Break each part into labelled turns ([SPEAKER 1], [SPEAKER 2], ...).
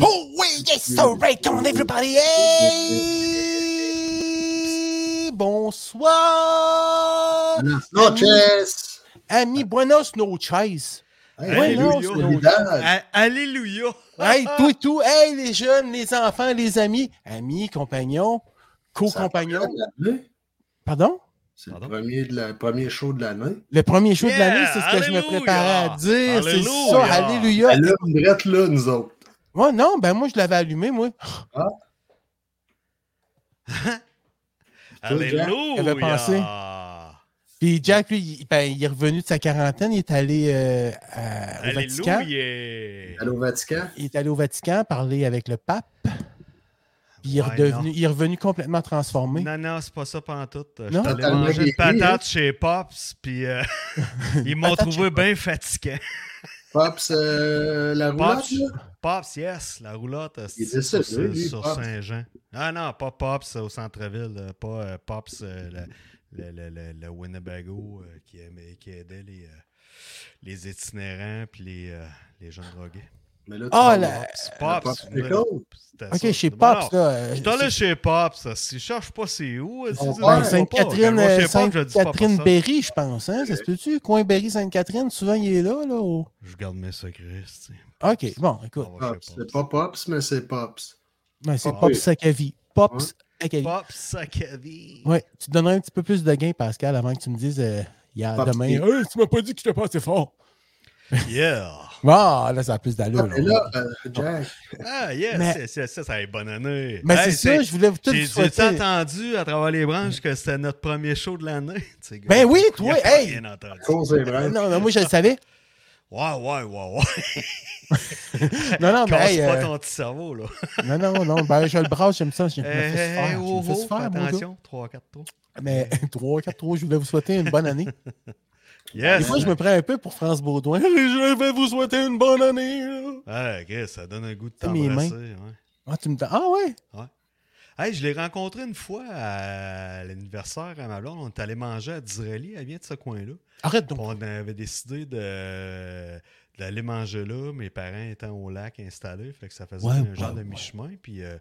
[SPEAKER 1] Oh oui, yes, alright, on everybody. Hey! Bonsoir.
[SPEAKER 2] Ah.
[SPEAKER 3] Noches!
[SPEAKER 1] Ami buenos noches.
[SPEAKER 3] Hey,
[SPEAKER 1] Buenos
[SPEAKER 3] Alléluia.
[SPEAKER 1] noches.
[SPEAKER 3] Formidable.
[SPEAKER 2] A- Alléluia!
[SPEAKER 1] Hey,
[SPEAKER 2] Ah.
[SPEAKER 1] tout et tout. Hey, les jeunes, les enfants, les amis, amis, compagnons, co-compagnons.
[SPEAKER 3] l'année.
[SPEAKER 1] Pardon?
[SPEAKER 3] C'est le
[SPEAKER 2] Pardon?
[SPEAKER 3] premier, de la, premier show de l'année.
[SPEAKER 1] Le premier show de
[SPEAKER 2] Yeah,
[SPEAKER 1] l'année, c'est ce que je me
[SPEAKER 2] alléluia.
[SPEAKER 1] préparais à dire. C'est
[SPEAKER 2] Alléluia.
[SPEAKER 1] ça, alléluia.
[SPEAKER 3] Ben là, on reste là, nous autres.
[SPEAKER 1] Moi, non, ben moi, je l'avais allumé, moi.
[SPEAKER 2] Alléluia!
[SPEAKER 1] J'avais pensé. Puis Jack, lui, il- ben, il est revenu de sa quarantaine, il est allé euh, à- au Vatican.
[SPEAKER 2] Alléluia!
[SPEAKER 3] Allô, Vatican?
[SPEAKER 1] Il est allé au Vatican parler avec le pape. Puis il est,
[SPEAKER 2] Ouais,
[SPEAKER 1] redevenu,
[SPEAKER 2] non.
[SPEAKER 1] il est revenu complètement transformé.
[SPEAKER 2] Non, non, c'est pas ça pantoute. Je
[SPEAKER 1] Non?
[SPEAKER 2] suis allé
[SPEAKER 3] Totalement
[SPEAKER 2] manger
[SPEAKER 3] guéri,
[SPEAKER 2] une patate chez Pops, puis euh, ils m'ont
[SPEAKER 1] Patate
[SPEAKER 2] trouvé bien fatiguant.
[SPEAKER 3] Pops, euh, la roulette,
[SPEAKER 2] Pops,
[SPEAKER 3] là?
[SPEAKER 2] Pops, yes, la roulotte. euh,
[SPEAKER 3] Il est décédé,
[SPEAKER 2] sur-
[SPEAKER 3] lui,
[SPEAKER 2] sur
[SPEAKER 3] Pops.
[SPEAKER 2] Saint-Jean. Ah non, pas Pops euh, au centre-ville, euh, pas euh, Pops, euh, le, le- le- le- le Winnebago euh, qui, aimait- qui aidait les, euh, les itinérants puis les, euh, les gens drogués.
[SPEAKER 3] Mais là, tu
[SPEAKER 1] Ah,
[SPEAKER 3] parles
[SPEAKER 1] la-
[SPEAKER 3] de Euh,
[SPEAKER 2] Pops, euh,
[SPEAKER 3] Pops.
[SPEAKER 2] Pops.
[SPEAKER 3] Popsicle.
[SPEAKER 2] c'était ça,
[SPEAKER 1] Ok, chez
[SPEAKER 2] c'était-
[SPEAKER 1] Pops,
[SPEAKER 2] Non,
[SPEAKER 1] là. euh,
[SPEAKER 2] Je suis allé chez Pops, euh, si je cherche pas c'est où. euh, si
[SPEAKER 3] Mon
[SPEAKER 2] tu-
[SPEAKER 3] père,
[SPEAKER 1] Ben,
[SPEAKER 2] je sais pas.
[SPEAKER 1] Sainte-Catherine, euh,
[SPEAKER 2] Quand je vais chez Pops, je le dis pas à
[SPEAKER 1] Sainte-Catherine
[SPEAKER 2] personne.
[SPEAKER 1] Berry, je pense, hein? Ça se peut-tu? Coin Berry, Sainte-Catherine, souvent il est là, là. au-
[SPEAKER 2] Je garde mes secrets. tu sais.
[SPEAKER 1] OK, bon, écoute.
[SPEAKER 2] On va
[SPEAKER 3] Pops.
[SPEAKER 2] chez
[SPEAKER 3] Ah, C'est
[SPEAKER 2] Pops.
[SPEAKER 3] pas Pops, mais c'est Pops.
[SPEAKER 1] Ben, c'est
[SPEAKER 2] Ah,
[SPEAKER 1] Pops
[SPEAKER 3] oui.
[SPEAKER 1] Sakavi. Pops Sakavi.
[SPEAKER 2] Pops, sac à vie.
[SPEAKER 1] Ouais, tu te donnerais un petit peu plus de gain, Pascal, avant que tu me dises euh, hier,
[SPEAKER 3] Pops
[SPEAKER 1] demain.
[SPEAKER 3] Tea.
[SPEAKER 1] Hey, tu m'as pas dit que je pas assez fort.
[SPEAKER 2] Yeah!
[SPEAKER 1] Ah, là, ça a plus d'allure.
[SPEAKER 3] Ah,
[SPEAKER 1] là.
[SPEAKER 3] mais là, euh, Jack,
[SPEAKER 2] Ah, yes,
[SPEAKER 1] Mais-
[SPEAKER 2] yes, yes, yes, ça est bonne année.
[SPEAKER 1] Mais
[SPEAKER 2] Hey,
[SPEAKER 1] c'est ça, je voulais vous tout vous
[SPEAKER 2] J'ai j'ai
[SPEAKER 1] souhaiter.
[SPEAKER 2] entendu à travers les branches que c'était notre premier show de l'année. tu sais, gars.
[SPEAKER 1] Ben oui,
[SPEAKER 2] Il a
[SPEAKER 1] toi,
[SPEAKER 2] pas
[SPEAKER 1] hey!
[SPEAKER 2] rien entendu.
[SPEAKER 3] cause est vraie.
[SPEAKER 1] Non, non, moi, je le savais.
[SPEAKER 2] Ouais, ouais, ouais, ouais.
[SPEAKER 1] Non, non, Ah, mais
[SPEAKER 2] Casse
[SPEAKER 1] hey,
[SPEAKER 2] pas
[SPEAKER 1] euh,
[SPEAKER 2] ton petit cerveau, là.
[SPEAKER 1] non, non, non, ben, je le brasse, j'aime ça. Je me fais
[SPEAKER 2] Hey,
[SPEAKER 1] se faire,
[SPEAKER 2] hey,
[SPEAKER 1] je me
[SPEAKER 2] oh,
[SPEAKER 1] fais se
[SPEAKER 2] oh, fais
[SPEAKER 1] faire, mon gars.
[SPEAKER 2] attention. 3, 4, 3.
[SPEAKER 1] Mais 3, 4, 3, je voulais vous souhaiter une bonne année. Des
[SPEAKER 2] Yes!
[SPEAKER 1] fois, je me prends un peu pour France Baudouin. Je vais vous souhaiter une bonne année. là.
[SPEAKER 2] Ah, ok, ça donne un goût de
[SPEAKER 1] C'est mes mains.
[SPEAKER 2] t'embrasser. ouais.
[SPEAKER 1] Ah, tu me dis, ah ouais?
[SPEAKER 2] Hey, je l'ai rencontré une fois à l'anniversaire à ma blonde. On est allé manger à Disraeli. Elle vient de ce coin-là.
[SPEAKER 1] Arrête
[SPEAKER 2] Puis
[SPEAKER 1] donc.
[SPEAKER 2] On avait décidé de d'aller manger là, mes parents étant au lac installés, fait que ça faisait
[SPEAKER 1] Ouais,
[SPEAKER 2] un
[SPEAKER 1] ouais,
[SPEAKER 2] genre de
[SPEAKER 1] ouais.
[SPEAKER 2] mi-chemin, puis euh,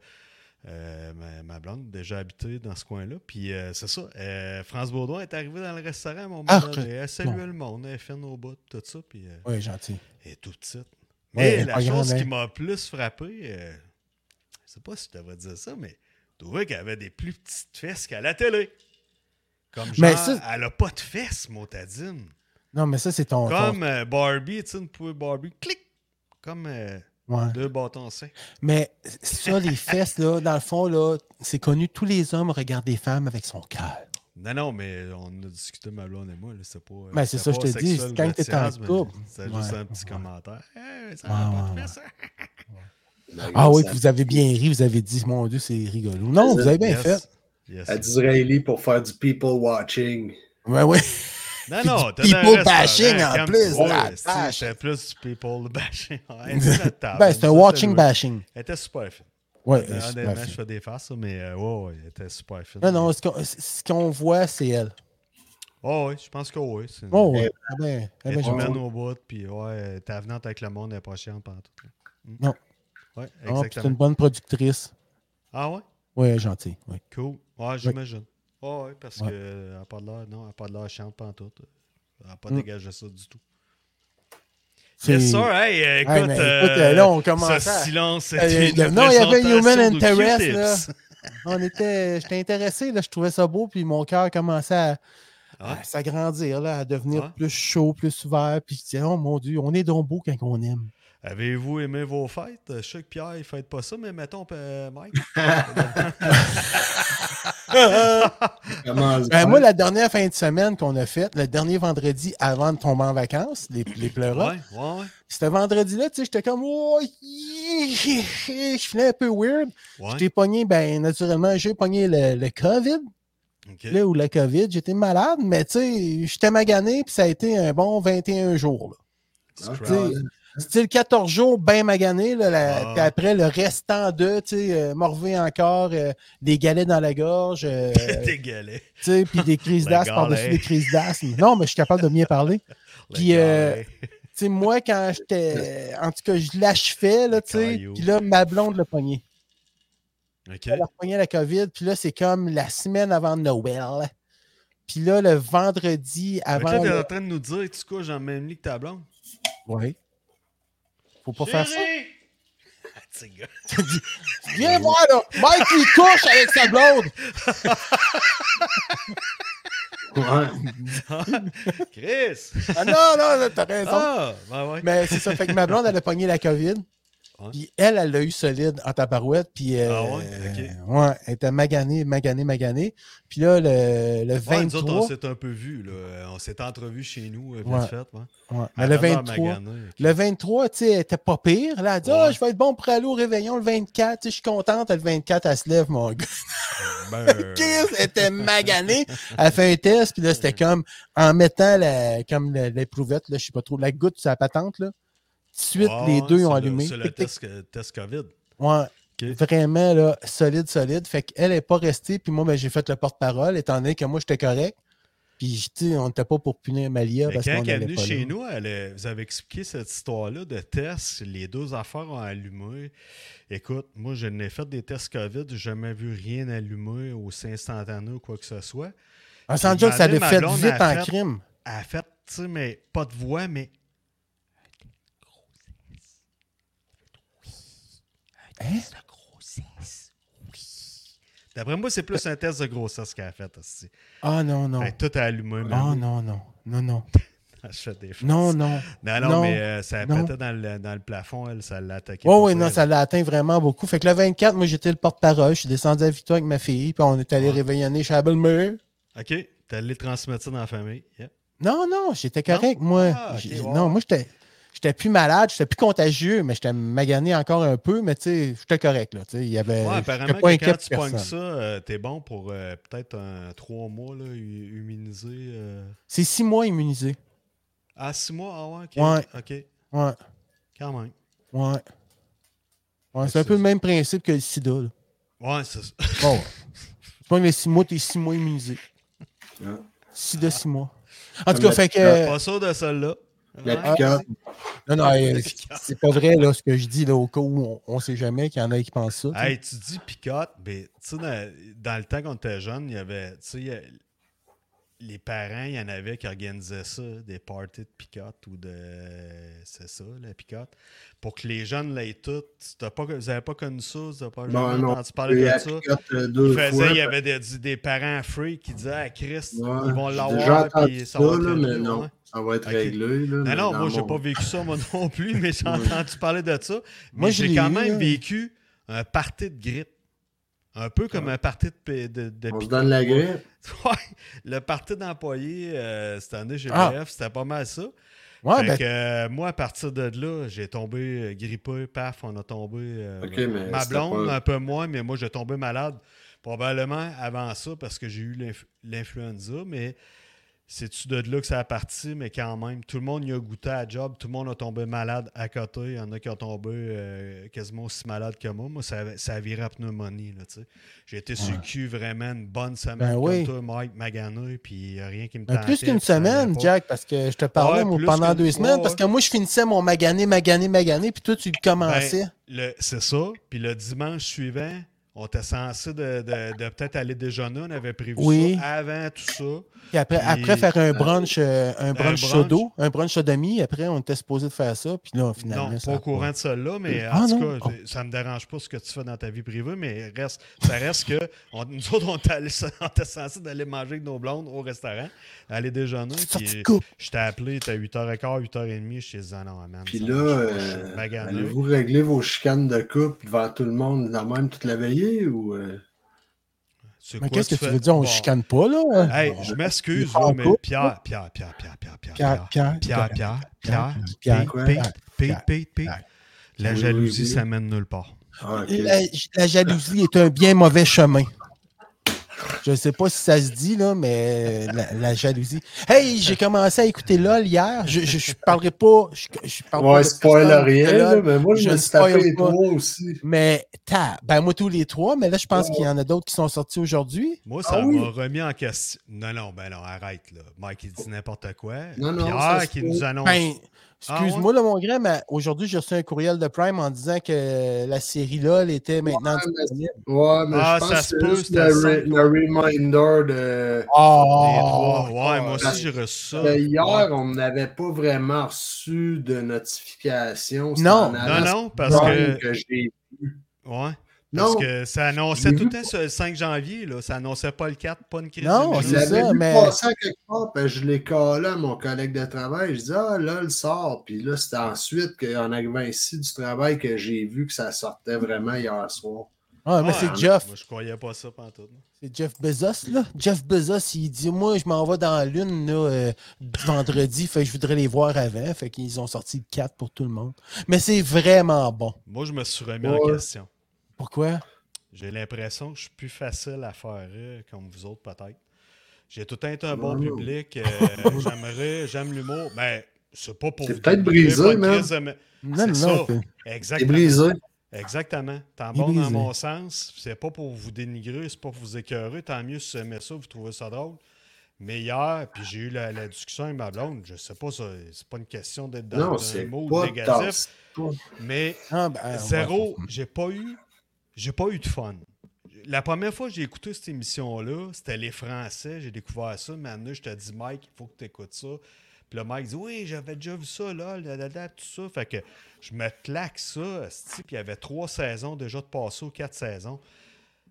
[SPEAKER 2] euh, ma, ma blonde déjà habitée dans ce coin-là, puis euh, c'est ça, euh, France Baudouin est arrivé dans le restaurant, mon
[SPEAKER 1] Ah,
[SPEAKER 2] moment
[SPEAKER 1] que-
[SPEAKER 2] elle saluait le monde, elle est fine au bout, tout ça, puis euh,
[SPEAKER 1] Oui, gentil.
[SPEAKER 2] elle est tout petite.
[SPEAKER 1] Ouais,
[SPEAKER 2] Mais la
[SPEAKER 1] pas
[SPEAKER 2] chose
[SPEAKER 1] grande,
[SPEAKER 2] qui
[SPEAKER 1] hein.
[SPEAKER 2] m'a plus frappé, euh, je sais pas si je devrais dire ça, mais je trouvais qu'elle avait des plus petites fesses qu'à la télé. Comme genre,
[SPEAKER 1] Mais ça-
[SPEAKER 2] elle a pas de fesses, motadine.
[SPEAKER 1] Non, mais ça, c'est ton. ton-
[SPEAKER 2] Comme euh, Barbie, tu sais, une poupée Barbie, clic! Comme euh,
[SPEAKER 1] Ouais.
[SPEAKER 2] deux bâtons secs.
[SPEAKER 1] Mais ça, les fesses, là, dans le fond, là, c'est connu, tous les hommes regardent les femmes avec son cœur.
[SPEAKER 2] Non, non, mais on a discuté, ma blonde et moi, là, c'est pas. euh,
[SPEAKER 1] Ben, c'est
[SPEAKER 2] c'était
[SPEAKER 1] ça, je
[SPEAKER 2] pas
[SPEAKER 1] te dis,
[SPEAKER 2] sexuel
[SPEAKER 1] c'est quand
[SPEAKER 2] ou
[SPEAKER 1] t'es en
[SPEAKER 2] racial, mais
[SPEAKER 1] couple.
[SPEAKER 2] C'est juste
[SPEAKER 1] Ouais,
[SPEAKER 2] un petit
[SPEAKER 1] ouais.
[SPEAKER 2] commentaire. Hey, ça
[SPEAKER 1] Ouais,
[SPEAKER 2] va pas
[SPEAKER 1] ouais,
[SPEAKER 2] de
[SPEAKER 1] ouais.
[SPEAKER 2] fesses, hein?
[SPEAKER 1] Ah oui,
[SPEAKER 3] Ça-
[SPEAKER 1] puis vous avez bien ri, vous avez dit, mon Dieu, c'est rigolo. Non, vous avez bien
[SPEAKER 2] Yes.
[SPEAKER 1] fait.
[SPEAKER 2] Yes.
[SPEAKER 3] À Disraeli pour faire du people watching.
[SPEAKER 1] Ouais, ouais.
[SPEAKER 2] Non, non,
[SPEAKER 1] Puis du
[SPEAKER 2] un
[SPEAKER 1] people
[SPEAKER 2] restaurant,
[SPEAKER 1] bashing en
[SPEAKER 2] comme-
[SPEAKER 1] plus,
[SPEAKER 2] Ouais,
[SPEAKER 1] la
[SPEAKER 2] c'est-
[SPEAKER 1] vache.
[SPEAKER 2] C'était Oh, plus du people bashing. Ouais,
[SPEAKER 1] Ben, c'est un watching
[SPEAKER 2] bash.
[SPEAKER 1] bashing.
[SPEAKER 2] Elle était super fine.
[SPEAKER 1] Ouais, euh, super
[SPEAKER 2] Honnêtement,
[SPEAKER 1] fine.
[SPEAKER 2] je fais des faces, mais euh, ouais, ouais, elle était super fine.
[SPEAKER 1] Non, non, ce qu'on ce qu'on voit, c'est elle.
[SPEAKER 2] Oh, oui, je pense que oui. c'est-
[SPEAKER 1] Oh, ouais. Ah ben, ah
[SPEAKER 2] Elle
[SPEAKER 1] ben,
[SPEAKER 2] est
[SPEAKER 1] gentil.
[SPEAKER 2] humaine au bout, puis ouais, ta venante avec le monde n'est pas chiante pendant tout.
[SPEAKER 1] Non. Ah,
[SPEAKER 2] Ouais,
[SPEAKER 1] puis c'est une
[SPEAKER 2] exactement.
[SPEAKER 1] bonne productrice.
[SPEAKER 2] Ah ouais?
[SPEAKER 1] Ouais, gentille. Ouais.
[SPEAKER 2] Cool. Ouais, j'imagine. Ah, Ouais, ouais, parce
[SPEAKER 1] Ouais.
[SPEAKER 2] qu'elle n'a pas de l'air, non, elle a pas de l'air chiante pendant tout. Elle n'a pas
[SPEAKER 1] Mm.
[SPEAKER 2] dégagé ça du tout.
[SPEAKER 1] C'est-
[SPEAKER 2] Yes, sir. Hey, euh, écoute,
[SPEAKER 1] mais écoute,
[SPEAKER 2] euh,
[SPEAKER 1] là, on commence
[SPEAKER 2] ce
[SPEAKER 1] à-
[SPEAKER 2] silence.
[SPEAKER 1] Euh,
[SPEAKER 2] était une
[SPEAKER 1] non, il y avait
[SPEAKER 2] présentation
[SPEAKER 1] Human
[SPEAKER 2] de
[SPEAKER 1] Interest,
[SPEAKER 2] Q-tips.
[SPEAKER 1] On était, j'étais intéressé, là, je trouvais ça beau, puis mon cœur commençait à,
[SPEAKER 2] Ah.
[SPEAKER 1] à s'agrandir, là, à devenir
[SPEAKER 2] Ouais.
[SPEAKER 1] plus chaud, plus ouvert, puis je disais, oh mon Dieu, on est donc beau quand on aime.
[SPEAKER 2] Avez-vous aimé vos fêtes? Je sais que Pierre, il ne fête pas ça, mais mettons, euh, Mike.
[SPEAKER 3] Comment le
[SPEAKER 1] Ben,
[SPEAKER 3] faire?
[SPEAKER 1] moi, la dernière fin de semaine qu'on a faite, le dernier vendredi avant de tomber en vacances, les, les
[SPEAKER 2] ouais,
[SPEAKER 1] pleuras,
[SPEAKER 2] ouais, ouais.
[SPEAKER 1] ce vendredi-là, tu sais, j'étais comme, oh, hi, hi, hi, je venais un peu weird.
[SPEAKER 2] ouais.
[SPEAKER 1] J'étais pogné, ben, naturellement, j'ai pogné le, le COVID,
[SPEAKER 2] Ok.
[SPEAKER 1] là, ou la COVID, j'étais malade, mais tu sais, j'étais magané, puis ça a été un bon 21 jours, là.
[SPEAKER 3] Ah,
[SPEAKER 2] Scrap.
[SPEAKER 3] t'sais,
[SPEAKER 1] Style 14 jours, ben magané. Là, la-
[SPEAKER 2] Ah.
[SPEAKER 1] Puis après, le restant de, tu sais, euh, morvée encore, euh, des galets dans la gorge, euh, tu
[SPEAKER 2] T'es galé.
[SPEAKER 1] sais, puis des crises
[SPEAKER 2] Le hein.
[SPEAKER 1] d'asthme par-dessus
[SPEAKER 2] galet.
[SPEAKER 1] des crises d'asthme. Non, mais je suis capable de bien parler. Puis, euh, sais, moi, quand j'étais. En tout cas, je l'achevais, là,
[SPEAKER 2] Le
[SPEAKER 1] tu sais.
[SPEAKER 2] caillou.
[SPEAKER 1] Puis là, ma blonde l'a pogné.
[SPEAKER 2] OK.
[SPEAKER 1] Elle a repogné la COVID. Puis là, c'est comme la semaine avant Noël. Puis là, le vendredi
[SPEAKER 2] Fait que
[SPEAKER 1] avant.
[SPEAKER 2] là, t'es en
[SPEAKER 1] le-
[SPEAKER 2] train de nous dire, tu couches dans le même lit que ta blonde.
[SPEAKER 1] Ouais. Faut pas faire ça.
[SPEAKER 2] Chérie! Ah, petit gars.
[SPEAKER 1] Viens voir, là. Mike, il couche avec sa blonde.
[SPEAKER 3] Ouais.
[SPEAKER 2] Chris!
[SPEAKER 1] Ah non, non, là, t'as raison.
[SPEAKER 2] Ah! Ben ouais.
[SPEAKER 1] Mais c'est ça. Fait que ma blonde, elle a pogné la COVID.
[SPEAKER 2] Ouais.
[SPEAKER 1] Puis elle, elle l'a eu solide en tabarouette. Puis, euh,
[SPEAKER 2] Ah ouais?
[SPEAKER 1] ouais, elle était maganée, maganée, maganée. Puis là, le, le
[SPEAKER 2] Ouais, nous
[SPEAKER 1] 23.
[SPEAKER 2] autres, on s'est un peu vus, là. Euh, On s'est entrevus chez nous, euh, vite
[SPEAKER 1] Ouais.
[SPEAKER 2] fait. ouais.
[SPEAKER 1] ouais, mais
[SPEAKER 2] À
[SPEAKER 1] le
[SPEAKER 2] 9 heures
[SPEAKER 1] 23.
[SPEAKER 2] maganée, ok.
[SPEAKER 1] Le 23, tu sais, elle était pas pire. Là, elle a dit, Ah,
[SPEAKER 2] Ouais.
[SPEAKER 1] je vais être bon pour aller au réveillon le 24. Tu sais, je suis contente. Le 24, elle se lève, mon gars.
[SPEAKER 2] Ben,
[SPEAKER 1] Chris, elle était maganée. Elle fait un test, puis là, c'était comme, en mettant la, comme la- l'éprouvette, là, je sais pas trop, la goutte sur la patente, là. Tout de suite,
[SPEAKER 2] ouais,
[SPEAKER 1] les deux ont
[SPEAKER 2] Ah, c'est le-
[SPEAKER 1] allumé.
[SPEAKER 2] C'est le
[SPEAKER 1] Tic, tic,
[SPEAKER 2] test, que- test COVID.
[SPEAKER 1] Ouais.
[SPEAKER 2] Ok.
[SPEAKER 1] Vraiment, là, solide, solide. Fait qu'elle n'est pas restée, puis moi, ben, j'ai fait le porte-parole, étant donné que moi, j'étais correct. Puis, tu sais, on n'était pas pour punir Malia
[SPEAKER 2] Mais
[SPEAKER 1] parce qu'on
[SPEAKER 2] quand elle est
[SPEAKER 1] allait
[SPEAKER 2] venue
[SPEAKER 1] pas
[SPEAKER 2] chez
[SPEAKER 1] là.
[SPEAKER 2] nous, elle, a- vous avez expliqué cette histoire-là de tests. Les deux affaires ont allumé. Écoute, moi, je n'ai fait des tests COVID. J'ai jamais vu rien allumer au instantané ou quoi que ce soit.
[SPEAKER 1] On s'en
[SPEAKER 2] Puis,
[SPEAKER 1] dit Ah, que ça
[SPEAKER 2] Madame,
[SPEAKER 1] avait
[SPEAKER 2] ma
[SPEAKER 1] fait
[SPEAKER 2] blonde,
[SPEAKER 1] vite
[SPEAKER 2] elle a
[SPEAKER 1] en
[SPEAKER 2] fait-
[SPEAKER 1] crime.
[SPEAKER 2] Elle a fait, tu sais, mais pas de voix, mais.
[SPEAKER 1] Hein?
[SPEAKER 2] D'après moi, c'est plus un test de grossesse qu'elle a fait. aussi.
[SPEAKER 1] Ah non, non. Ah,
[SPEAKER 2] Fait que tout a allumé,
[SPEAKER 1] Non,
[SPEAKER 2] man.
[SPEAKER 1] non, non. Non, non.
[SPEAKER 2] Je fais des faces.
[SPEAKER 1] Non, non.
[SPEAKER 2] Non, non,
[SPEAKER 1] Non,
[SPEAKER 2] mais euh, ça
[SPEAKER 1] non.
[SPEAKER 2] pétait dans le, dans le plafond, elle, ça l'a attaqué.
[SPEAKER 1] Oh
[SPEAKER 2] pour
[SPEAKER 1] oui, non, ça l'a atteint vraiment beaucoup. Fait que le 24, moi, j'étais le porte-parole. Je suis descendu à Victoire avec ma fille, puis on est allé
[SPEAKER 2] Ouais.
[SPEAKER 1] réveillonner chez la belle-mère.
[SPEAKER 2] OK, t'es allé transmettre ça dans la famille. Yeah.
[SPEAKER 1] Non, non, j'étais correct, moi.
[SPEAKER 2] Ah, ok,
[SPEAKER 1] J'ai-
[SPEAKER 2] ouais.
[SPEAKER 1] Non, moi, j'étais. J'étais plus malade, j'étais plus contagieux, mais j'étais magané encore un peu, mais tu sais, j'étais correct, là. Tu sais, il y avait.
[SPEAKER 3] Euh,
[SPEAKER 2] Ouais,
[SPEAKER 1] j'étais pas
[SPEAKER 2] apparemment, que
[SPEAKER 1] inquiet
[SPEAKER 2] quand
[SPEAKER 1] pour
[SPEAKER 2] tu pognes
[SPEAKER 1] personne.
[SPEAKER 2] ça, euh, t'es bon pour euh, peut-être un trois mois là, hu- huminisé. euh.
[SPEAKER 1] C'est six mois immunisé.
[SPEAKER 2] Ah, six mois, ah ouais, ok.
[SPEAKER 1] Ouais.
[SPEAKER 2] Ok,
[SPEAKER 1] Ouais,
[SPEAKER 2] quand même.
[SPEAKER 1] ouais. Ouais, c'est
[SPEAKER 2] que
[SPEAKER 1] un peu le
[SPEAKER 2] c'est-
[SPEAKER 1] même principe que le sida, là.
[SPEAKER 2] Ouais, c'est ça.
[SPEAKER 1] Bon, tu pognes les six mois, t'es six mois immunisé.
[SPEAKER 3] Ouais.
[SPEAKER 1] Sida, six mois. En tout
[SPEAKER 3] Hein? Comme
[SPEAKER 1] cas,
[SPEAKER 3] la
[SPEAKER 1] fait que.
[SPEAKER 2] Pas sûr de celle-là.
[SPEAKER 3] Euh, La
[SPEAKER 2] Ouais.
[SPEAKER 3] picote.
[SPEAKER 1] Non,
[SPEAKER 2] Ah,
[SPEAKER 1] non, euh, c'est pas vrai là, ce que je dis là, au cas où on, on sait jamais qu'il y en a qui pensent ça. tu sais.
[SPEAKER 2] Hey, tu dis picote, mais tu sais, dans, dans le temps qu'on était jeune, il y avait, tu sais, il y a- les parents, il y en avait qui organisaient ça, des parties de picote ou de. C'est ça, la picote. Pour que les jeunes l'aient toutes. Tu t'as pas- Vous n'avez pas connu ça, vous n'avez pas
[SPEAKER 3] Non,
[SPEAKER 2] jamais
[SPEAKER 3] non,
[SPEAKER 2] entendu parler
[SPEAKER 3] La
[SPEAKER 2] de ça.
[SPEAKER 3] picote euh,
[SPEAKER 2] Ils
[SPEAKER 3] deux
[SPEAKER 2] faisaient-
[SPEAKER 3] fois.
[SPEAKER 2] il y avait des, des parents free qui disaient à Christ,
[SPEAKER 3] Ouais,
[SPEAKER 2] ils vont
[SPEAKER 3] j'ai déjà
[SPEAKER 2] l'avoir.
[SPEAKER 3] entendu ça,
[SPEAKER 2] puis ça va être
[SPEAKER 3] là, mais
[SPEAKER 2] réglé,
[SPEAKER 3] non,
[SPEAKER 2] ouais.
[SPEAKER 3] ça va être
[SPEAKER 2] Ok. Ben
[SPEAKER 3] réglé. Là, mais
[SPEAKER 2] Non, non,
[SPEAKER 3] dans
[SPEAKER 2] moi, j'ai
[SPEAKER 3] mon-
[SPEAKER 2] pas vécu ça, moi non plus, mais j'ai
[SPEAKER 3] Ouais.
[SPEAKER 2] entendu parler de ça. Mais
[SPEAKER 1] Moi, je
[SPEAKER 2] j'ai
[SPEAKER 1] l'ai
[SPEAKER 2] quand
[SPEAKER 1] eu,
[SPEAKER 2] même
[SPEAKER 3] hein.
[SPEAKER 1] là.
[SPEAKER 2] vécu un party de grippe. Un peu comme un party de. pi- de, de
[SPEAKER 3] Ah. On se
[SPEAKER 2] picote.
[SPEAKER 3] donne la grippe.
[SPEAKER 2] Ouais, le party d'employés euh, cette année GPF,
[SPEAKER 3] Ah.
[SPEAKER 2] c'était pas mal ça.
[SPEAKER 1] Ouais,
[SPEAKER 2] Fait
[SPEAKER 1] ben,
[SPEAKER 2] que, euh, moi, à partir de là, j'ai tombé euh, grippé, paf, on a tombé. euh,
[SPEAKER 3] Ok, mais
[SPEAKER 2] ma
[SPEAKER 3] c'était
[SPEAKER 2] blonde,
[SPEAKER 3] pas-
[SPEAKER 2] un peu moins, mais moi, j'ai tombé malade probablement avant ça parce que j'ai eu l'inf- l'influenza, mais c'est-tu de là que ça a parti, mais quand même, tout le monde y a goûté à la job, tout le monde a tombé malade à côté, il y en a qui ont tombé euh, quasiment aussi malade que moi. Moi, ça, ça a viré à pneumonie, là, tu sais. J'ai été sur le cul vraiment une bonne semaine
[SPEAKER 1] Ben
[SPEAKER 2] comme
[SPEAKER 1] oui.
[SPEAKER 2] toi, Mike, magané, puis y a rien qui me
[SPEAKER 1] ben, plus
[SPEAKER 2] tentait,
[SPEAKER 1] qu'une
[SPEAKER 2] puis ça allait
[SPEAKER 1] semaine,
[SPEAKER 2] pas.
[SPEAKER 1] Jack, parce que je te parlais
[SPEAKER 2] Ouais,
[SPEAKER 1] moi,
[SPEAKER 2] plus
[SPEAKER 1] pendant
[SPEAKER 2] qu'une-
[SPEAKER 1] deux semaines,
[SPEAKER 2] ouais,
[SPEAKER 1] parce
[SPEAKER 2] ouais.
[SPEAKER 1] que moi je finissais mon magané, magané, magané, puis toi tu le commençais.
[SPEAKER 2] Le- C'est ça. Puis le dimanche suivant, on était censé de, de- de peut-être aller déjeuner. On avait prévu
[SPEAKER 1] Oui.
[SPEAKER 2] ça avant tout ça.
[SPEAKER 1] puis après,
[SPEAKER 2] puis- ben,
[SPEAKER 1] après faire un brunch, euh, un brunch
[SPEAKER 2] brunch.
[SPEAKER 1] sodo, un brunch sodomie, après on était supposé de faire ça, puis là finalement.
[SPEAKER 2] non,
[SPEAKER 1] ça
[SPEAKER 2] pas
[SPEAKER 1] a
[SPEAKER 2] au courant de celle-là, mais
[SPEAKER 1] Ah
[SPEAKER 2] en tout
[SPEAKER 1] non.
[SPEAKER 2] cas, ça me dérange pas ce que tu fais dans ta vie privée, mais reste, ça reste que on- nous autres, on était allés- on était censés d'aller manger avec nos blondes au restaurant, aller déjeuner.
[SPEAKER 1] Sortie
[SPEAKER 2] puis euh,
[SPEAKER 1] de coupe.
[SPEAKER 2] je t'ai appelé, t'as 8h15, 8h30, je t'ai dit, ah non, man.
[SPEAKER 3] Puis
[SPEAKER 2] ça
[SPEAKER 3] là,
[SPEAKER 2] marche pas, je suis
[SPEAKER 3] euh,
[SPEAKER 2] magané.
[SPEAKER 3] allez-vous régler vos chicanes de couple devant tout le monde, la même toute la veillée ou. euh,
[SPEAKER 2] C'est
[SPEAKER 1] Mais
[SPEAKER 2] quoi
[SPEAKER 1] qu'est-ce que tu
[SPEAKER 2] fais?
[SPEAKER 1] veux dire, on
[SPEAKER 2] Bon.
[SPEAKER 1] chicane pas là? hein?
[SPEAKER 2] Hey, je m'excuse,
[SPEAKER 1] Il est
[SPEAKER 2] là,
[SPEAKER 1] en
[SPEAKER 2] mais
[SPEAKER 1] couple,
[SPEAKER 2] Pierre, Pierre, Pierre, Pierre, Pierre, Pierre,
[SPEAKER 1] Pierre, Pierre,
[SPEAKER 2] Pierre,
[SPEAKER 1] Pierre,
[SPEAKER 2] Pierre, Pierre, Pierre,
[SPEAKER 1] Pierre,
[SPEAKER 3] Pierre,
[SPEAKER 2] Pierre, Pete, Pete,
[SPEAKER 1] Pierre,
[SPEAKER 2] Pete, Pete.
[SPEAKER 1] Pierre.
[SPEAKER 2] La
[SPEAKER 3] Oui,
[SPEAKER 2] jalousie,
[SPEAKER 3] oui, oui.
[SPEAKER 2] ça mène nulle part.
[SPEAKER 1] Eh,
[SPEAKER 3] Ah, ok.
[SPEAKER 1] La, la jalousie est un bien mauvais chemin. Je ne sais pas si ça se dit, là, mais la, la jalousie. Hey, j'ai commencé à écouter LOL hier. Je ne parlerai pas. Je, je parle
[SPEAKER 3] Ouais,
[SPEAKER 1] pas de
[SPEAKER 3] spoil
[SPEAKER 1] personne,
[SPEAKER 3] rien,
[SPEAKER 1] de
[SPEAKER 3] là,
[SPEAKER 1] LOL.
[SPEAKER 3] mais moi, je,
[SPEAKER 1] je
[SPEAKER 3] me suis tapé
[SPEAKER 1] spoil
[SPEAKER 3] les
[SPEAKER 1] pas.
[SPEAKER 3] trois aussi.
[SPEAKER 1] Mais ta, ben moi tous les trois, mais là je pense qu'il y en a d'autres qui sont sortis aujourd'hui.
[SPEAKER 2] Moi, ça
[SPEAKER 3] Ah
[SPEAKER 2] m'a
[SPEAKER 3] oui?
[SPEAKER 2] remis en question. Non, non, ben non, arrête, là. Mike, il dit n'importe quoi.
[SPEAKER 3] Non, non, ça
[SPEAKER 2] Pierre
[SPEAKER 3] se
[SPEAKER 2] qui
[SPEAKER 3] peut.
[SPEAKER 2] nous annonce.
[SPEAKER 1] Ben, excuse-moi là, mon grand, mais aujourd'hui j'ai reçu un courriel de Prime en disant que la série LOL était maintenant
[SPEAKER 3] Ouais, mais-
[SPEAKER 1] disponible.
[SPEAKER 3] Ouais, mais
[SPEAKER 2] Ah,
[SPEAKER 3] je pense
[SPEAKER 2] ça
[SPEAKER 3] que
[SPEAKER 2] se
[SPEAKER 3] c'est
[SPEAKER 2] peut,
[SPEAKER 3] juste
[SPEAKER 2] c'était
[SPEAKER 3] le,
[SPEAKER 2] simple.
[SPEAKER 3] re- le reminder de.
[SPEAKER 2] Les
[SPEAKER 1] Oh,
[SPEAKER 2] trois. Ouais, moi
[SPEAKER 3] parce
[SPEAKER 2] aussi, j'ai reçu ça.
[SPEAKER 3] de ben, Hier,
[SPEAKER 2] Ouais.
[SPEAKER 3] on n'avait pas vraiment reçu de notification. C'était
[SPEAKER 1] Non.
[SPEAKER 3] en allant
[SPEAKER 2] Non,
[SPEAKER 3] sur
[SPEAKER 2] non, parce
[SPEAKER 3] Prime
[SPEAKER 2] que.
[SPEAKER 3] j'ai-
[SPEAKER 2] Ouais. Parce
[SPEAKER 3] Non,
[SPEAKER 2] que ça
[SPEAKER 3] J'ai
[SPEAKER 2] annonçait tout
[SPEAKER 3] vu
[SPEAKER 2] le temps le 5 janvier, là. Ça annonçait pas le 4, pas une crise.
[SPEAKER 1] Non,
[SPEAKER 3] je
[SPEAKER 1] Oh, c'est
[SPEAKER 2] ça.
[SPEAKER 1] ça.
[SPEAKER 3] l'avais vu
[SPEAKER 1] mais-
[SPEAKER 3] passer à quelque part, puis je l'ai collé à mon collègue de travail. Je dis Ah, là, le sort. Puis là, c'était ensuite qu'en arrivant ici du travail que j'ai vu que ça sortait vraiment hier soir.
[SPEAKER 1] Ah, mais c'est Jeff,
[SPEAKER 2] Moi, je croyais pas ça pantoute.
[SPEAKER 1] c'est Jeff Bezos là. Jeff Bezos, il dit moi je m'en vais dans la lune là, euh, vendredi, fait que je voudrais les voir avant, fait qu'ils ont sorti le 4 pour tout le monde. Mais c'est vraiment bon.
[SPEAKER 2] Moi, je me suis remis en
[SPEAKER 3] Ouais.
[SPEAKER 2] question.
[SPEAKER 1] Pourquoi
[SPEAKER 2] J'ai l'impression que je suis plus facile à faire rire, comme vous autres, peut-être. J'ai tout le temps été un bon
[SPEAKER 3] Non.
[SPEAKER 2] public. euh, J'aimerais, j'aime l'humour. Mais c'est pas pour.
[SPEAKER 3] T'es
[SPEAKER 2] vous
[SPEAKER 3] peut-être
[SPEAKER 2] dénigrer,
[SPEAKER 3] brisé,
[SPEAKER 2] pas de
[SPEAKER 3] man.
[SPEAKER 2] crise de me-
[SPEAKER 1] Non,
[SPEAKER 2] C'est ça.
[SPEAKER 1] non, c'est-
[SPEAKER 3] T'es
[SPEAKER 2] Exactement.
[SPEAKER 3] brisé.
[SPEAKER 2] Exactement. T'en
[SPEAKER 1] Il est
[SPEAKER 2] vas dans
[SPEAKER 1] brisé.
[SPEAKER 2] mon sens. C'est pas pour vous dénigrer, c'est pas pour vous écœurer. Tant mieux si vous aimez ça, vous trouvez ça drôle. Mais hier, puis j'ai eu la, la discussion avec ma blonde. Je sais pas, ça- c'est pas une question d'être dans
[SPEAKER 3] Non,
[SPEAKER 2] un
[SPEAKER 3] c'est
[SPEAKER 2] mot
[SPEAKER 3] pas
[SPEAKER 2] négatif,
[SPEAKER 3] tasse- pas-
[SPEAKER 2] mais
[SPEAKER 1] Ah, ben, ouais.
[SPEAKER 2] zéro, j'ai pas eu, j'ai pas eu de fun. La première fois que j'ai écouté cette émission-là, c'était les Français, j'ai découvert ça, mais Anna, je te dis, Mike, il faut que tu écoutes ça. Puis le Mike dit, oui, j'avais déjà vu ça, là, là, là, là, tout ça. Fait que je me claque ça, esti, puis il y avait trois saisons déjà de passer aux quatre saisons.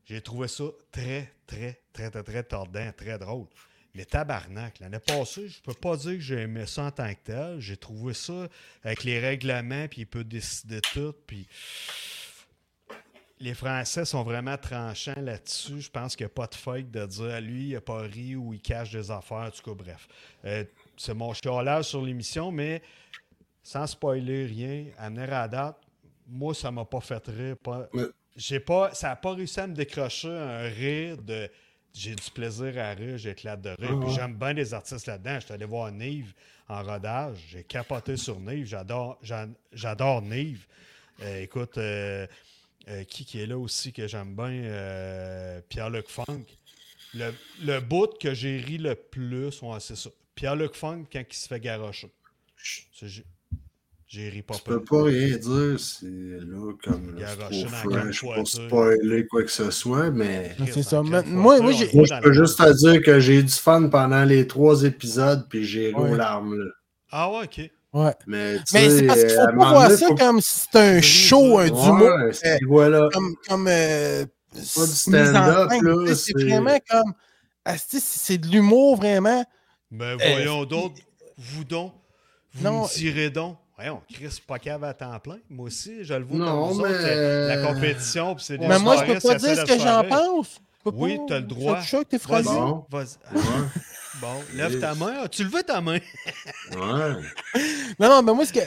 [SPEAKER 2] J'ai trouvé ça très, très, très, très, très tordant, très drôle. Mais tabarnak, l'année passée, je peux pas dire que j'ai aimé ça en tant que tel. J'ai trouvé ça avec les règlements, puis il peut décider tout, puis... Les Français sont vraiment tranchants là-dessus. Je pense qu'il n'y a pas de fake de dire lui, il n'a pas ri ou il cache des affaires. En tout cas, bref. Euh, c'est mon chialage sur l'émission, mais sans spoiler rien, amener à la date, moi, ça m'a pas fait rire. Pas...
[SPEAKER 3] Ouais.
[SPEAKER 2] J'ai pas, ça n'a pas réussi à me décrocher un rire de j'ai du plaisir à rire, j'éclate de rire.
[SPEAKER 3] Ah
[SPEAKER 2] Puis
[SPEAKER 3] ouais.
[SPEAKER 2] j'aime bien les artistes là-dedans. Je suis allé voir Nive en rodage. J'ai capoté sur Nive. J'adore, j'a- j'adore Nive. Euh, écoute, euh, euh, qui qui est là aussi que j'aime bien, euh, Pierre-Luc Funk. Le, le bout que j'ai ri le plus, ouais, c'est ça. Pierre-Luc Funk quand il se fait garocher. Ça, J'ai j'ai ri pas
[SPEAKER 3] Tu peux pas
[SPEAKER 2] peu.
[SPEAKER 3] rien dire, c'est là comme là, c'est
[SPEAKER 2] Garoché dans la
[SPEAKER 3] trop franc,
[SPEAKER 2] gueule,
[SPEAKER 3] je
[SPEAKER 2] toi,
[SPEAKER 3] peux
[SPEAKER 2] toi.
[SPEAKER 3] spoiler quoi que ce soit, mais
[SPEAKER 1] Non, c'est ça.
[SPEAKER 2] Dans quelle
[SPEAKER 1] Mais- moi-
[SPEAKER 2] fois
[SPEAKER 1] moi,
[SPEAKER 2] ça,
[SPEAKER 1] j'ai-
[SPEAKER 2] on est
[SPEAKER 3] moi je
[SPEAKER 2] dans
[SPEAKER 3] peux
[SPEAKER 2] le-
[SPEAKER 3] juste te dire que j'ai du fun pendant les trois épisodes puis j'ai ri aux
[SPEAKER 1] Ouais.
[SPEAKER 3] larmes. là.
[SPEAKER 2] Ah ouais, ok.
[SPEAKER 1] Ouais.
[SPEAKER 3] Mais, tu
[SPEAKER 1] Mais c'est
[SPEAKER 3] sais,
[SPEAKER 1] parce qu'il
[SPEAKER 3] à
[SPEAKER 1] faut
[SPEAKER 3] un
[SPEAKER 1] pas
[SPEAKER 3] moment
[SPEAKER 1] voir
[SPEAKER 3] donné,
[SPEAKER 1] ça
[SPEAKER 3] euh, faut-
[SPEAKER 1] comme si c'était un
[SPEAKER 2] Ouais,
[SPEAKER 1] show, un duo,
[SPEAKER 3] Ouais, c'est- voilà.
[SPEAKER 1] comme, comme euh,
[SPEAKER 3] pas du
[SPEAKER 1] mise en
[SPEAKER 3] stand-up, là,
[SPEAKER 1] scène, tu sais, C'est
[SPEAKER 3] c'est-
[SPEAKER 1] vraiment comme. Asti, c'est c'est de l'humour vraiment.
[SPEAKER 2] Mais voyons d'autres, vous donc, vous
[SPEAKER 1] Eh, Non.
[SPEAKER 2] me tirez donc. Voyons, Chris pas cave à temps plein. Moi aussi, je le vois
[SPEAKER 3] Non,
[SPEAKER 2] comme vous autres,
[SPEAKER 3] mais-
[SPEAKER 2] euh, La compétition, puis c'est des
[SPEAKER 1] Mais moi, je
[SPEAKER 2] soirées,
[SPEAKER 1] peux
[SPEAKER 2] ça
[SPEAKER 1] pas
[SPEAKER 2] fait
[SPEAKER 1] dire ce
[SPEAKER 2] la
[SPEAKER 1] que j'en
[SPEAKER 2] soirée.
[SPEAKER 1] pense. Je peux
[SPEAKER 2] Oui,
[SPEAKER 1] pas.
[SPEAKER 2] t'as le droit.
[SPEAKER 1] Je suis sûr que t'es
[SPEAKER 2] Vas-y.
[SPEAKER 1] phrasé.
[SPEAKER 3] Bon.
[SPEAKER 2] Vas-y. Ah,
[SPEAKER 3] Ouais,
[SPEAKER 2] Bon, lève ta main. Ah, tu levais ta main.
[SPEAKER 3] ouais.
[SPEAKER 1] Non, non, mais moi, ce que-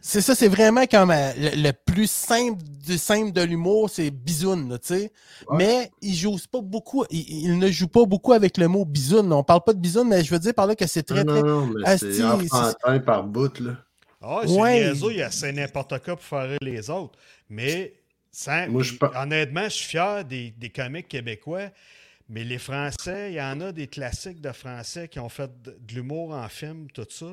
[SPEAKER 1] c'est ça, c'est vraiment comme euh, le, le plus simple du simple de l'humour, c'est bisoun, là, tu sais.
[SPEAKER 3] Ouais.
[SPEAKER 1] Mais il joue pas beaucoup, il, il ne joue pas beaucoup avec le mot bisoun. On parle pas de bisoun, mais je veux dire par là que c'est très,
[SPEAKER 3] non,
[SPEAKER 1] très.
[SPEAKER 3] non, non, mais
[SPEAKER 1] Asti,
[SPEAKER 3] c'est enfantin par bout, là.
[SPEAKER 2] Ah, c'est
[SPEAKER 1] Ouais.
[SPEAKER 2] niaiseux, il essaie n'importe quoi pour faire rire les autres. Mais sans-
[SPEAKER 3] Moi, je
[SPEAKER 2] puis,
[SPEAKER 3] pe-
[SPEAKER 2] honnêtement, je suis fier des, des comiques québécois. Mais les Français, il y en a des classiques de Français qui ont fait de, de l'humour en film, tout ça.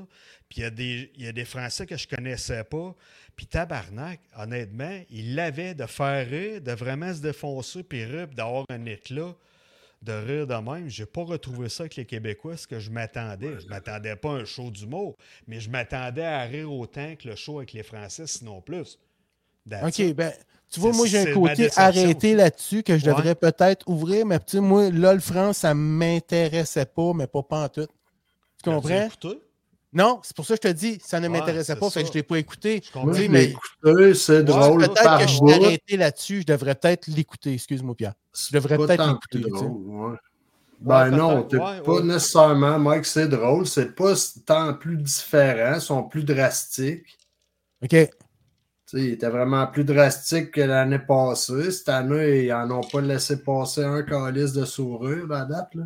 [SPEAKER 2] Puis il y, a des- il y a des Français que je connaissais pas. Puis Tabarnak, honnêtement, il l'avait de faire rire, de vraiment se défoncer, puis rire, puis d'avoir un éclat de rire de même. J'ai pas retrouvé ça avec les Québécois, ce que je m'attendais. Je m'attendais pas à un show d'humour, mais je m'attendais à rire autant que le show avec les Français, sinon plus. That's
[SPEAKER 1] OK,
[SPEAKER 2] it.
[SPEAKER 1] ben, tu vois,
[SPEAKER 2] C'est-
[SPEAKER 1] moi, j'ai
[SPEAKER 2] c'est
[SPEAKER 1] un
[SPEAKER 2] ma
[SPEAKER 1] côté
[SPEAKER 2] déception
[SPEAKER 1] arrêté
[SPEAKER 2] aussi.
[SPEAKER 1] là-dessus que je
[SPEAKER 2] Ouais.
[SPEAKER 1] devrais peut-être ouvrir, mais tu sais, moi, LOL France, ça m'intéressait pas, mais pas pas en tout. Tu
[SPEAKER 2] L'as-tu
[SPEAKER 1] comprends?
[SPEAKER 2] écouté?
[SPEAKER 1] Non, c'est pour ça que je te dis, ça ne
[SPEAKER 2] Ouais,
[SPEAKER 1] m'intéressait
[SPEAKER 2] c'est
[SPEAKER 1] pas, fait
[SPEAKER 2] ça.
[SPEAKER 1] que je l'ai pas écouté.
[SPEAKER 2] Je
[SPEAKER 3] Moi,
[SPEAKER 2] comprends.
[SPEAKER 1] Oui,
[SPEAKER 3] je
[SPEAKER 1] mais-
[SPEAKER 3] l'ai écouté, c'est drôle
[SPEAKER 1] Peut-être
[SPEAKER 3] par
[SPEAKER 1] que je
[SPEAKER 3] bout.
[SPEAKER 1] suis arrêté là-dessus, je devrais peut-être l'écouter, excuse-moi, Pierre.
[SPEAKER 3] C'est
[SPEAKER 1] Je devrais
[SPEAKER 3] pas
[SPEAKER 1] peut-être
[SPEAKER 3] tant
[SPEAKER 1] l'écouter,
[SPEAKER 3] plus
[SPEAKER 1] tu sais.
[SPEAKER 3] drôle, ouais. Ben
[SPEAKER 2] Ouais,
[SPEAKER 3] non,
[SPEAKER 2] peut-être,
[SPEAKER 3] t'es
[SPEAKER 2] ouais,
[SPEAKER 3] pas
[SPEAKER 2] ouais.
[SPEAKER 3] nécessairement, Mike, c'est drôle. C'est pas tant plus différent, sont plus drastiques.
[SPEAKER 1] OK.
[SPEAKER 3] Tu sais, il était vraiment plus drastique que l'année passée. Cette année, ils n'en ont pas laissé passer un calice de sourire à date. Là.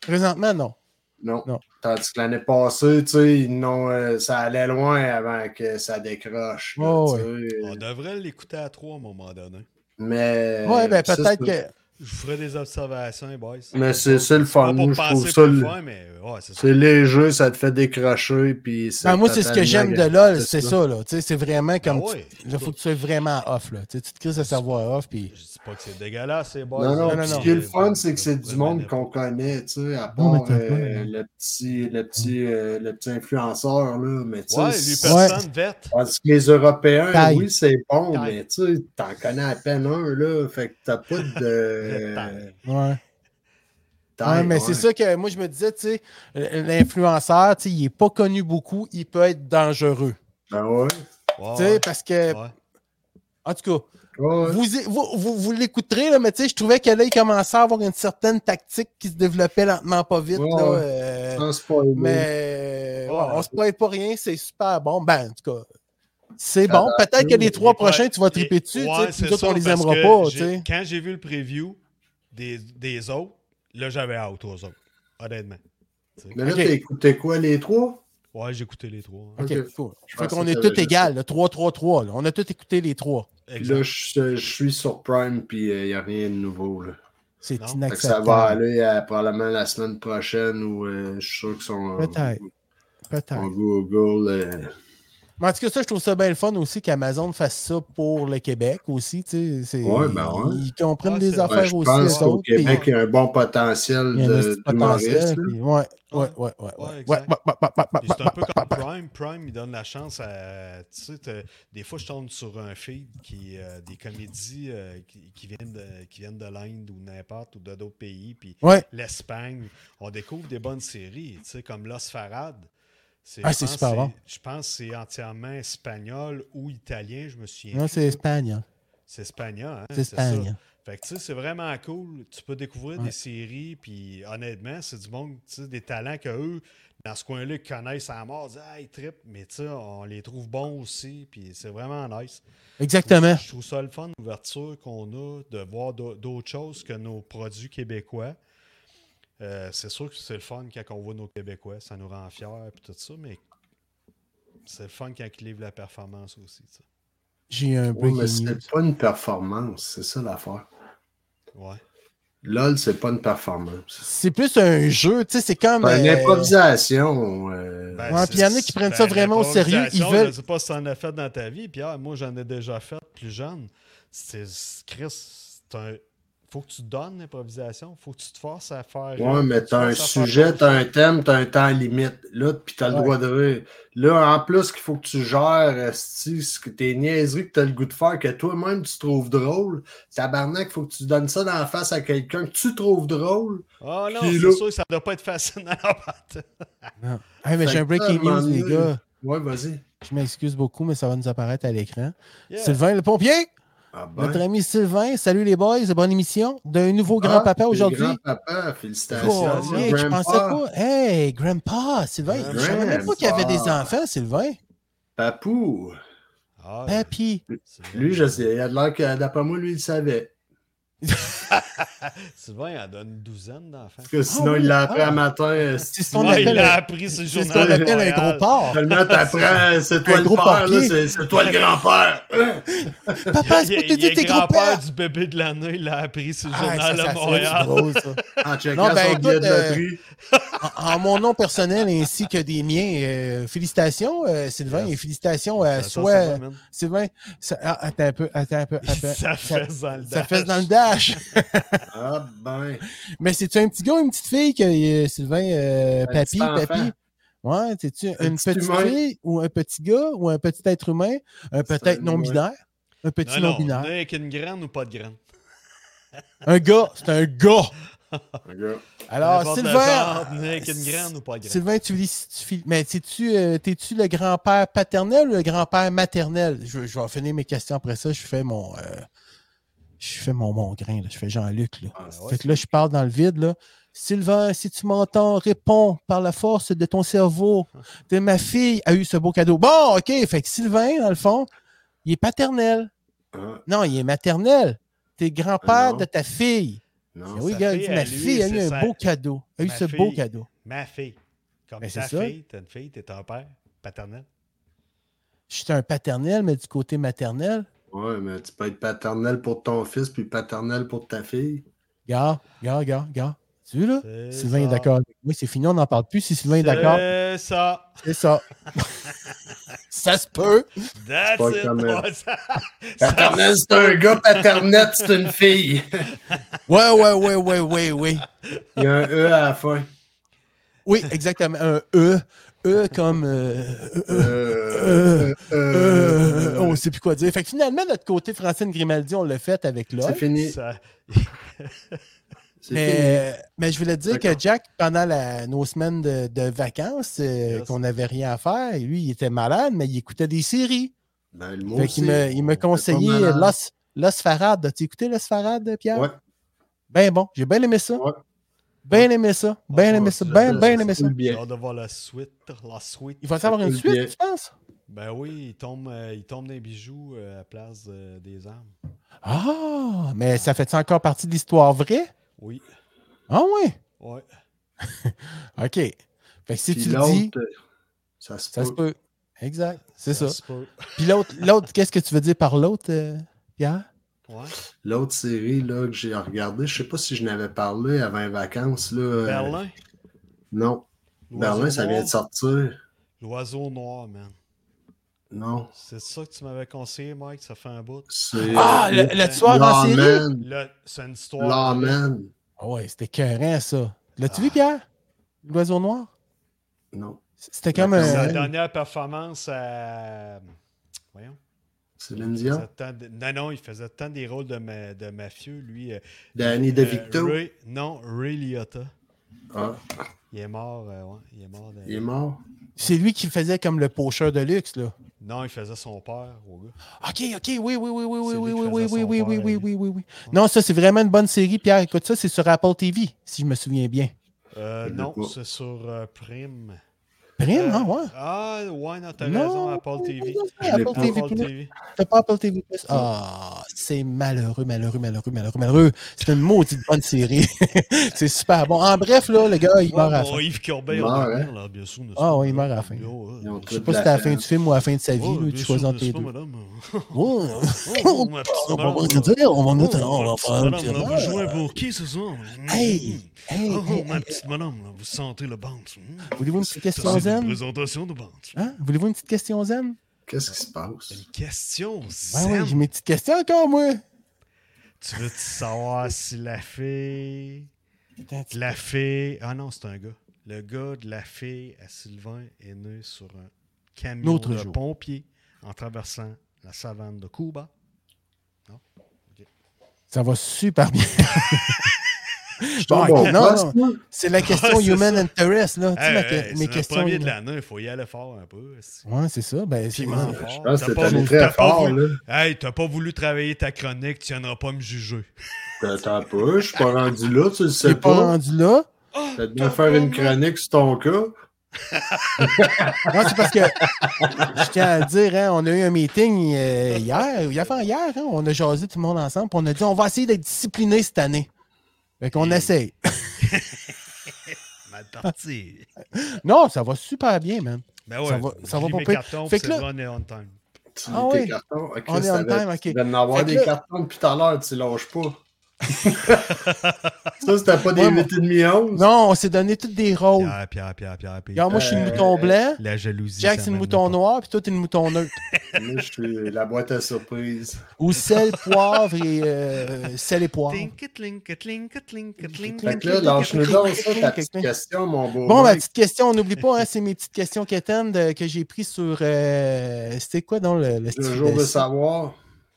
[SPEAKER 1] Présentement, non.
[SPEAKER 3] Non.
[SPEAKER 1] Non.
[SPEAKER 3] Tandis que l'année passée, tu sais, ils n'ont, euh, ça allait loin avant que ça décroche. là,
[SPEAKER 1] Oh,
[SPEAKER 3] tu sais.
[SPEAKER 2] On devrait l'écouter à trois à un moment donné.
[SPEAKER 3] Mais.
[SPEAKER 1] Ouais, ben
[SPEAKER 3] Euh, ça,
[SPEAKER 1] peut-être
[SPEAKER 3] c'est-
[SPEAKER 1] que.
[SPEAKER 2] Je vous ferai des observations, boys.
[SPEAKER 3] Mais c'est ça le
[SPEAKER 2] Pas
[SPEAKER 3] fun.
[SPEAKER 2] pour
[SPEAKER 3] Moi, je trouve
[SPEAKER 2] passer
[SPEAKER 3] ça.
[SPEAKER 2] pour
[SPEAKER 3] le-
[SPEAKER 2] le fun, mais ouais, c'est ça.
[SPEAKER 3] C'est léger, ça te fait décrocher. Puis c'est
[SPEAKER 1] Ben, moi, c'est ce que
[SPEAKER 3] totalement
[SPEAKER 1] j'aime de LOL, c'est ça, là. Tu sais, c'est vraiment comme.
[SPEAKER 2] Ah ouais.
[SPEAKER 1] Il faut que tu sois vraiment off, là. Tu sais, tu te crises de savoir off, puis.
[SPEAKER 2] Je dis pas que c'est dégueulasse, c'est boys.
[SPEAKER 3] Non, non,
[SPEAKER 1] non,
[SPEAKER 3] puis
[SPEAKER 1] non.
[SPEAKER 3] Ce qui est le fun, c'est que c'est du monde qu'on connaît, tu sais, à part
[SPEAKER 1] Non, mais t'as hein.
[SPEAKER 3] euh,
[SPEAKER 1] pas, là.
[SPEAKER 3] le, petit, le, petit, euh, le petit influenceur, là. Mais tu sais,
[SPEAKER 2] Ouais, lui,
[SPEAKER 3] c'est-
[SPEAKER 2] personne verte.
[SPEAKER 3] Parce que les Européens,
[SPEAKER 1] Taille.
[SPEAKER 3] oui, c'est bon,
[SPEAKER 1] Taille.
[SPEAKER 3] mais tu sais, t'en connais à peine un, là. Fait que t'as pas de.
[SPEAKER 2] Taille.
[SPEAKER 1] Ouais.
[SPEAKER 3] taille,
[SPEAKER 1] Ouais, mais
[SPEAKER 3] ouais.
[SPEAKER 1] c'est ça que moi, je me disais, tu sais, l'influenceur, tu sais, il n'est pas connu beaucoup, il peut être dangereux.
[SPEAKER 3] Ben ouais.
[SPEAKER 2] Ouais,
[SPEAKER 1] Tu sais, ben, parce que.
[SPEAKER 2] ouais.
[SPEAKER 1] En tout cas,
[SPEAKER 3] ouais.
[SPEAKER 1] vous, vous, vous, vous l'écouterez, là, mais tu sais, je trouvais que là, il commençait à avoir une certaine tactique qui se développait lentement pas vite.
[SPEAKER 3] Ouais,
[SPEAKER 1] là,
[SPEAKER 3] ouais.
[SPEAKER 1] euh,
[SPEAKER 3] Sans spoiler.
[SPEAKER 1] Mais
[SPEAKER 2] Ouais.
[SPEAKER 1] ouais, on se plaint pas rien, c'est super bon. Ben, en tout cas, c'est
[SPEAKER 3] Ah
[SPEAKER 1] bon.
[SPEAKER 3] ben,
[SPEAKER 1] Peut-être que les
[SPEAKER 3] oui.
[SPEAKER 1] trois
[SPEAKER 2] Ouais.
[SPEAKER 1] prochains, tu vas triper
[SPEAKER 2] Et-
[SPEAKER 1] dessus,
[SPEAKER 2] ouais,
[SPEAKER 1] tu sais, puis
[SPEAKER 2] c'est
[SPEAKER 1] nous autres,
[SPEAKER 2] ça,
[SPEAKER 1] on les
[SPEAKER 2] parce
[SPEAKER 1] aimera
[SPEAKER 2] que
[SPEAKER 1] pas, tu
[SPEAKER 2] j'ai-
[SPEAKER 1] sais.
[SPEAKER 2] Quand j'ai vu le preview des, des autres, là, j'avais hâte aux autres, honnêtement. Tu sais.
[SPEAKER 3] Mais là,
[SPEAKER 1] Ok.
[SPEAKER 3] t'as écouté quoi, les trois?
[SPEAKER 2] Ouais, j'ai écouté les trois. hein.
[SPEAKER 1] Ok,
[SPEAKER 3] Ok.
[SPEAKER 1] cool.
[SPEAKER 3] Je
[SPEAKER 1] Fait
[SPEAKER 3] pensais
[SPEAKER 1] qu'on
[SPEAKER 3] que
[SPEAKER 1] est
[SPEAKER 3] t'avais
[SPEAKER 1] tous
[SPEAKER 3] juste
[SPEAKER 1] égales, 3-3-3. là. On a tous écouté les trois.
[SPEAKER 3] Puis là,
[SPEAKER 2] Exact.
[SPEAKER 3] je, je suis sur Prime, puis il n'y a rien de nouveau, là.
[SPEAKER 1] C'est
[SPEAKER 2] Non.
[SPEAKER 3] Fait que ça va
[SPEAKER 1] inacceptable.
[SPEAKER 3] aller à, probablement la semaine prochaine ou euh, je suis sûr que son,
[SPEAKER 1] Peut-être.
[SPEAKER 3] son
[SPEAKER 1] Peut-être.
[SPEAKER 3] Google. euh,
[SPEAKER 1] Mais en tout cas, ça, je trouve ça bien le fun aussi qu'Amazon fasse ça pour le Québec aussi. tu sais, c'est-
[SPEAKER 3] Ouais, ben ouais.
[SPEAKER 1] Ils comprennent
[SPEAKER 2] Ouais,
[SPEAKER 1] des
[SPEAKER 2] c'est vrai.
[SPEAKER 3] ben,
[SPEAKER 1] affaires
[SPEAKER 3] je
[SPEAKER 1] aussi.
[SPEAKER 3] pense
[SPEAKER 1] eux
[SPEAKER 3] qu'au
[SPEAKER 1] autres, puis
[SPEAKER 3] Québec, il y a un bon potentiel
[SPEAKER 1] il y a un
[SPEAKER 3] de
[SPEAKER 1] petit
[SPEAKER 3] d'humoristes,
[SPEAKER 1] potentiel.
[SPEAKER 3] là.
[SPEAKER 1] puis Ouais, ouais, ouais, ouais,
[SPEAKER 2] Ouais,
[SPEAKER 1] ouais. bah, Ouais,
[SPEAKER 2] exact.
[SPEAKER 1] ouais, ouais, ouais, ouais,
[SPEAKER 2] Puis C'est un
[SPEAKER 1] ouais,
[SPEAKER 2] peu
[SPEAKER 1] ouais,
[SPEAKER 2] comme Prime. Prime, il donne la chance à. Tu sais, t'as- des fois, je tombe sur un feed qui euh, des comédies euh, qui, qui viennent de, qui viennent de l'Inde ou n'importe, ou de d'autres pays. Puis
[SPEAKER 1] ouais. Ouais.
[SPEAKER 2] l'Espagne, on découvre des bonnes séries, tu sais, comme Los Farad.
[SPEAKER 1] Ah,
[SPEAKER 2] je
[SPEAKER 1] c'est
[SPEAKER 2] pense
[SPEAKER 1] super
[SPEAKER 2] que
[SPEAKER 1] bon.
[SPEAKER 2] c'est- Je pense que c'est entièrement espagnol ou italien, je me souviens.
[SPEAKER 1] Non,
[SPEAKER 2] plus.
[SPEAKER 1] c'est Espagne. hein.
[SPEAKER 2] C'est espagnol, hein,
[SPEAKER 1] C'est
[SPEAKER 2] ça.
[SPEAKER 1] Espagne.
[SPEAKER 2] Fait que, tu sais, c'est vraiment cool. Tu peux découvrir
[SPEAKER 1] Ouais.
[SPEAKER 2] des séries, puis honnêtement, c'est du monde, tu sais, des talents que eux, dans ce coin-là, ils connaissent à la mort, ils disent, ah, ils trippent, mais tu sais, on les trouve bons aussi, puis c'est vraiment nice.
[SPEAKER 1] Exactement.
[SPEAKER 2] Je trouve ça le fun, l'ouverture qu'on a, de voir d'au- d'autres choses que nos produits québécois. Euh, c'est sûr que c'est le fun quand on voit nos Québécois, ça nous rend fiers, puis tout ça, mais c'est le fun quand ils livrent la performance aussi, tu sais.
[SPEAKER 1] J'ai un
[SPEAKER 3] Ouais, mais
[SPEAKER 1] breaking news.
[SPEAKER 3] c'est pas une performance, c'est ça l'affaire.
[SPEAKER 2] Ouais.
[SPEAKER 3] LOL, c'est pas une performance.
[SPEAKER 1] C'est plus un jeu, tu sais, c'est comme.
[SPEAKER 3] C'est une
[SPEAKER 1] euh,
[SPEAKER 3] improvisation. euh,
[SPEAKER 2] Ben,
[SPEAKER 1] Ouais,
[SPEAKER 2] c'est-
[SPEAKER 1] puis il y en a qui prennent ça vraiment au sérieux, ils
[SPEAKER 2] l'improvisation,
[SPEAKER 1] veulent-
[SPEAKER 2] Je sais pas si t'en as fait dans ta vie, Pierre. Moi, j'en ai déjà fait plus jeune. C'est Chris, c'est un. Faut que tu donnes l'improvisation, faut que tu te forces à faire.
[SPEAKER 3] Ouais, mais
[SPEAKER 2] tu
[SPEAKER 3] t'as un
[SPEAKER 2] te forces à faire
[SPEAKER 3] sujet,
[SPEAKER 2] quelque
[SPEAKER 3] t'as
[SPEAKER 2] chose.
[SPEAKER 3] un thème, t'as un temps limite. Là, puis t'as le
[SPEAKER 1] Ouais.
[SPEAKER 3] droit de rire. Là, en plus, qu'il faut que tu gères esti, ce que tes niaiseries que t'as le goût de faire, que toi-même tu trouves drôle. Tabarnak, faut que tu donnes ça dans la face à quelqu'un que tu trouves drôle.
[SPEAKER 2] Ah non,
[SPEAKER 3] Puis
[SPEAKER 2] c'est
[SPEAKER 3] là-
[SPEAKER 2] sûr que ça doit pas être facile à la vente.
[SPEAKER 1] Hey, mais
[SPEAKER 3] Fait
[SPEAKER 1] j'ai un
[SPEAKER 3] que
[SPEAKER 1] breaking
[SPEAKER 3] tellement
[SPEAKER 1] news, les
[SPEAKER 3] mieux.
[SPEAKER 1] gars.
[SPEAKER 3] Ouais, vas-y.
[SPEAKER 1] Je m'excuse beaucoup, mais ça va nous apparaître à l'écran.
[SPEAKER 2] Yeah.
[SPEAKER 1] Sylvain le pompier,
[SPEAKER 3] Ah ben.
[SPEAKER 1] notre ami Sylvain, salut les boys, bonne émission. D'un nouveau
[SPEAKER 3] Ah,
[SPEAKER 1] grand-papa
[SPEAKER 3] c'est le
[SPEAKER 1] aujourd'hui.
[SPEAKER 3] Grand-papa, félicitations.
[SPEAKER 1] Oh,
[SPEAKER 3] le
[SPEAKER 1] mec, je
[SPEAKER 3] grandpa.
[SPEAKER 1] pensais pas. Hey, grandpa, Sylvain, je savais même pas qu'il y avait des
[SPEAKER 3] Grandpa.
[SPEAKER 1] enfants, Sylvain.
[SPEAKER 3] Papou.
[SPEAKER 2] Ah,
[SPEAKER 1] Papy.
[SPEAKER 2] Sylvain-
[SPEAKER 3] Lui, je sais, il a de l'air que, d'après moi, lui, il savait.
[SPEAKER 2] Sylvain, il en donne une douzaine d'enfants.
[SPEAKER 3] Parce que sinon,
[SPEAKER 1] oui,
[SPEAKER 3] il l'a appris
[SPEAKER 1] ah.
[SPEAKER 3] un matin. esti.
[SPEAKER 1] C'est ce qu'on
[SPEAKER 2] Ouais, il
[SPEAKER 1] appelle,
[SPEAKER 2] l'a
[SPEAKER 1] un-
[SPEAKER 2] appris, c'est le
[SPEAKER 1] c'est ce
[SPEAKER 2] journal.
[SPEAKER 1] qu'on
[SPEAKER 2] de
[SPEAKER 1] appelle un
[SPEAKER 2] Montréal.
[SPEAKER 1] gros porc.
[SPEAKER 3] Seulement, t'apprends, c'est toi
[SPEAKER 1] Un
[SPEAKER 3] le
[SPEAKER 1] gros
[SPEAKER 3] père, là,
[SPEAKER 1] papier.
[SPEAKER 3] c'est c'est toi le grand-père.
[SPEAKER 1] Papa,
[SPEAKER 2] Il
[SPEAKER 1] c'est
[SPEAKER 2] est-
[SPEAKER 1] pas tout
[SPEAKER 2] il est
[SPEAKER 1] tes
[SPEAKER 2] grand-père
[SPEAKER 1] gros-pères.
[SPEAKER 2] du bébé de l'année, il l'a appris, c'est le
[SPEAKER 1] Ah,
[SPEAKER 2] journal
[SPEAKER 1] ça, ça,
[SPEAKER 2] de
[SPEAKER 1] c'est
[SPEAKER 2] Montréal.
[SPEAKER 1] drôle, ça.
[SPEAKER 3] En checkant
[SPEAKER 1] Non, ben,
[SPEAKER 3] son billet de
[SPEAKER 1] écoute, euh,
[SPEAKER 3] loterie.
[SPEAKER 1] En, en mon nom personnel ainsi que des miens, euh, félicitations, euh, Sylvain,
[SPEAKER 2] Yes.
[SPEAKER 1] et félicitations à
[SPEAKER 2] Attends,
[SPEAKER 1] soit. euh,
[SPEAKER 2] Sylvain, man.
[SPEAKER 1] Sylvain, ça, ah, attends un peu, attends un peu, attends.
[SPEAKER 2] Ça fesse dans le
[SPEAKER 1] ça
[SPEAKER 2] dash.
[SPEAKER 1] fesse dans le dash.
[SPEAKER 3] Ah ben.
[SPEAKER 1] Mais c'est-tu un petit gars ou une petite fille que euh, Sylvain, euh, papy,
[SPEAKER 3] petit enfant.
[SPEAKER 1] papy? Ouais, c'est-tu une
[SPEAKER 3] petit
[SPEAKER 1] petite
[SPEAKER 3] humain.
[SPEAKER 1] fille ou un petit gars ou un petit être humain? Un peut-être
[SPEAKER 3] un
[SPEAKER 1] non-binaire? Un petit
[SPEAKER 2] non, non,
[SPEAKER 1] non-binaire?
[SPEAKER 2] avec une grande ou pas de grande.
[SPEAKER 1] Un gars, c'est un gars!
[SPEAKER 3] Regarde.
[SPEAKER 1] Alors,
[SPEAKER 2] N'importe le
[SPEAKER 1] Sylvain!
[SPEAKER 2] genre, venez avec une grande ou pas grande.
[SPEAKER 1] Sylvain, tu lis, tu fil- mais t'es-tu, euh, t'es-tu le grand-père paternel ou le grand-père maternel? Je, je vais en finir mes questions après ça. Je fais mon, euh, je fais mon, mon grain, là. je fais Jean-Luc. Là.
[SPEAKER 3] Ah,
[SPEAKER 1] fait que là, je parle dans le vide. Là. Sylvain, si tu m'entends, réponds par la force de ton cerveau. De ma fille a eu ce beau cadeau. Bon, OK. Fait que Sylvain, dans le fond, Il est paternel.
[SPEAKER 3] Hein?
[SPEAKER 1] Non, il est maternel. T'es le grand-père
[SPEAKER 3] non.
[SPEAKER 1] de ta fille.
[SPEAKER 3] Non.
[SPEAKER 1] Mais Ben oui,
[SPEAKER 2] Euh, sa
[SPEAKER 1] gars, il
[SPEAKER 2] fille,
[SPEAKER 1] dit,
[SPEAKER 2] à
[SPEAKER 1] ma
[SPEAKER 2] lui,
[SPEAKER 1] fille a eu
[SPEAKER 2] c'est
[SPEAKER 1] un
[SPEAKER 2] sa-
[SPEAKER 1] beau cadeau. A eu
[SPEAKER 2] Ma
[SPEAKER 1] ce beau
[SPEAKER 2] fille.
[SPEAKER 1] cadeau.
[SPEAKER 2] Ma fille. Comme
[SPEAKER 1] Mais
[SPEAKER 2] ta
[SPEAKER 1] Ben, c'est ça.
[SPEAKER 2] fille, t'as une fille, t'es un père paternel.
[SPEAKER 1] Je suis un paternel, mais du côté maternel,
[SPEAKER 3] Ouais, mais tu peux être paternel pour ton fils puis paternel pour ta fille.
[SPEAKER 1] gars, gars, gars, gars. Tu vois, là?
[SPEAKER 2] C'est
[SPEAKER 1] Sylvain est
[SPEAKER 2] ça.
[SPEAKER 1] d'accord. Oui, c'est fini, on n'en parle plus. Si Sylvain est d'accord,
[SPEAKER 2] C'est ça.
[SPEAKER 1] c'est ça. ça se peut.
[SPEAKER 2] That's
[SPEAKER 3] pas
[SPEAKER 2] it.
[SPEAKER 3] comme, euh,
[SPEAKER 2] Ouais, ça-
[SPEAKER 3] Paternel, c'est un gars, paternel, c'est une fille.
[SPEAKER 1] Ouais, ouais, ouais, ouais, ouais, ouais.
[SPEAKER 3] Il y a un E à la fin.
[SPEAKER 1] Oui, exactement. Un E. E comme. euh, euh, euh,
[SPEAKER 3] Euh, euh,
[SPEAKER 1] euh, on
[SPEAKER 3] euh,
[SPEAKER 1] ne sait plus quoi dire. Fait que finalement, notre côté Francine Grimaldi, on l'a fait avec
[SPEAKER 3] C'est
[SPEAKER 1] l'œil.
[SPEAKER 3] fini.
[SPEAKER 2] ça-
[SPEAKER 3] C'est fini.
[SPEAKER 1] Mais, mais je voulais te dire que
[SPEAKER 3] D'accord.
[SPEAKER 1] Jack, pendant la- nos semaines de, de vacances, euh,
[SPEAKER 2] Yes.
[SPEAKER 1] qu'on n'avait rien à faire, lui, il était malade, mais il écoutait des séries.
[SPEAKER 3] Ben, le mot
[SPEAKER 1] Fait qu'il
[SPEAKER 3] aussi,
[SPEAKER 1] me- il m'a
[SPEAKER 3] c'est pas
[SPEAKER 1] conseillé
[SPEAKER 3] malade.
[SPEAKER 1] Los, Los Farad. As-tu écouté Los Farad, Pierre?
[SPEAKER 3] Ouais.
[SPEAKER 1] Ben bon, j'ai bien aimé ça.
[SPEAKER 3] Ouais.
[SPEAKER 1] Bien aimé ça. Bien
[SPEAKER 2] Ah,
[SPEAKER 1] aimé
[SPEAKER 2] ouais,
[SPEAKER 1] ça.
[SPEAKER 2] tu
[SPEAKER 1] Bien,
[SPEAKER 2] l'as-
[SPEAKER 1] bien aimé ça.
[SPEAKER 3] Bien.
[SPEAKER 2] J'ai hâte de voir la suite. La suite.
[SPEAKER 1] Il va y avoir
[SPEAKER 3] Ça
[SPEAKER 1] une
[SPEAKER 3] coule
[SPEAKER 1] suite,
[SPEAKER 3] bien.
[SPEAKER 1] tu penses?
[SPEAKER 2] Ben oui, il tombe, euh, il tombe dans les bijoux euh, à place euh, des armes.
[SPEAKER 1] Ah, mais ça fait encore partie de l'histoire vraie?
[SPEAKER 2] Oui.
[SPEAKER 1] Ah ouais.
[SPEAKER 2] Ouais.
[SPEAKER 1] OK. Fait que si
[SPEAKER 3] Puis
[SPEAKER 1] tu le
[SPEAKER 3] l'autre,
[SPEAKER 1] dis,
[SPEAKER 3] euh, ça se
[SPEAKER 1] ça se
[SPEAKER 3] peut.
[SPEAKER 1] peut. Exact, c'est ça.
[SPEAKER 2] se peut.
[SPEAKER 1] Puis l'autre, l'autre, qu'est-ce que tu veux dire par l'autre, euh, Pierre?
[SPEAKER 2] Ouais.
[SPEAKER 3] L'autre série là, que j'ai regardée, je sais pas si je n'avais parlé avant les vacances. Là, euh,
[SPEAKER 2] Berlin.
[SPEAKER 3] Non.
[SPEAKER 2] L'oiseau
[SPEAKER 3] Berlin, ça
[SPEAKER 2] noir.
[SPEAKER 3] vient de sortir.
[SPEAKER 2] L'oiseau noir, man.
[SPEAKER 3] Non.
[SPEAKER 2] C'est ça que tu m'avais conseillé, Mike. Ça fait un bout.
[SPEAKER 3] C'est
[SPEAKER 1] Ah, le,
[SPEAKER 3] euh,
[SPEAKER 1] le tueur en série?
[SPEAKER 3] Lawman.
[SPEAKER 2] Là, c'est une histoire.
[SPEAKER 3] Lawman.
[SPEAKER 1] Ah ouais, c'était cohérent, ça. L'as-tu vu, Pierre? L'oiseau noir?
[SPEAKER 3] Non.
[SPEAKER 1] C'était comme
[SPEAKER 3] La
[SPEAKER 1] un...
[SPEAKER 2] Sa dernière performance à. Voyons.
[SPEAKER 3] Céline
[SPEAKER 2] il faisait
[SPEAKER 3] Dion.
[SPEAKER 2] tant de- Non, non, il faisait tant des rôles de, ma- de mafieux, lui. euh,
[SPEAKER 3] Danny
[SPEAKER 2] euh,
[SPEAKER 3] DeVito.
[SPEAKER 2] Ray- Non, Ray Liotta.
[SPEAKER 3] Ah,
[SPEAKER 2] Il est mort. euh, ouais, il est mort. dans-
[SPEAKER 3] il est mort.
[SPEAKER 1] C'est lui qui faisait comme le pocheur de luxe, là.
[SPEAKER 2] Non, il faisait son père au gars.
[SPEAKER 1] OK, OK, oui, oui, oui, oui, oui,
[SPEAKER 2] C'est
[SPEAKER 1] oui,
[SPEAKER 2] lui qui
[SPEAKER 1] oui,
[SPEAKER 2] faisait
[SPEAKER 1] oui,
[SPEAKER 2] son
[SPEAKER 1] oui, oui,
[SPEAKER 2] père,
[SPEAKER 1] oui, oui,
[SPEAKER 2] lui.
[SPEAKER 1] oui, oui, oui. Non, ça, c'est vraiment une bonne série, Pierre. Écoute ça, c'est sur Apple TV, si je me souviens bien.
[SPEAKER 2] Euh,
[SPEAKER 3] Je l'ai
[SPEAKER 2] non,
[SPEAKER 3] pas.
[SPEAKER 2] c'est sur euh, Prime.
[SPEAKER 1] Prime,
[SPEAKER 2] Euh,
[SPEAKER 1] hein, ouais.
[SPEAKER 2] Ah, ouais, non, t'as
[SPEAKER 1] Non,
[SPEAKER 2] raison, Apple TV.
[SPEAKER 1] Je
[SPEAKER 3] l'ai
[SPEAKER 1] Apple
[SPEAKER 3] pas.
[SPEAKER 1] TV+.
[SPEAKER 2] Apple TV.
[SPEAKER 1] T'as pas Apple TV+. Ah, c'est malheureux, malheureux, malheureux, malheureux, malheureux. C'est une maudite bonne série. c'est super bon. En bref, là, le gars, il meurt à la
[SPEAKER 2] Bon,
[SPEAKER 1] fin.
[SPEAKER 2] Yves Corbeil,
[SPEAKER 3] Il
[SPEAKER 2] on
[SPEAKER 3] meurt,
[SPEAKER 2] va
[SPEAKER 3] hein?
[SPEAKER 2] venir, là, bien sûr. n'est-ce
[SPEAKER 1] Ah,
[SPEAKER 2] pas,
[SPEAKER 1] ouais, il
[SPEAKER 2] madame?
[SPEAKER 1] meurt à la fin.
[SPEAKER 2] Oh, ouais.
[SPEAKER 3] Ils ont
[SPEAKER 1] Je sais
[SPEAKER 3] tous
[SPEAKER 1] pas si
[SPEAKER 3] la
[SPEAKER 1] c'était à la fin
[SPEAKER 3] peine.
[SPEAKER 1] du film ou à la fin de sa vie,
[SPEAKER 2] Oh,
[SPEAKER 1] là,
[SPEAKER 2] bien
[SPEAKER 1] tu
[SPEAKER 2] sûr,
[SPEAKER 1] choisis entre
[SPEAKER 2] n'est-ce
[SPEAKER 1] les
[SPEAKER 2] pas,
[SPEAKER 1] deux.
[SPEAKER 2] madame?
[SPEAKER 1] Oh,
[SPEAKER 2] Oh, ma petite
[SPEAKER 1] on va
[SPEAKER 2] madame.
[SPEAKER 1] voir ce dire, on
[SPEAKER 2] Oh,
[SPEAKER 1] va nous Oh, on va
[SPEAKER 2] ma petite
[SPEAKER 1] faire un
[SPEAKER 2] madame,
[SPEAKER 1] petit
[SPEAKER 2] là,
[SPEAKER 1] verre.
[SPEAKER 2] vous jouez pour qui ce soir? Hmm.
[SPEAKER 1] Hey, hey,
[SPEAKER 2] Oh,
[SPEAKER 1] hey, Ah,
[SPEAKER 2] ma petite madame, là, vous sentez le bounce. Hmm.
[SPEAKER 1] Voulez-vous une petite
[SPEAKER 2] Ça,
[SPEAKER 1] question
[SPEAKER 2] c'est une
[SPEAKER 1] zen?
[SPEAKER 2] présentation de bounce.
[SPEAKER 1] Hein? Voulez-vous une petite question zen?
[SPEAKER 3] Qu'est-ce qui se passe?
[SPEAKER 2] Une question
[SPEAKER 1] Ben oui,
[SPEAKER 2] zen.
[SPEAKER 1] j'ai mes petites questions encore, moi.
[SPEAKER 2] Tu veux-tu savoir si la fille... De la fée. Ah non, c'est un gars. Le gars de la fée à Sylvain est né sur un camion
[SPEAKER 1] L'autre
[SPEAKER 2] de
[SPEAKER 1] jour.
[SPEAKER 2] pompiers en traversant la savane de Cuba.
[SPEAKER 1] Ça va super bien.
[SPEAKER 3] Bon,
[SPEAKER 1] Bon,
[SPEAKER 3] bon,
[SPEAKER 1] non,
[SPEAKER 3] passe,
[SPEAKER 1] non.
[SPEAKER 3] moi.
[SPEAKER 1] C'est la question
[SPEAKER 2] c'est
[SPEAKER 1] human interest, là. Tu sais,
[SPEAKER 2] Hey,
[SPEAKER 1] ma-
[SPEAKER 2] hey,
[SPEAKER 1] mes
[SPEAKER 2] c'est le
[SPEAKER 1] questions.
[SPEAKER 2] premier de l'année, il faut y aller fort un peu. esti.
[SPEAKER 1] Ouais, c'est ça. Ben, c'est-
[SPEAKER 2] Piment
[SPEAKER 1] ouais.
[SPEAKER 3] Je
[SPEAKER 2] fort.
[SPEAKER 3] pense que
[SPEAKER 2] T'as
[SPEAKER 3] t'es
[SPEAKER 2] pas,
[SPEAKER 3] allé
[SPEAKER 2] voulu-
[SPEAKER 3] très
[SPEAKER 2] t'as pas
[SPEAKER 3] fort,
[SPEAKER 2] voulu-
[SPEAKER 3] là.
[SPEAKER 2] Hey, t'as pas voulu travailler ta chronique, tu n'en as pas me juger.
[SPEAKER 3] T'attends Ben, pas, je suis pas rendu là, tu le sais
[SPEAKER 1] T'es pas
[SPEAKER 3] pas.
[SPEAKER 1] rendu là.
[SPEAKER 3] T'as de me faire une chronique sur ton cas.
[SPEAKER 1] Non, c'est parce que je tiens à le dire, hein, on a eu un meeting euh, hier, il y a fait hier, hein, on a jasé tout le monde ensemble, puis on a dit on va essayer d'être discipliné cette année. Fait qu'on
[SPEAKER 2] Et-
[SPEAKER 1] essaye.
[SPEAKER 2] Mal parti.
[SPEAKER 1] Non, ça va super bien, man.
[SPEAKER 2] Ben ouais,
[SPEAKER 1] Ça va- ça
[SPEAKER 2] je
[SPEAKER 1] va
[SPEAKER 2] lis
[SPEAKER 1] pas
[SPEAKER 2] mes
[SPEAKER 1] pire.
[SPEAKER 2] cartons,
[SPEAKER 1] Fait
[SPEAKER 2] puis
[SPEAKER 1] que
[SPEAKER 2] c'est
[SPEAKER 1] là-
[SPEAKER 2] bon, on est on time.
[SPEAKER 3] Tu
[SPEAKER 1] Ah
[SPEAKER 3] lis tes
[SPEAKER 1] oui.
[SPEAKER 3] cartons. Ok,
[SPEAKER 1] On est on
[SPEAKER 3] t'avais-
[SPEAKER 1] time, ok.
[SPEAKER 3] Tu viens d'en avoir
[SPEAKER 1] Fait que
[SPEAKER 3] des
[SPEAKER 1] là-
[SPEAKER 3] cartons depuis tout à l'heure, tu lâches pas. ça, c'était pas des
[SPEAKER 1] Ouais, moi-
[SPEAKER 3] 8,5-11.
[SPEAKER 1] Non, on s'est donné tous des rôles.
[SPEAKER 2] Pierre, Pierre, Pierre, Pierre, Pierre.
[SPEAKER 1] Regarde, moi, je suis le
[SPEAKER 3] Euh,
[SPEAKER 1] mouton blanc,
[SPEAKER 2] La jalousie.
[SPEAKER 1] Jack,
[SPEAKER 2] ça
[SPEAKER 1] c'est le
[SPEAKER 2] mène
[SPEAKER 1] mouton
[SPEAKER 2] pas.
[SPEAKER 1] noir, puis toi, t'es le mouton neutre.
[SPEAKER 3] Moi, je suis la boîte à surprise.
[SPEAKER 1] Ou sel, poivre et euh, sel et poivre.
[SPEAKER 2] Tlinket, tlinket, tlinket, tlinket, tlinket.
[SPEAKER 3] Fait que là, lâche-nous donc ça, ta petite question, mon beau.
[SPEAKER 1] Bon, ben, ma
[SPEAKER 3] mec.
[SPEAKER 1] petite question, on n'oublie pas, hein, c'est mes petites questions quétaines de- que j'ai prises sur. euh, c'était quoi, dans le, le
[SPEAKER 3] Le
[SPEAKER 1] style
[SPEAKER 3] jour
[SPEAKER 1] de-
[SPEAKER 3] de savoir,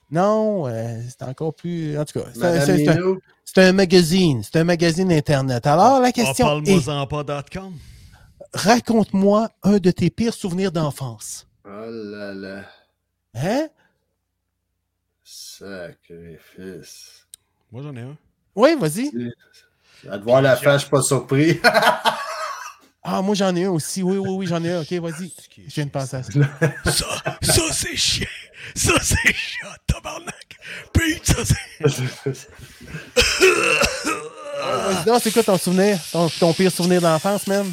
[SPEAKER 1] Non, euh, c'est encore plus. En tout cas, c'est un-
[SPEAKER 3] Madame
[SPEAKER 1] c'est un,
[SPEAKER 3] Minou,
[SPEAKER 1] c'est un magazine, c'est un magazine Internet. Alors,
[SPEAKER 2] Ah,
[SPEAKER 1] la question est
[SPEAKER 2] parle-moi-en pas.com.
[SPEAKER 1] raconte-moi un de tes pires souvenirs d'enfance.
[SPEAKER 3] Oh là là,
[SPEAKER 1] Hein?
[SPEAKER 3] sacrifice.
[SPEAKER 2] Moi, j'en ai un.
[SPEAKER 1] Oui, vas-y.
[SPEAKER 3] À te voir la face, je suis pas surpris.
[SPEAKER 1] Ah, moi, j'en ai un aussi. Oui, oui, oui, j'en ai un. OK, vas-y. Je viens de penser à ça.
[SPEAKER 2] Ça, ça c'est chiant. Ça, c'est chiant, tabarnak. Puis, ça, c'est.
[SPEAKER 1] Euh, Non, c'est quoi ton souvenir? Ton, ton pire souvenir d'enfance, même?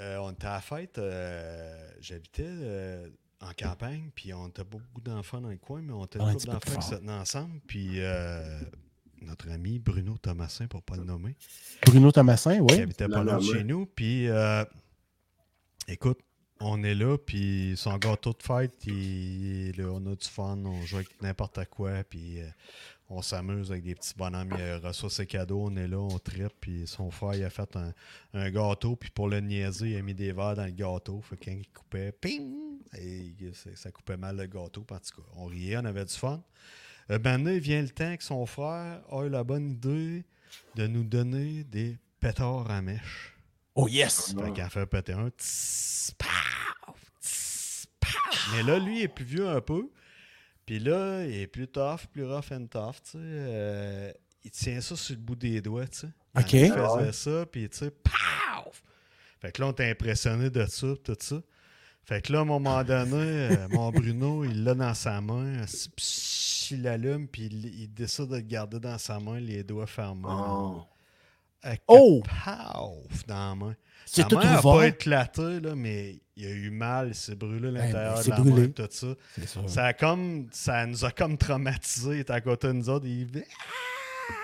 [SPEAKER 2] Euh, on était à la fête. euh, J'habitais euh, en campagne, puis on était pas beaucoup d'enfants dans le coin, mais on était
[SPEAKER 1] Ouais, un
[SPEAKER 2] beaucoup
[SPEAKER 1] petit peu plus
[SPEAKER 2] d'enfants qui se
[SPEAKER 1] fort.
[SPEAKER 2] tenaient ensemble. Puis euh, notre ami Bruno Thomasin, pour pas le nommer,
[SPEAKER 1] Bruno Thomasin,
[SPEAKER 2] qui
[SPEAKER 1] oui.
[SPEAKER 2] habitait
[SPEAKER 3] La
[SPEAKER 2] pas loin de
[SPEAKER 3] maman.
[SPEAKER 2] chez nous. Puis, euh, écoute, on est là, puis son gâteau de fête, il- là, on a du fun, on joue avec n'importe quoi, puis euh, on s'amuse avec des petits bonhommes, il reçoit ses cadeaux, on est là, on tripe, puis son frère, il a fait un, un gâteau, puis pour le niaiser, il a mis des verres dans le gâteau, fait que quand il coupait, ping, et ça- ça coupait mal le gâteau, puis en tout cas, on riait, on avait du fun. Euh, ben là, il vient le temps que son frère a eu la bonne idée de nous donner des pétards à mèche.
[SPEAKER 1] Oh, yes!
[SPEAKER 2] Fait qu'il en fait péter un. tss, pow, tss, pow. Mais là, lui, il est plus vieux un peu. Puis là, il est plus tough, plus rough and tough. tu sais. Euh, il tient ça sur le bout des doigts. tu sais. Il
[SPEAKER 1] Ok.
[SPEAKER 2] en
[SPEAKER 3] Ah
[SPEAKER 2] faisait
[SPEAKER 3] ouais.
[SPEAKER 2] ça, puis tu sais, pow! Fait que là, on était impressionné de ça, pis tout ça. Fait que là, à un moment donné, euh, mon Bruno, il l'a dans sa main. assis, pss, Il l'allume, puis il, il décide de le garder dans sa main, les doigts fermés.
[SPEAKER 3] Oh.
[SPEAKER 2] Avec
[SPEAKER 1] Oh!
[SPEAKER 2] le paf dans la main.
[SPEAKER 1] C'est
[SPEAKER 2] Sa
[SPEAKER 1] tout
[SPEAKER 2] main a pas
[SPEAKER 1] ouvert.
[SPEAKER 2] éclaté, là, mais il a eu mal, il s'est brûlé l'intérieur
[SPEAKER 1] ben,
[SPEAKER 2] de
[SPEAKER 1] c'est
[SPEAKER 2] la
[SPEAKER 1] brûlé.
[SPEAKER 2] main, tout ça. Ça, a comme, ça nous a comme traumatisés. Il était à côté de nous autres, il fait Ah!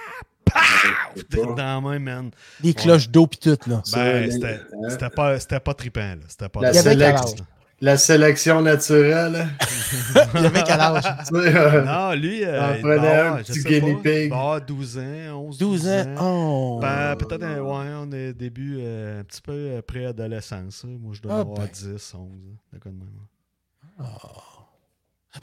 [SPEAKER 2] Paf! dans la main, man.
[SPEAKER 1] Des cloches d'eau pis tout, là.
[SPEAKER 2] Ben,
[SPEAKER 3] les-
[SPEAKER 2] c'était
[SPEAKER 3] hein.
[SPEAKER 2] c'était pas, c'était pas trippant, là. C'était pas
[SPEAKER 3] La
[SPEAKER 1] Il y avait quel
[SPEAKER 3] sélection. La sélection naturelle.
[SPEAKER 1] Il avait quel âge?
[SPEAKER 3] tu sais, euh,
[SPEAKER 2] Non, lui, euh,
[SPEAKER 3] On
[SPEAKER 2] il
[SPEAKER 3] prenait
[SPEAKER 2] doit avoir,
[SPEAKER 3] un
[SPEAKER 2] je
[SPEAKER 3] petit
[SPEAKER 2] sais pas,
[SPEAKER 3] guinea pig.
[SPEAKER 2] il doit avoir 12 ans, 11,
[SPEAKER 1] 12 ans. Oh!
[SPEAKER 2] Ben, peut-être, euh, ouais, on est début, euh, un petit peu euh, pré-adolescence. hein. Moi, je dois
[SPEAKER 1] Ah,
[SPEAKER 2] avoir
[SPEAKER 1] ben.
[SPEAKER 2] 10, 11. hein. De quoi de même, hein.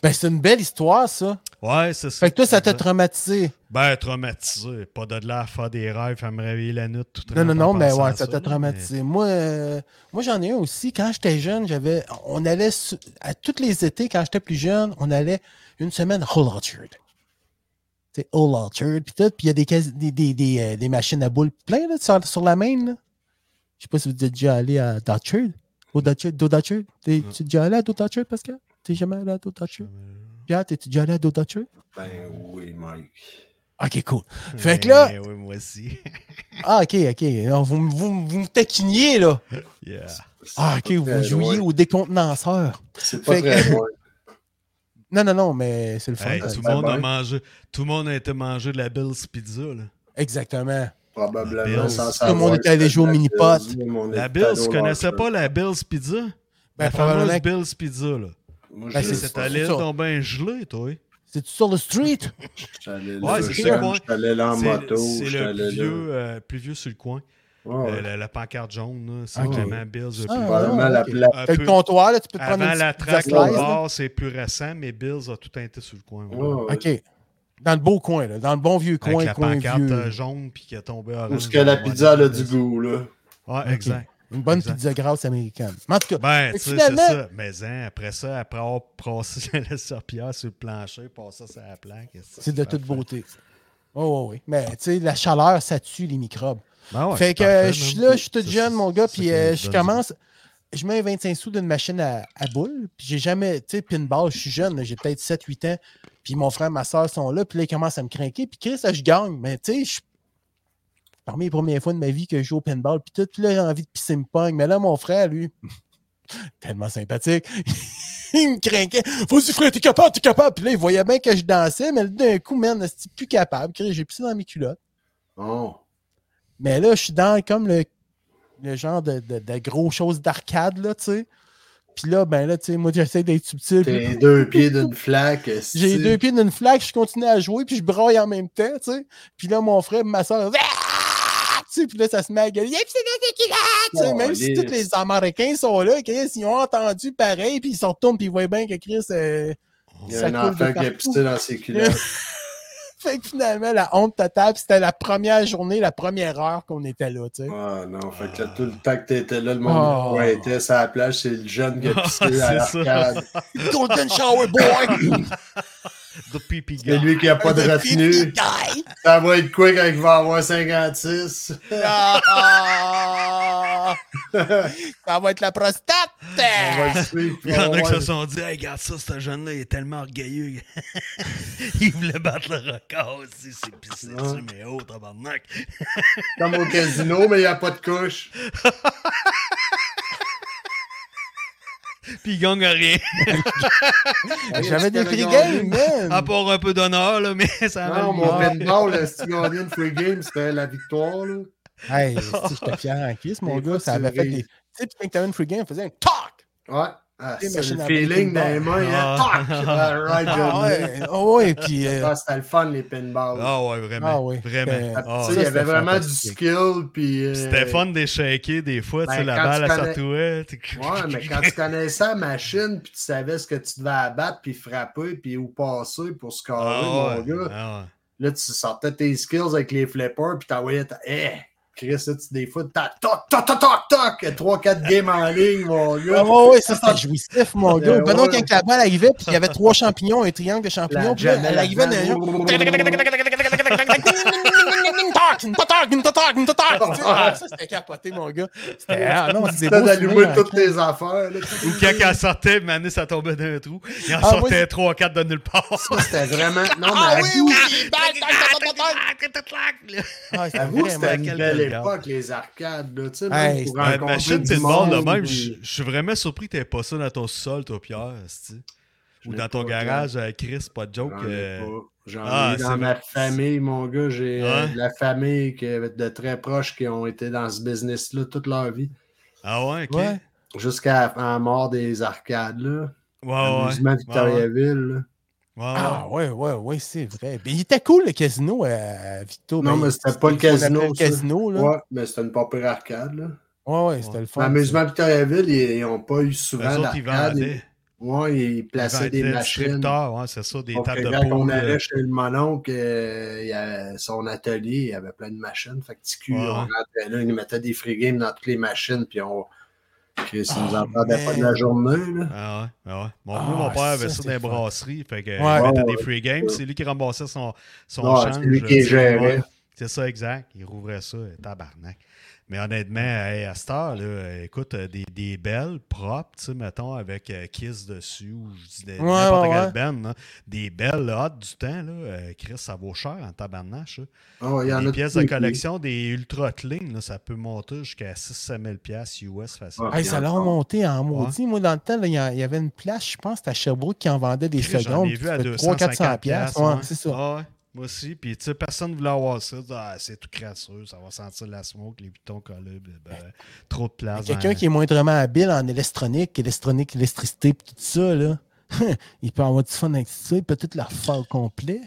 [SPEAKER 1] Ben, c'est une belle histoire, ça.
[SPEAKER 2] Ouais, c'est ça.
[SPEAKER 1] Fait que toi, ça t'a traumatisé.
[SPEAKER 2] Ben, traumatisé. Pas de là à faire des rêves, à me réveiller la nuit tout
[SPEAKER 1] Non, non,
[SPEAKER 2] trempé en
[SPEAKER 1] non, mais
[SPEAKER 2] pensant
[SPEAKER 1] ouais,
[SPEAKER 2] à
[SPEAKER 1] ça t'a
[SPEAKER 2] là,
[SPEAKER 1] traumatisé. Moi, euh, moi j'en ai un aussi. Quand j'étais jeune, j'avais. On allait su- à tous les étés, quand j'étais plus jeune, on allait une semaine à Whole Orchard. C'est Whole Orchard, puis tout. Puis il y a des, cas- des, des, des, euh, des machines à boules plein là, sur, sur la main. là. Je sais pas si vous êtes déjà allé à Dutchard. Au Dutchard, Do Dutchard. T'es-
[SPEAKER 2] Non.
[SPEAKER 1] Tu es déjà allé à Do Dutchard, Pascal? T'es jamais allé à Do Dutchard? Pierre, t'es déjà allé à Do Dutchard?
[SPEAKER 3] Ben oui, Mike.
[SPEAKER 1] Ok, cool.
[SPEAKER 2] mais-
[SPEAKER 1] Fait que là-
[SPEAKER 2] Eh oui, moi aussi.
[SPEAKER 1] Ah, ok, ok. Alors, vous, me- vous, me- vous me taquiniez, là.
[SPEAKER 2] yeah.
[SPEAKER 1] Ah, ok,
[SPEAKER 3] C'est pas
[SPEAKER 1] vous
[SPEAKER 3] très
[SPEAKER 1] jouiez
[SPEAKER 3] loin.
[SPEAKER 1] au décontenanceur.
[SPEAKER 3] C'est pas
[SPEAKER 1] Fait que-
[SPEAKER 3] très loin.
[SPEAKER 1] Non, non, non, mais c'est le fun.
[SPEAKER 2] Hey,
[SPEAKER 1] ça.
[SPEAKER 2] tout le
[SPEAKER 3] ça
[SPEAKER 2] monde
[SPEAKER 3] va.
[SPEAKER 2] a mangé. Tout le monde a été mangé de la Bill's Pizza, là.
[SPEAKER 1] Exactement. Ben,
[SPEAKER 3] Probablement
[SPEAKER 2] Bills.
[SPEAKER 3] sans
[SPEAKER 2] Tout
[SPEAKER 1] le
[SPEAKER 3] savoir.
[SPEAKER 1] monde était allé jouer au mini-pot.
[SPEAKER 2] La Bill's, tu connaissais pas la Bill's Pizza? la fameuse
[SPEAKER 1] Ben, probablement que-
[SPEAKER 2] Bill's Pizza, là.
[SPEAKER 1] Ben,
[SPEAKER 2] C'est
[SPEAKER 1] c'est
[SPEAKER 2] cette
[SPEAKER 1] ça,
[SPEAKER 2] allée
[SPEAKER 1] c'est ça.
[SPEAKER 2] ton bain gelé, toi.
[SPEAKER 1] C'est tout sur le street.
[SPEAKER 2] Ouais,
[SPEAKER 3] Ouais,
[SPEAKER 2] c'est
[SPEAKER 3] c'est
[SPEAKER 2] ça, moi.
[SPEAKER 3] J'allais là en moto.
[SPEAKER 2] C'est c'est le
[SPEAKER 3] j'allais là.
[SPEAKER 2] plus
[SPEAKER 3] Ah
[SPEAKER 2] vieux, euh, plus vieux sur le coin.
[SPEAKER 3] Ouais,
[SPEAKER 2] Euh, la, la pancarte jaune, là, c'est
[SPEAKER 1] Ok.
[SPEAKER 2] vraiment Bill's. le
[SPEAKER 1] Ah,
[SPEAKER 2] plus-
[SPEAKER 3] Probablement
[SPEAKER 1] ouais,
[SPEAKER 3] la
[SPEAKER 1] ok.
[SPEAKER 3] plaque.
[SPEAKER 2] un
[SPEAKER 1] Fait
[SPEAKER 2] peu-
[SPEAKER 1] le comptoir, là, tu peux te prendre
[SPEAKER 2] Avant
[SPEAKER 1] une
[SPEAKER 2] la
[SPEAKER 1] petite
[SPEAKER 2] traque,
[SPEAKER 1] slice,
[SPEAKER 2] au
[SPEAKER 1] là.
[SPEAKER 2] bar, c'est plus récent, mais Bills a tout été sur le coin. ouais.
[SPEAKER 3] Ouais, ouais.
[SPEAKER 1] OK. Dans le beau coin, là. Dans le bon vieux
[SPEAKER 2] euh, Avec
[SPEAKER 1] coin,
[SPEAKER 2] la
[SPEAKER 1] coin
[SPEAKER 2] pancarte
[SPEAKER 1] vieux.
[SPEAKER 2] euh, jaune puis qui est tombée orange.
[SPEAKER 3] Parce que la pizza elle a du goût, là.
[SPEAKER 2] Ouais, exact.
[SPEAKER 1] Une bonne
[SPEAKER 2] Exact.
[SPEAKER 1] pizza grasse américaine. Mais en tout cas,
[SPEAKER 2] Ben,
[SPEAKER 1] Fait que
[SPEAKER 2] tu sais, c'est
[SPEAKER 1] finalement-
[SPEAKER 2] ça. Mais hein, après ça, après avoir passé la serpillère sur le plancher, passer ça sur la plaque.
[SPEAKER 1] c'est de toute
[SPEAKER 2] parfait.
[SPEAKER 1] beauté. Oh, oui, oui. Mais, tu sais, la chaleur, ça tue les microbes.
[SPEAKER 2] Ben ouais,
[SPEAKER 1] fait
[SPEAKER 2] c'est
[SPEAKER 1] que
[SPEAKER 2] parfait,
[SPEAKER 1] euh, je suis
[SPEAKER 2] man.
[SPEAKER 1] là, je suis tout
[SPEAKER 2] C'est-
[SPEAKER 1] jeune, mon gars,
[SPEAKER 2] c'est
[SPEAKER 1] puis
[SPEAKER 2] ça qui
[SPEAKER 1] euh,
[SPEAKER 2] nous
[SPEAKER 1] je
[SPEAKER 2] donne du
[SPEAKER 1] commence. Je mets 25 sous d'une machine à, à boules, puis j'ai jamais, tu sais, pinball, je suis jeune, là, j'ai peut-être 7-8 ans, puis mon frère, ma soeur sont là, puis là, ils commencent à me craquer, puis Chris, là, je gagne, mais tu sais, je- parmi les premières fois de ma vie que je joue au pinball, puis tout, puis là, j'ai envie de pisser me pogne, mais là, mon frère, lui, tellement sympathique, il me craquait, vas-y, frère, t'es capable, t'es capable, puis là, il voyait bien que je dansais, mais là, d'un coup, man, c'était plus capable, Chris, j'ai pissé dans mes culottes.
[SPEAKER 3] Oh.
[SPEAKER 1] Mais là, je suis dans comme le, le genre de, de, de gros choses d'arcade, là, tu sais. Puis là, ben là, tu sais, moi, j'essaie d'être subtil.
[SPEAKER 3] T'es
[SPEAKER 1] puis
[SPEAKER 3] les deux pieds d'une flaque. esti.
[SPEAKER 1] J'ai les deux pieds d'une flaque, je continue à jouer, puis je braille en même temps, tu sais. Puis là, mon frère, et ma soeur, Ah! tu sais, puis là, ça se met à gueuler. Y'a plus de tequila! Tu sais,
[SPEAKER 3] Oh,
[SPEAKER 1] même si
[SPEAKER 3] lisse.
[SPEAKER 1] tous les Américains sont là, Chris, ils ont entendu pareil, puis ils se retournent, puis ils voient bien que Chris. euh,
[SPEAKER 3] Il y a
[SPEAKER 1] ça
[SPEAKER 3] un
[SPEAKER 1] coule de
[SPEAKER 3] enfant qui a
[SPEAKER 1] partout.
[SPEAKER 3] pissé dans ses culottes.
[SPEAKER 1] Fait que finalement, la honte totale, puis c'était la première journée, la première heure qu'on était là, tu sais.
[SPEAKER 3] Ah non, fait que là, tout le temps que t'étais là, le monde
[SPEAKER 1] Oh.
[SPEAKER 3] ouais, était sur la plage, c'est le jeune qui a pissé à
[SPEAKER 2] Ah, c'est ça.
[SPEAKER 3] l'arcade.
[SPEAKER 1] Golden Shower Boy!
[SPEAKER 2] The pipi
[SPEAKER 3] C'est
[SPEAKER 2] gars.
[SPEAKER 3] lui qui a pas de
[SPEAKER 1] The
[SPEAKER 3] retenue.
[SPEAKER 1] Fifty Guy!
[SPEAKER 3] Ça va être quoi quand il va avoir 56?
[SPEAKER 1] Ah! Ça va être la prostate!
[SPEAKER 3] On va le suivre.
[SPEAKER 2] Il y en a qui se
[SPEAKER 3] Ouais.
[SPEAKER 2] sont dit, hey, regarde ça, ce jeune-là, il est tellement orgueilleux. il voulait battre le record aussi. C'est pissé
[SPEAKER 3] Ouais.
[SPEAKER 2] dessus, mais oh, tabarnak.
[SPEAKER 3] Comme au casino, mais il n'y a pas de couche.
[SPEAKER 2] Puis il gagne rien.
[SPEAKER 1] Ah, J'avais des free
[SPEAKER 3] games.
[SPEAKER 1] games, Ah. man.
[SPEAKER 2] À part un peu d'honneur, là, mais ça a
[SPEAKER 3] Non,
[SPEAKER 2] mal
[SPEAKER 3] mon
[SPEAKER 1] Ouais.
[SPEAKER 3] pinball, là, si tu gagnais une free game, c'était la victoire. Là.
[SPEAKER 1] Hey, si j'étais fier en cuisse, mon
[SPEAKER 3] Des
[SPEAKER 1] gars.
[SPEAKER 3] fois,
[SPEAKER 1] Ça
[SPEAKER 3] tu
[SPEAKER 1] avait fait
[SPEAKER 3] ris.
[SPEAKER 1] des. Tu sais, puis quand t'avais une free game, on faisait un talk!
[SPEAKER 3] Ouais. Ah,
[SPEAKER 1] Des
[SPEAKER 3] c'est
[SPEAKER 1] machines
[SPEAKER 3] le
[SPEAKER 1] à
[SPEAKER 3] feeling dans
[SPEAKER 1] pinball.
[SPEAKER 3] les mains. hein.
[SPEAKER 2] Ah.
[SPEAKER 3] Tac! Ah, right,
[SPEAKER 1] Ah
[SPEAKER 3] Johnny.
[SPEAKER 1] ouais, ah ouais, puis. euh,
[SPEAKER 3] Ah, c'était le fun, les pinballs.
[SPEAKER 2] Ah ouais, vraiment.
[SPEAKER 1] Ah ouais.
[SPEAKER 2] Vraiment.
[SPEAKER 1] Euh,
[SPEAKER 3] Ah,
[SPEAKER 2] Ah
[SPEAKER 3] tu sais,
[SPEAKER 2] ouais.
[SPEAKER 3] il y
[SPEAKER 1] ça,
[SPEAKER 3] avait
[SPEAKER 1] c'était
[SPEAKER 3] vraiment du
[SPEAKER 1] fantastique.
[SPEAKER 3] skill. Puis, euh,
[SPEAKER 2] C'était fun de les shaker des fois, tu sais,
[SPEAKER 3] ben,
[SPEAKER 2] la
[SPEAKER 3] quand
[SPEAKER 2] balle,
[SPEAKER 3] tu
[SPEAKER 2] elle
[SPEAKER 3] connais-
[SPEAKER 2] s'artouait. tu-
[SPEAKER 3] Ouais, mais quand tu connaissais la machine, puis tu savais ce que tu devais abattre, puis frapper, puis où passer pour scorer,
[SPEAKER 2] Ah
[SPEAKER 3] mon
[SPEAKER 2] ouais,
[SPEAKER 3] gars,
[SPEAKER 2] ah ouais.
[SPEAKER 3] là, tu sortais tes skills avec les flippers, puis t'envoyais ta. Eh! Chris, là, tu, des fois, t'as toc, toc, toc, toc, toc, 3-4 games en ligne, mon
[SPEAKER 1] Ah
[SPEAKER 3] gars.
[SPEAKER 1] ouais, ouais, ça c'était jouissif, mon gars.
[SPEAKER 3] Euh,
[SPEAKER 1] Benoît,
[SPEAKER 3] ouais.
[SPEAKER 1] quand la balle arrivait, puis il y avait trois champignons, un triangle de champignons, puis là, elle arrivait dans les gens. ah, Ça, c'était capoté, mon gars. C'était ah, non, c'était
[SPEAKER 3] T'as
[SPEAKER 1] beau.
[SPEAKER 3] d'allumer
[SPEAKER 1] souvenir,
[SPEAKER 3] toutes tes affaires. Là.
[SPEAKER 2] Ou quand elle sortait, Mané, ça tombait dans un trou. Il en
[SPEAKER 1] Ah, moi,
[SPEAKER 2] sortait 3-4 de nulle part.
[SPEAKER 3] Ça, c'était vraiment. Non, mais
[SPEAKER 1] Ah
[SPEAKER 3] à
[SPEAKER 1] oui,
[SPEAKER 3] bout,
[SPEAKER 1] oui, oui, tac, tac, tac, tac, tac. Ah,
[SPEAKER 3] à
[SPEAKER 1] c'était
[SPEAKER 3] bout,
[SPEAKER 1] vraiment-
[SPEAKER 3] c'était une
[SPEAKER 2] quelle
[SPEAKER 3] belle
[SPEAKER 2] belle
[SPEAKER 3] époque, les arcades. Là, tu sais,
[SPEAKER 1] Hey,
[SPEAKER 3] même pour
[SPEAKER 1] c'était
[SPEAKER 2] Ouais,
[SPEAKER 3] rencontrer
[SPEAKER 2] Machine,
[SPEAKER 3] Ben, du
[SPEAKER 2] t'es le bord de
[SPEAKER 3] monde,
[SPEAKER 2] même.
[SPEAKER 3] puis-
[SPEAKER 2] Je je suis vraiment surpris que t'aies pas ça dans ton sol, toi, Pierre. esti. Ou
[SPEAKER 3] l'ai
[SPEAKER 2] dans ton
[SPEAKER 3] pas,
[SPEAKER 2] garage, euh, Chris, pas de joke.
[SPEAKER 3] J'en ai
[SPEAKER 2] euh,
[SPEAKER 3] pas. J'en ai
[SPEAKER 2] ah, c'est
[SPEAKER 3] dans ma
[SPEAKER 2] vrai. Hein?
[SPEAKER 3] famille, mon gars. J'ai euh,
[SPEAKER 2] Ouais.
[SPEAKER 3] de la famille que- de très proches qui ont été dans ce business-là toute leur vie.
[SPEAKER 2] Ah ouais, ok.
[SPEAKER 1] Ouais.
[SPEAKER 2] Ouais,
[SPEAKER 3] Jusqu'à la mort des arcades, là.
[SPEAKER 2] Ah ouais.
[SPEAKER 3] Amusement
[SPEAKER 2] Ouais, ouais.
[SPEAKER 3] Victoriaville, là.
[SPEAKER 2] Ouais, ouais.
[SPEAKER 1] Ah ouais, ouais, ouais, c'est vrai. Mais il était cool le casino à Victo.
[SPEAKER 3] Non,
[SPEAKER 1] Ben,
[SPEAKER 3] mais c'était pas le
[SPEAKER 1] ce qu'on
[SPEAKER 3] casino,
[SPEAKER 1] appelait Le
[SPEAKER 3] ça.
[SPEAKER 1] casino, là.
[SPEAKER 3] Ouais, mais c'était une pas pire arcade, là.
[SPEAKER 1] Ouais, ouais, c'était le fun.
[SPEAKER 3] Amusement Victoriaville, ils n'ont pas eu souvent
[SPEAKER 2] Eux autres, ils
[SPEAKER 3] d'arcade.
[SPEAKER 2] vendaient.
[SPEAKER 3] Ouais, ils
[SPEAKER 2] Ils
[SPEAKER 3] plaçaient
[SPEAKER 2] vendaient
[SPEAKER 3] des
[SPEAKER 2] du
[SPEAKER 3] machines.
[SPEAKER 2] stripteur, ouais, c'est ça, des
[SPEAKER 3] Sauf
[SPEAKER 2] tables
[SPEAKER 3] que
[SPEAKER 2] de
[SPEAKER 3] quand on
[SPEAKER 2] poule. euh,
[SPEAKER 3] allait chez le mononcle, euh, il y avait son atelier, il y avait plein de machines. Fait que TQ,
[SPEAKER 2] Ouais.
[SPEAKER 3] on rentrait là, il mettait des free games dans toutes les machines, puis on. Chris, il
[SPEAKER 1] Oh,
[SPEAKER 3] nous entendait pas de
[SPEAKER 1] man.
[SPEAKER 3] la journée, là.
[SPEAKER 2] Ah ouais, ah ouais. Mon,
[SPEAKER 1] Ah,
[SPEAKER 2] moi, mon père avait
[SPEAKER 1] ça,
[SPEAKER 2] ça
[SPEAKER 1] c'est
[SPEAKER 2] dans les
[SPEAKER 1] fun.
[SPEAKER 2] brasseries. Fait que
[SPEAKER 1] Ouais.
[SPEAKER 2] il mettait
[SPEAKER 3] Ouais,
[SPEAKER 2] des free games. C'est lui qui remboursait son, son
[SPEAKER 3] Ouais,
[SPEAKER 2] change.
[SPEAKER 3] c'est lui qui les gérait.
[SPEAKER 2] Ouais, C'est ça, exact. Il rouvrait ça, euh, tabarnak. Mais honnêtement, hey, à cette heure, là, euh, écoute, euh, des, des belles propres, tu sais, mettons, avec euh, Kiss dessus ou je dis des-
[SPEAKER 1] Ouais,
[SPEAKER 2] n'importe
[SPEAKER 1] ouais,
[SPEAKER 2] quelle
[SPEAKER 1] ouais.
[SPEAKER 2] band, là. des belles là, hot du temps, là, euh, Chris, ça vaut cher en tabarnache. là.
[SPEAKER 3] Oh, il y en
[SPEAKER 2] Des
[SPEAKER 3] a
[SPEAKER 2] pièces
[SPEAKER 3] tous
[SPEAKER 2] de
[SPEAKER 3] les-
[SPEAKER 2] collection, des ultra clean, là, ça peut monter jusqu'à 6-7 000 piastres US facile.
[SPEAKER 3] Ouais.
[SPEAKER 1] Hey, ça l'a remonté en maudit. Moi, dans le temps, là, il y en- il y avait une place, je pense, c'était à Sherbrooke qui en vendait des secondes.
[SPEAKER 2] Chris, J'en ai
[SPEAKER 1] puis
[SPEAKER 2] vu à
[SPEAKER 1] c'était 300-400 piastres.
[SPEAKER 2] 250 piastres,
[SPEAKER 1] Ouais,
[SPEAKER 2] ouais.
[SPEAKER 1] c'est ça.
[SPEAKER 2] Ah ouais, moi aussi. Puis, tu sais, personne ne voulait avoir ça. Ah, c'est tout crasseux. Ça va sentir la smoke, les boutons collés. ben, ben, trop de place.
[SPEAKER 1] Quelqu'un qui est moindrement habile en électronique, électronique, électricité, puis tout ça, là, il peut avoir du fun avec ça, il peut tout la faire au complet.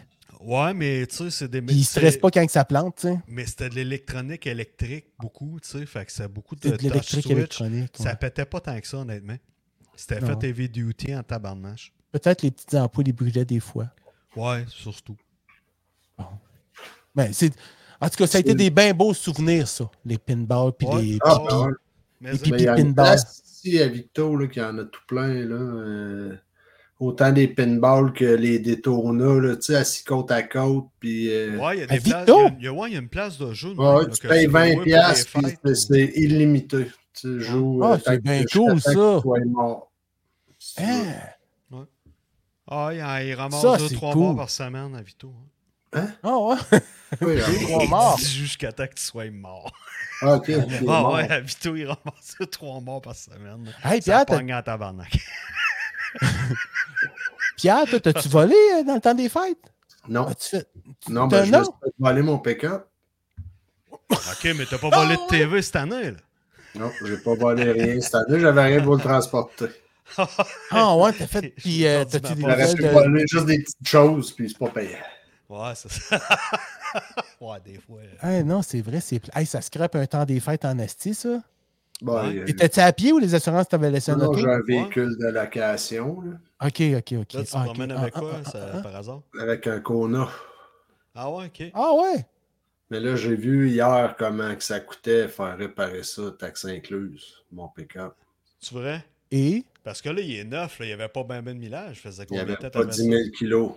[SPEAKER 2] Ouais, mais tu sais, c'est des.
[SPEAKER 1] Puis il ne
[SPEAKER 2] c'est-
[SPEAKER 1] stresse pas quand que ça plante, tu sais.
[SPEAKER 2] Mais c'était de l'électronique électrique, beaucoup. Tu sais, fait que ça a beaucoup de,
[SPEAKER 1] C'est de
[SPEAKER 2] touch
[SPEAKER 1] l'électrique
[SPEAKER 2] switch.
[SPEAKER 1] électronique. ouais.
[SPEAKER 2] Ça pétait pas tant que ça, honnêtement. C'était
[SPEAKER 1] Non.
[SPEAKER 2] fait heavy duty en tabarnache.
[SPEAKER 1] Peut-être les petites ampoules, ils brûlaient des fois.
[SPEAKER 2] Ouais, surtout.
[SPEAKER 1] Mais Ben, c'est... En tout cas, ça a été des bien beaux souvenirs, ça. Les pinballs, puis
[SPEAKER 2] Ouais.
[SPEAKER 1] les...
[SPEAKER 3] Ah,
[SPEAKER 1] puis-
[SPEAKER 3] ben ouais.
[SPEAKER 2] Mais
[SPEAKER 1] Et
[SPEAKER 2] ça-
[SPEAKER 1] puis-
[SPEAKER 3] Mais il y a une
[SPEAKER 1] pinball.
[SPEAKER 3] place ici à Victo, là, qu'il y en a tout plein, là. euh, autant des pinballs que les Daytona, là, tu sais, assis côte à côte, puis. euh,
[SPEAKER 2] ouais, il
[SPEAKER 1] Ah,
[SPEAKER 2] y a des places.
[SPEAKER 1] Vito!
[SPEAKER 2] il y a- ouais, il y a une place de jeu.
[SPEAKER 3] Ouais,
[SPEAKER 2] même, là,
[SPEAKER 3] tu
[SPEAKER 2] que
[SPEAKER 3] payes
[SPEAKER 2] peux louer
[SPEAKER 3] 20
[SPEAKER 2] pour les
[SPEAKER 3] piastres, puis
[SPEAKER 2] fêtes
[SPEAKER 3] c'est-
[SPEAKER 2] ou-
[SPEAKER 3] c'est illimité. Tu joues...
[SPEAKER 1] Ah,
[SPEAKER 3] euh,
[SPEAKER 1] c'est
[SPEAKER 3] tant
[SPEAKER 1] bien
[SPEAKER 3] que- jusqu'à
[SPEAKER 1] cool,
[SPEAKER 3] temps que
[SPEAKER 1] ça.
[SPEAKER 3] tu sois mort. Si tu veux.
[SPEAKER 1] Hein?
[SPEAKER 2] Ah, il en- il ramasse
[SPEAKER 1] Ça,
[SPEAKER 2] 2
[SPEAKER 1] c'est
[SPEAKER 2] 3
[SPEAKER 1] cool.
[SPEAKER 2] morts par semaine à Vito. hein.
[SPEAKER 1] Ah ouais?
[SPEAKER 3] Oui,
[SPEAKER 1] Deux,
[SPEAKER 3] alors,
[SPEAKER 1] trois morts.
[SPEAKER 2] Il dit Jusqu'à temps que tu sois mort.
[SPEAKER 3] ah, ok, ok,
[SPEAKER 2] Ah
[SPEAKER 3] mort.
[SPEAKER 2] ouais, à Vito, il ramasse 3 morts par semaine.
[SPEAKER 1] Hey,
[SPEAKER 2] Ça
[SPEAKER 1] Pierre, t'as-
[SPEAKER 2] pogne en tabarnak.
[SPEAKER 1] Pierre, toi, t'as-tu volé euh, dans le temps des fêtes?
[SPEAKER 3] Non,
[SPEAKER 1] As-tu fait-
[SPEAKER 3] non,
[SPEAKER 1] t'as
[SPEAKER 3] ben,
[SPEAKER 1] un
[SPEAKER 3] je me
[SPEAKER 1] nom?
[SPEAKER 3] suis fait voler mon pick-up.
[SPEAKER 2] ok, mais t'as pas volé de TV cette année, là.
[SPEAKER 3] Non, j'ai pas volé rien cette année, j'avais rien pour le transporter.
[SPEAKER 1] Ah ouais, t'as fait.
[SPEAKER 2] J'ai
[SPEAKER 1] Puis euh,
[SPEAKER 2] perdu ma
[SPEAKER 1] t'as-tu
[SPEAKER 3] J'aurais
[SPEAKER 1] des nouvelles
[SPEAKER 2] part.
[SPEAKER 3] pu
[SPEAKER 1] de.
[SPEAKER 3] voler juste des petites choses, puis c'est pas payant.
[SPEAKER 2] ouais, c'est ça. ouais, des fois. euh,
[SPEAKER 1] Hey, non, c'est vrai, c'est. pla- Hey, ça scrape un temps des fêtes en Asti, ça.
[SPEAKER 3] Bon,
[SPEAKER 2] Ouais.
[SPEAKER 3] euh,
[SPEAKER 1] T'étais-tu à pied ou les assurances t'avaient laissé un
[SPEAKER 3] non,
[SPEAKER 1] auto?
[SPEAKER 3] j'ai un véhicule de location, là,
[SPEAKER 1] Ok, ok, ok.
[SPEAKER 2] Là, tu te
[SPEAKER 1] Ah, ok.
[SPEAKER 2] promènes
[SPEAKER 1] Ah,
[SPEAKER 2] avec
[SPEAKER 1] ah,
[SPEAKER 2] quoi,
[SPEAKER 1] ah,
[SPEAKER 2] ça,
[SPEAKER 1] ah, ah.
[SPEAKER 2] par hasard?
[SPEAKER 3] avec un Kona.
[SPEAKER 2] Ah ouais, ok.
[SPEAKER 1] Ah ouais?
[SPEAKER 3] Mais là, j'ai vu hier comment que ça coûtait faire réparer ça, taxe incluse, mon pick-up.
[SPEAKER 2] Tu vrai?
[SPEAKER 1] Et.
[SPEAKER 2] Parce que là, il est neuf, là. Il n'y avait pas ben ben de millage. Faisait
[SPEAKER 3] Il n'y
[SPEAKER 2] combien
[SPEAKER 3] avait
[SPEAKER 2] de temps
[SPEAKER 3] pas
[SPEAKER 2] t'avais
[SPEAKER 3] 10
[SPEAKER 2] ça?
[SPEAKER 3] 000 kilos.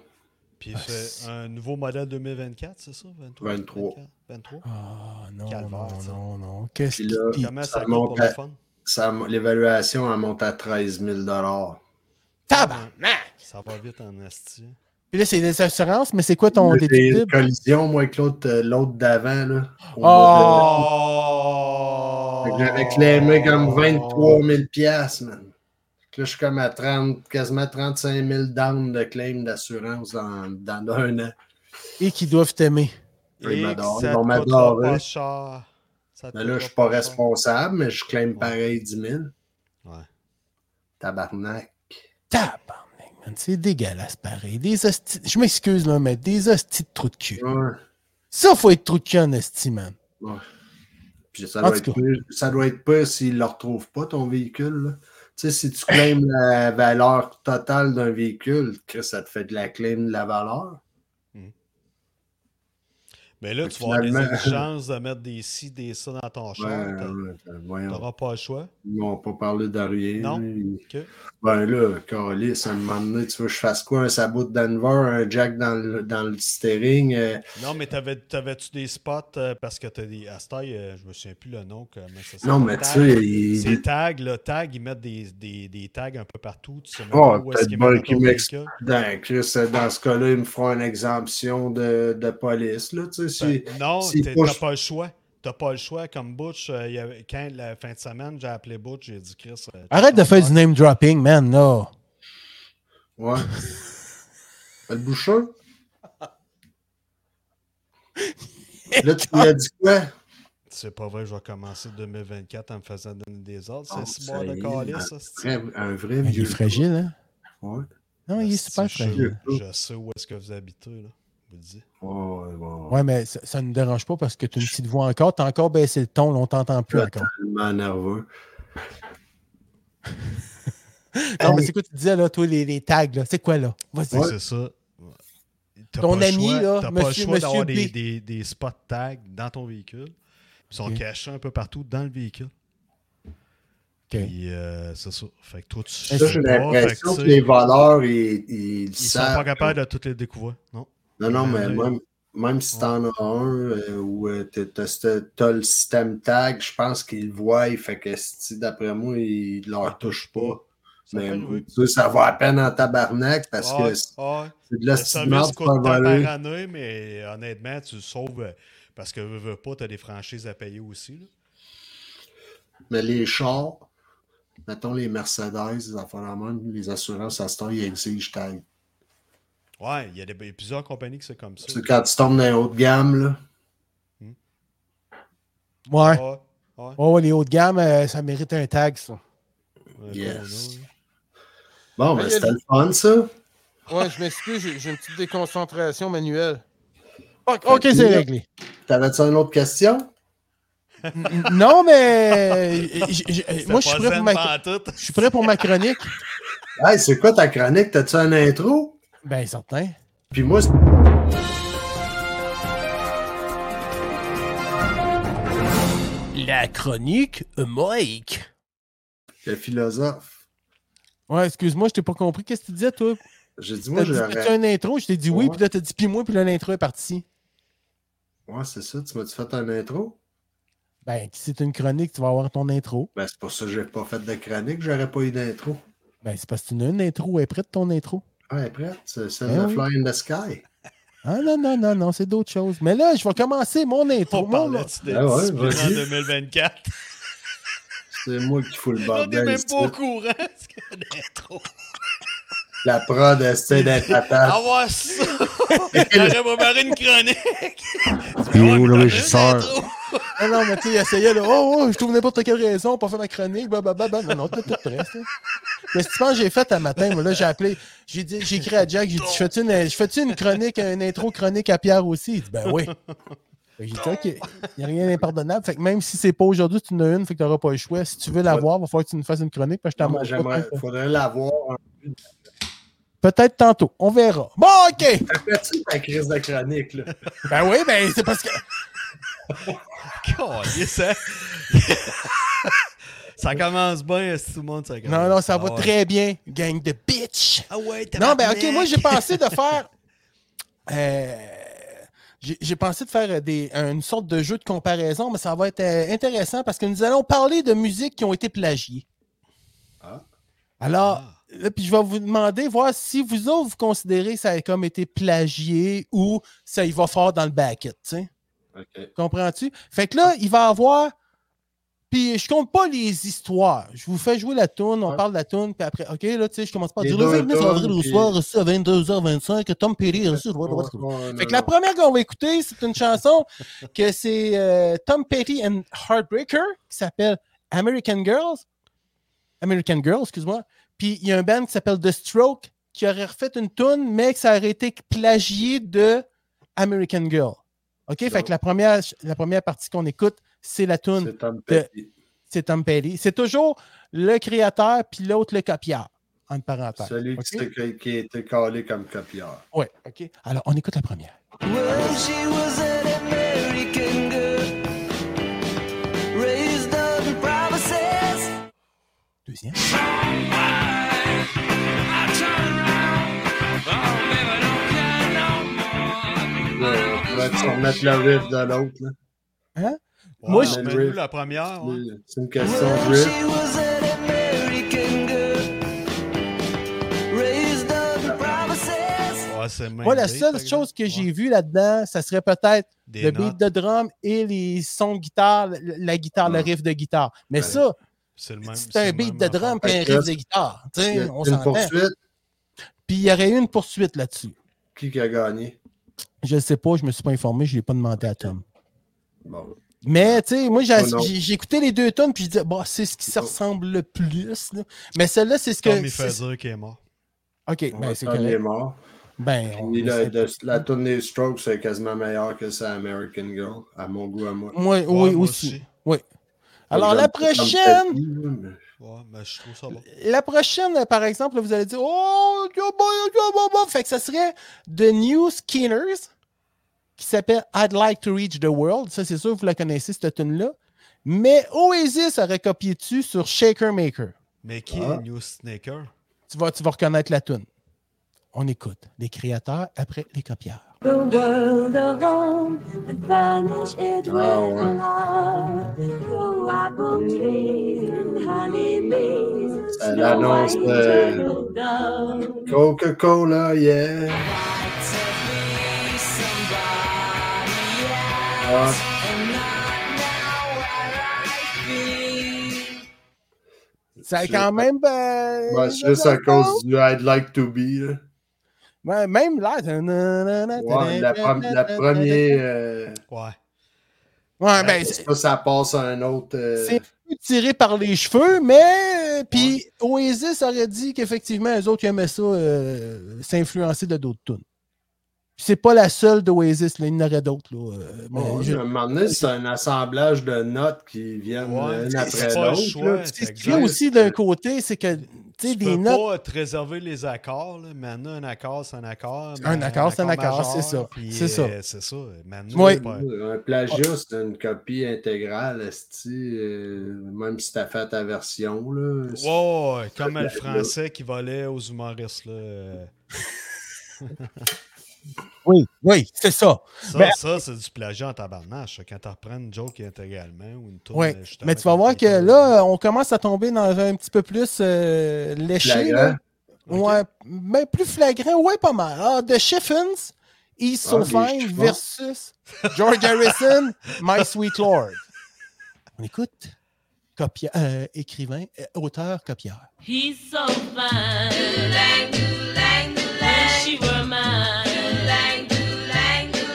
[SPEAKER 2] Puis
[SPEAKER 1] Ah,
[SPEAKER 2] c'est
[SPEAKER 1] c'est-
[SPEAKER 2] un nouveau modèle 2024, c'est ça? 23?
[SPEAKER 3] 23.
[SPEAKER 2] 24? 23?
[SPEAKER 1] Ah non,
[SPEAKER 2] Calvaire,
[SPEAKER 1] non,
[SPEAKER 2] ça.
[SPEAKER 1] non, non. Qu'est-ce
[SPEAKER 3] Puis là,
[SPEAKER 1] qui.
[SPEAKER 2] Comment
[SPEAKER 3] ça
[SPEAKER 2] ça coûte
[SPEAKER 3] monte
[SPEAKER 2] pour le
[SPEAKER 3] à-
[SPEAKER 2] fun?
[SPEAKER 3] ça- l'évaluation elle monte à 13 000
[SPEAKER 1] Tabarnak!
[SPEAKER 2] Ça va vite en asti.
[SPEAKER 1] Puis là, c'est des assurances, mais c'est quoi ton
[SPEAKER 3] J'ai eu une
[SPEAKER 1] déductible?
[SPEAKER 3] collision, moi, avec l'autre euh, l'autre d'avant. là. Au mois
[SPEAKER 2] Oh!
[SPEAKER 3] de- Fait que J'avais claimé comme 23 000 piastres, man. Fait que Là, je suis comme à 30, quasiment 35 000 down de claim d'assurance dans, dans un an.
[SPEAKER 1] Et qui doivent t'aimer.
[SPEAKER 3] Ils m'adorent,
[SPEAKER 2] ça
[SPEAKER 3] Ah, ils vont
[SPEAKER 2] te coûtera
[SPEAKER 3] m'adorer.
[SPEAKER 2] pas cher. Ça te
[SPEAKER 3] Mais Ben là, je suis pas
[SPEAKER 2] coûtera cher.
[SPEAKER 3] responsable, mais je claim pareil 10 000.
[SPEAKER 2] Ouais.
[SPEAKER 3] Tabarnak.
[SPEAKER 1] Tabarnak, man, c'est dégueulasse pareil. Des hosties... Je m'excuse, là, mais des hosties de trous de cul.
[SPEAKER 3] Ouais.
[SPEAKER 1] Ça, faut être trou de cul en hostie, man.
[SPEAKER 3] Puis ça,
[SPEAKER 1] En
[SPEAKER 3] doit
[SPEAKER 1] tout
[SPEAKER 3] être
[SPEAKER 1] cas.
[SPEAKER 3] pire, ça doit être pire s'ils ne le retrouvent pas, ton véhicule. là. Tu sais, si tu claimes la valeur totale d'un véhicule, Chris, ça te fait de la claim de la valeur.
[SPEAKER 2] Mais là,
[SPEAKER 3] Fait
[SPEAKER 2] tu
[SPEAKER 3] que
[SPEAKER 2] vas avoir des
[SPEAKER 3] finalement-
[SPEAKER 2] exigences de mettre des ci, des ça dans ton
[SPEAKER 3] Ouais,
[SPEAKER 2] char. T'a-
[SPEAKER 3] ouais, ouais, voyons.
[SPEAKER 2] T'auras pas le choix.
[SPEAKER 3] Ils n'ont pas parlé de rien.
[SPEAKER 2] Non.
[SPEAKER 3] là.
[SPEAKER 2] Ok.
[SPEAKER 3] Ben là, Carlis, à un moment donné, tu veux que je fasse quoi? Un sabot de Denver, un jack dans le, dans le steering. euh,
[SPEAKER 2] Non, mais t'avais- t'avais-tu des spots euh, parce que t'as des. À cette taille, euh, je me souviens plus le nom. comment ça s'appelle.
[SPEAKER 3] Non, mais tu
[SPEAKER 2] Tag.
[SPEAKER 3] sais, il-
[SPEAKER 2] Ces tags, là, tag, ils mettent des, des, des tags un peu partout. Tu sais même
[SPEAKER 3] Ah,
[SPEAKER 2] pas où est-ce
[SPEAKER 3] peut-être
[SPEAKER 2] qu'ils
[SPEAKER 3] bien
[SPEAKER 2] mettent
[SPEAKER 3] qu'ils
[SPEAKER 2] ton
[SPEAKER 3] m'expliquent.
[SPEAKER 2] véhicule.
[SPEAKER 3] dans, Ben, Chris, dans ce cas-là, ils me feront une exemption de, de police. Là, tu sais, si-
[SPEAKER 2] Ben, non,
[SPEAKER 3] si
[SPEAKER 2] t'es-
[SPEAKER 3] push-
[SPEAKER 2] t'as pas le choix. T'as pas le choix. Comme Butch, euh, il y avait- quand la fin de semaine, j'ai appelé Butch, j'ai dit Chris. euh,
[SPEAKER 1] Arrête de faire
[SPEAKER 2] t'as-
[SPEAKER 1] du name dropping, man, là.
[SPEAKER 3] Ouais. le boucher? Là, tu lui as dit quoi?
[SPEAKER 2] C'est pas vrai, je vais commencer 2024 en me faisant donner des ordres.
[SPEAKER 3] Oh,
[SPEAKER 2] C'est si bon
[SPEAKER 3] ça
[SPEAKER 2] de
[SPEAKER 3] y est,
[SPEAKER 2] calice,
[SPEAKER 3] un
[SPEAKER 2] ça, c'est-
[SPEAKER 3] Vrai- un vrai
[SPEAKER 1] Il
[SPEAKER 3] vieux.
[SPEAKER 1] est fragile, hein?
[SPEAKER 3] Ouais,
[SPEAKER 1] Non, il est super
[SPEAKER 2] Je-
[SPEAKER 1] fragile.
[SPEAKER 2] Je sais où est-ce que vous habitez, là. Je vous le dis.
[SPEAKER 3] ouais, ouais, ouais.
[SPEAKER 1] Ouais, mais ça, ça ne nous dérange pas parce que tu as une petite voix encore. Tu as encore baissé le ton, là, on t'entend plus
[SPEAKER 3] Ouais,
[SPEAKER 1] encore.
[SPEAKER 3] Tellement nerveux.
[SPEAKER 1] Non, mais c'est quoi tu disais, là, toi, les, les tags, là? C'est quoi, là? Vas-y.
[SPEAKER 2] C'est ça. T'as
[SPEAKER 1] Ton
[SPEAKER 2] pas le
[SPEAKER 1] ami,
[SPEAKER 2] choix-
[SPEAKER 1] là,
[SPEAKER 2] T'as pas le
[SPEAKER 1] monsieur-
[SPEAKER 2] choix d'avoir
[SPEAKER 1] monsieur
[SPEAKER 2] des,
[SPEAKER 1] B.
[SPEAKER 2] des, des spot tags dans ton véhicule. Ils sont
[SPEAKER 1] Ok.
[SPEAKER 2] cachés un peu partout dans le véhicule. Puis, euh, c'est ça. Fait que toi, tu sais
[SPEAKER 3] Ça, j'ai
[SPEAKER 2] pas, fait
[SPEAKER 3] l'impression
[SPEAKER 2] que,
[SPEAKER 3] que
[SPEAKER 2] tu sais,
[SPEAKER 3] les voleurs, ils, ils,
[SPEAKER 2] Ils sont pas capables de toutes les découvrir. Non.
[SPEAKER 3] Non, non, mais
[SPEAKER 2] Ouais.
[SPEAKER 3] même, même si t'en as un euh, ou euh, t'as- t'as ce- t'as le système tag, je pense qu'ils le voient. Fait que si, d'après moi, ils leur touchent pas.
[SPEAKER 2] Ah, Ça
[SPEAKER 3] Mais
[SPEAKER 2] peut arriver. Ah,
[SPEAKER 3] tu sais, ça va à peine en tabarnak parce
[SPEAKER 2] Ouais,
[SPEAKER 3] que c'est
[SPEAKER 2] ouais.
[SPEAKER 3] c'est de
[SPEAKER 2] Le
[SPEAKER 3] l'estimation
[SPEAKER 2] service coûte tant
[SPEAKER 3] pour
[SPEAKER 2] par
[SPEAKER 3] voler.
[SPEAKER 2] année, mais honnêtement, tu le sauves euh, parce que veux, veux pas, tu as des franchises à payer aussi. là.
[SPEAKER 3] Mais les chars, mettons les Mercedes, les affaires en même, les assurances à ce temps, ils exigent tag.
[SPEAKER 2] Ouais, il y a des- il y a plusieurs compagnies qui c'est comme ça.
[SPEAKER 3] Tu sais, quand tu tombes dans les hautes gammes, là,
[SPEAKER 1] Ouais.
[SPEAKER 2] Ouais, ouais.
[SPEAKER 1] Ouais, ouais, les hauts de gamme, euh, ça mérite un tag, ça.
[SPEAKER 2] Euh,
[SPEAKER 3] Yes.
[SPEAKER 2] Corona,
[SPEAKER 3] bon,
[SPEAKER 1] Ah, il
[SPEAKER 3] ben,
[SPEAKER 1] y a
[SPEAKER 3] c'était
[SPEAKER 1] le-
[SPEAKER 3] le fun, ça.
[SPEAKER 1] Ouais, je m'excuse, j'ai- j'ai une petite déconcentration manuelle.
[SPEAKER 3] ok,
[SPEAKER 1] ok, c'est
[SPEAKER 3] là.
[SPEAKER 1] réglé.
[SPEAKER 3] T'avais-tu une autre question?
[SPEAKER 1] N- Non, mais. euh, j- j-
[SPEAKER 2] là.
[SPEAKER 1] euh, Moi, je suis prêt
[SPEAKER 2] C'était pas
[SPEAKER 1] pour
[SPEAKER 2] zen
[SPEAKER 1] ma.
[SPEAKER 2] pantoute.
[SPEAKER 1] Je suis prêt pour ma chronique.
[SPEAKER 3] Hey, c'est quoi ta chronique? T'as-tu un intro?
[SPEAKER 1] Ben, certain.
[SPEAKER 3] Puis moi, c'est-
[SPEAKER 1] La chronique
[SPEAKER 2] euh,
[SPEAKER 1] Mike.
[SPEAKER 3] le philosophe.
[SPEAKER 1] Ouais, excuse-moi, je t'ai pas compris. Qu'est-ce que tu disais, toi?
[SPEAKER 3] J'ai dit,
[SPEAKER 1] T'as
[SPEAKER 3] moi,
[SPEAKER 1] dit,
[SPEAKER 3] j'aurais.
[SPEAKER 1] fais-tu un intro? Je t'ai dit oui,
[SPEAKER 3] Ouais.
[SPEAKER 1] puis là, t'as dit, puis moi, puis là, l'intro est parti.
[SPEAKER 3] Ouais, c'est ça. Tu m'as-tu fait un intro?
[SPEAKER 1] Ben, si c'est une chronique, tu vas avoir ton intro.
[SPEAKER 3] Ben, c'est pour ça que j'ai pas fait de chronique, j'aurais pas eu d'intro.
[SPEAKER 1] Ben, c'est parce que tu n'as une intro. Elle est prête, ton intro.
[SPEAKER 3] Ah, elle est prête? C'est c'est
[SPEAKER 1] Ben
[SPEAKER 3] le
[SPEAKER 1] oui.
[SPEAKER 3] Fly in the Sky.
[SPEAKER 1] Ah, non, non, non, non, c'est d'autres choses. Mais là, je vais commencer mon
[SPEAKER 2] On
[SPEAKER 1] intro. Mon,
[SPEAKER 2] parlait de
[SPEAKER 3] Ah ouais,
[SPEAKER 2] discipline
[SPEAKER 3] vas-y.
[SPEAKER 2] en 2024.
[SPEAKER 3] C'est moi qui fous le
[SPEAKER 2] On est
[SPEAKER 3] bordel.
[SPEAKER 2] même
[SPEAKER 3] ici.
[SPEAKER 2] pas au courant. ce qu'il y a d'intro.
[SPEAKER 3] La prod, c'est des patates.
[SPEAKER 2] Ah ouais, ça! J'aurais préparé une chronique! Tu vois,
[SPEAKER 3] où le
[SPEAKER 2] t'as
[SPEAKER 3] régisseur?
[SPEAKER 2] une intro.
[SPEAKER 1] Ah non, mais tu sais, il essayait là. Oh, oh, je trouve n'importe quelle raison pour faire ma chronique. bah, Blablabla. Non, non, t'es tout prêt, ça. Mais ce que tu penses que j'ai fait un matin, moi, là, j'ai appelé, j'ai dit, j'ai écrit à Jack, j'ai dit, je fais-tu une, je fais-tu une chronique, une intro chronique à Pierre aussi? Il dit, ben oui. Fait que J'ai dit, OK, il n'y a rien d'impardonnable. Fait que même si c'est pas aujourd'hui, tu en as une, fait que t'auras pas le choix. Si tu veux l'avoir, il va falloir que tu nous fasses une chronique, parce que je t'en
[SPEAKER 3] Ah, Moi,
[SPEAKER 1] montre pas.
[SPEAKER 3] j'aimerais. Faudrait l'avoir.
[SPEAKER 1] Peut-être tantôt. On verra. Bon, OK.
[SPEAKER 3] T'as-tu ta crise de chronique, là?
[SPEAKER 1] Ben oui, ben, c'est parce que.
[SPEAKER 2] Calisse, hein? ça commence bien, si tout le monde ça commence.
[SPEAKER 1] Non, non, ça
[SPEAKER 2] Ah
[SPEAKER 1] va
[SPEAKER 2] ouais.
[SPEAKER 1] très bien, gang de bitch.
[SPEAKER 2] Ah ouais,
[SPEAKER 1] Non, ben ok,
[SPEAKER 2] tabarnak.
[SPEAKER 1] moi j'ai pensé de faire. euh, J'ai j'ai pensé de faire des, euh, une sorte de jeu de comparaison, mais ça va être euh, intéressant parce que nous allons parler de musiques qui ont été plagiées.
[SPEAKER 3] Ah.
[SPEAKER 1] Alors,
[SPEAKER 2] Ah.
[SPEAKER 1] là, puis je vais vous demander, voir si vous autres, vous considérez que ça a comme été plagié ou ça y va fort dans le bucket, tu sais.
[SPEAKER 3] OK.
[SPEAKER 1] Comprends-tu? Fait que là, il va avoir. Puis je compte pas les histoires. Je vous fais jouer la toune, on
[SPEAKER 3] Ouais.
[SPEAKER 1] parle de la toune, puis après, OK, là, tu sais, je commence pas à
[SPEAKER 3] Les
[SPEAKER 1] dire le
[SPEAKER 3] deux
[SPEAKER 1] 29 avril
[SPEAKER 3] tounes,
[SPEAKER 1] au
[SPEAKER 3] puis-
[SPEAKER 1] soir, reçu à 22h25, Tom Perry reçu. Fait que la première qu'on va écouter, c'est une chanson que c'est euh, Tom Petty and Heartbreaker qui s'appelle American Girls. American Girls, excuse-moi. Puis il y a un band qui s'appelle The Stroke qui aurait refait une tune, mais que ça aurait été plagié de American Girl. OK? Fait que la première, la première partie qu'on écoute, c'est la tune,
[SPEAKER 3] C'est Tom
[SPEAKER 1] de-
[SPEAKER 3] Petty.
[SPEAKER 1] c'est Tom Petty. C'est toujours le créateur puis l'autre le copieur, entre parenthèses.
[SPEAKER 3] Celui
[SPEAKER 1] ben, OK?
[SPEAKER 3] qui, s'est- qui a été calé comme copieur.
[SPEAKER 1] Ouais, OK. Alors, on écoute la première.
[SPEAKER 4] Well, she was an American girl, raised on promises.
[SPEAKER 1] Deuxième.
[SPEAKER 3] Là, là, tu remettre le riff de l'autre. là.
[SPEAKER 1] Moi,
[SPEAKER 2] Ouais,
[SPEAKER 1] je-
[SPEAKER 2] mais nous, la première. Ah, ouais.
[SPEAKER 3] C'est une question de
[SPEAKER 4] Well,
[SPEAKER 3] riff.
[SPEAKER 4] she was an American girl, raised on promises.
[SPEAKER 2] Ouais, c'est
[SPEAKER 1] Moi, la
[SPEAKER 2] mindé,
[SPEAKER 1] seule
[SPEAKER 2] par
[SPEAKER 1] chose que
[SPEAKER 2] exemple.
[SPEAKER 1] j'ai
[SPEAKER 2] Ouais.
[SPEAKER 1] vue là-dedans, ça serait peut-être
[SPEAKER 2] Des
[SPEAKER 1] le
[SPEAKER 2] notes,
[SPEAKER 1] beat de drum et les sons de guitare, le- la guitare, le
[SPEAKER 3] Ouais.
[SPEAKER 1] riff de guitare. Mais
[SPEAKER 3] Ouais.
[SPEAKER 1] ça,
[SPEAKER 2] c'est le même-
[SPEAKER 1] c'est
[SPEAKER 2] c'est
[SPEAKER 1] un
[SPEAKER 2] le
[SPEAKER 1] beat
[SPEAKER 2] même
[SPEAKER 1] de
[SPEAKER 2] affaire.
[SPEAKER 1] drum et un
[SPEAKER 3] Fait que là,
[SPEAKER 1] riff de guitare. Tu sais,
[SPEAKER 3] Il y a
[SPEAKER 1] on
[SPEAKER 3] Une
[SPEAKER 1] s'entend.
[SPEAKER 3] poursuite,
[SPEAKER 1] Puis il y aurait eu une poursuite là-dessus.
[SPEAKER 3] qui qui a gagné?
[SPEAKER 1] Je ne sais pas, je ne me suis pas informé, je ne l'ai pas demandé à Tom.
[SPEAKER 3] Bon.
[SPEAKER 1] Mais, tu sais, moi, j'ai
[SPEAKER 3] Oh non.
[SPEAKER 1] j'ai- j'ai écouté les deux tonnes, puis je disais, bah, c'est ce qui se
[SPEAKER 3] Oh.
[SPEAKER 1] ressemble le plus. là. Mais celle-là, c'est ce que.
[SPEAKER 2] Tom, il fait
[SPEAKER 1] c'est-
[SPEAKER 2] dire qu'il est mort.
[SPEAKER 1] Ok, ben, c'est
[SPEAKER 3] Tom il est
[SPEAKER 1] correct.
[SPEAKER 3] mort.
[SPEAKER 1] Ben, on-
[SPEAKER 3] Puis la,
[SPEAKER 1] c'est-
[SPEAKER 3] de, la tourne des Strokes c'est quasiment meilleure que sa American Girl, à mon goût, à moi.
[SPEAKER 1] Moi,
[SPEAKER 2] Ouais,
[SPEAKER 1] oui,
[SPEAKER 2] moi
[SPEAKER 1] aussi. Mm. Alors, la
[SPEAKER 3] J'aime pas Tom
[SPEAKER 1] prochaine.
[SPEAKER 3] Petty, mais-
[SPEAKER 2] Ouais, mais je trouve ça bon.
[SPEAKER 1] La prochaine, par exemple, vous allez dire Oh, yo, boy, yo, boy, boy. fait que ça serait The New Skinners qui s'appelle I'd Like to Reach the World. Ça, c'est sûr, vous la connaissez, cette tune-là. Mais Oasis aurait copié dessus sur Shaker Maker.
[SPEAKER 2] Mais qui
[SPEAKER 3] Ah.
[SPEAKER 2] est New Sneaker?
[SPEAKER 1] Tu vas, tu vas reconnaître la tune. On écoute les créateurs après les copieurs.
[SPEAKER 5] The world alone, and vanish it
[SPEAKER 3] Oh, wow.
[SPEAKER 5] with love. Blue apple trees and honey bees,
[SPEAKER 3] Ça
[SPEAKER 5] snow
[SPEAKER 3] l'annonce,
[SPEAKER 5] white
[SPEAKER 3] euh,
[SPEAKER 5] turtle doves.
[SPEAKER 3] Coca-Cola, yeah. Ah.
[SPEAKER 1] Ça a
[SPEAKER 3] C'est-
[SPEAKER 1] quand même. ben,
[SPEAKER 3] Ouais, c'est juste à cause du I'd like to be. là.
[SPEAKER 1] Ouais, même là.
[SPEAKER 3] Ouais, la, prom- la première. euh,
[SPEAKER 2] Ouais.
[SPEAKER 1] Ouais, ben, c'est-
[SPEAKER 3] c'est pas ça passe à un autre. euh,
[SPEAKER 1] C'est un peu tiré par les cheveux, mais. euh, Puis Oasis aurait dit qu'effectivement, eux autres, ils aimaient ça euh, s'influencer de d'autres tunes. Puis C'est pas la seule d'Oasis, là, il y en aurait d'autres. là, euh, mais
[SPEAKER 3] bon,
[SPEAKER 1] je-
[SPEAKER 3] À un moment donné, c'est un assemblage de notes qui viennent
[SPEAKER 2] Ouais,
[SPEAKER 3] l'une
[SPEAKER 2] c'est-
[SPEAKER 3] après
[SPEAKER 2] c'est pas un
[SPEAKER 3] l'autre.
[SPEAKER 2] choix,
[SPEAKER 3] là.
[SPEAKER 2] c'est
[SPEAKER 1] C'est ce qu'il y a
[SPEAKER 2] exact.
[SPEAKER 1] aussi d'un côté, c'est que tu sais,
[SPEAKER 2] Tu
[SPEAKER 1] des
[SPEAKER 2] peux
[SPEAKER 1] notes.
[SPEAKER 2] pas te réserver les accords. Là. Maintenant, un accord, c'est un accord.
[SPEAKER 1] Un accord, c'est un accord,
[SPEAKER 2] majeur,
[SPEAKER 1] c'est ça.
[SPEAKER 2] puis,
[SPEAKER 1] C'est ça.
[SPEAKER 2] euh, C'est ça. Maintenant,
[SPEAKER 1] Oui.
[SPEAKER 2] c'est pas-
[SPEAKER 3] Un plagiat, c'est une copie intégrale, esti, euh, même si t'as fait ta version. Là, c'est-
[SPEAKER 2] Ouais, ouais, comme le français qui volait aux humoristes. Là. Euh,
[SPEAKER 1] Oui, oui, c'est ça.
[SPEAKER 2] Ça,
[SPEAKER 1] Mais-
[SPEAKER 2] ça c'est du plagiat en tabarnache. Quand tu reprends une joke intégralement ou une tourne,
[SPEAKER 1] Oui. Mais tu vas voir que là, on commence à tomber dans un petit peu plus euh, léché.
[SPEAKER 3] Flagrant.
[SPEAKER 1] là. Ouais, mais plus flagrant, ouais, pas mal. Ah, The Chiffons, He's So
[SPEAKER 3] Ah, les
[SPEAKER 1] Fine
[SPEAKER 3] Chiffons.
[SPEAKER 1] versus George Harrison, My Sweet Lord. On écoute. Copia- euh, écrivain, euh, auteur, copieur.
[SPEAKER 5] He's so fine. Wish she were mine.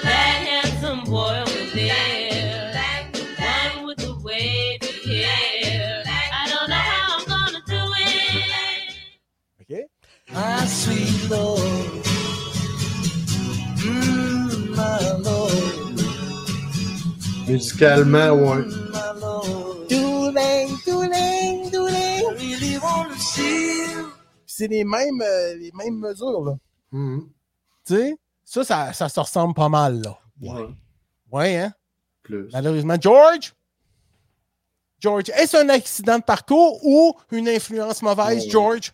[SPEAKER 5] That handsome boy over there. The one with the wavy hair. I don't know how I'm gonna do it.
[SPEAKER 1] OK?
[SPEAKER 4] My sweet Lord, mm, my Lord,
[SPEAKER 3] Musicalement, ouais.
[SPEAKER 4] mm, my Lord,
[SPEAKER 1] Douling, douling, douling.
[SPEAKER 4] I really wanna see you.
[SPEAKER 1] C'est les mêmes, euh, les mêmes mesures, là.
[SPEAKER 3] Mhm.
[SPEAKER 1] Tu sais? Ça, ça, ça se ressemble pas mal, là.
[SPEAKER 2] Ouais.
[SPEAKER 1] Ouais, hein?
[SPEAKER 3] Plus.
[SPEAKER 1] Malheureusement, George. George, est-ce un accident de parcours ou une influence mauvaise,
[SPEAKER 3] Ouais.
[SPEAKER 1] George?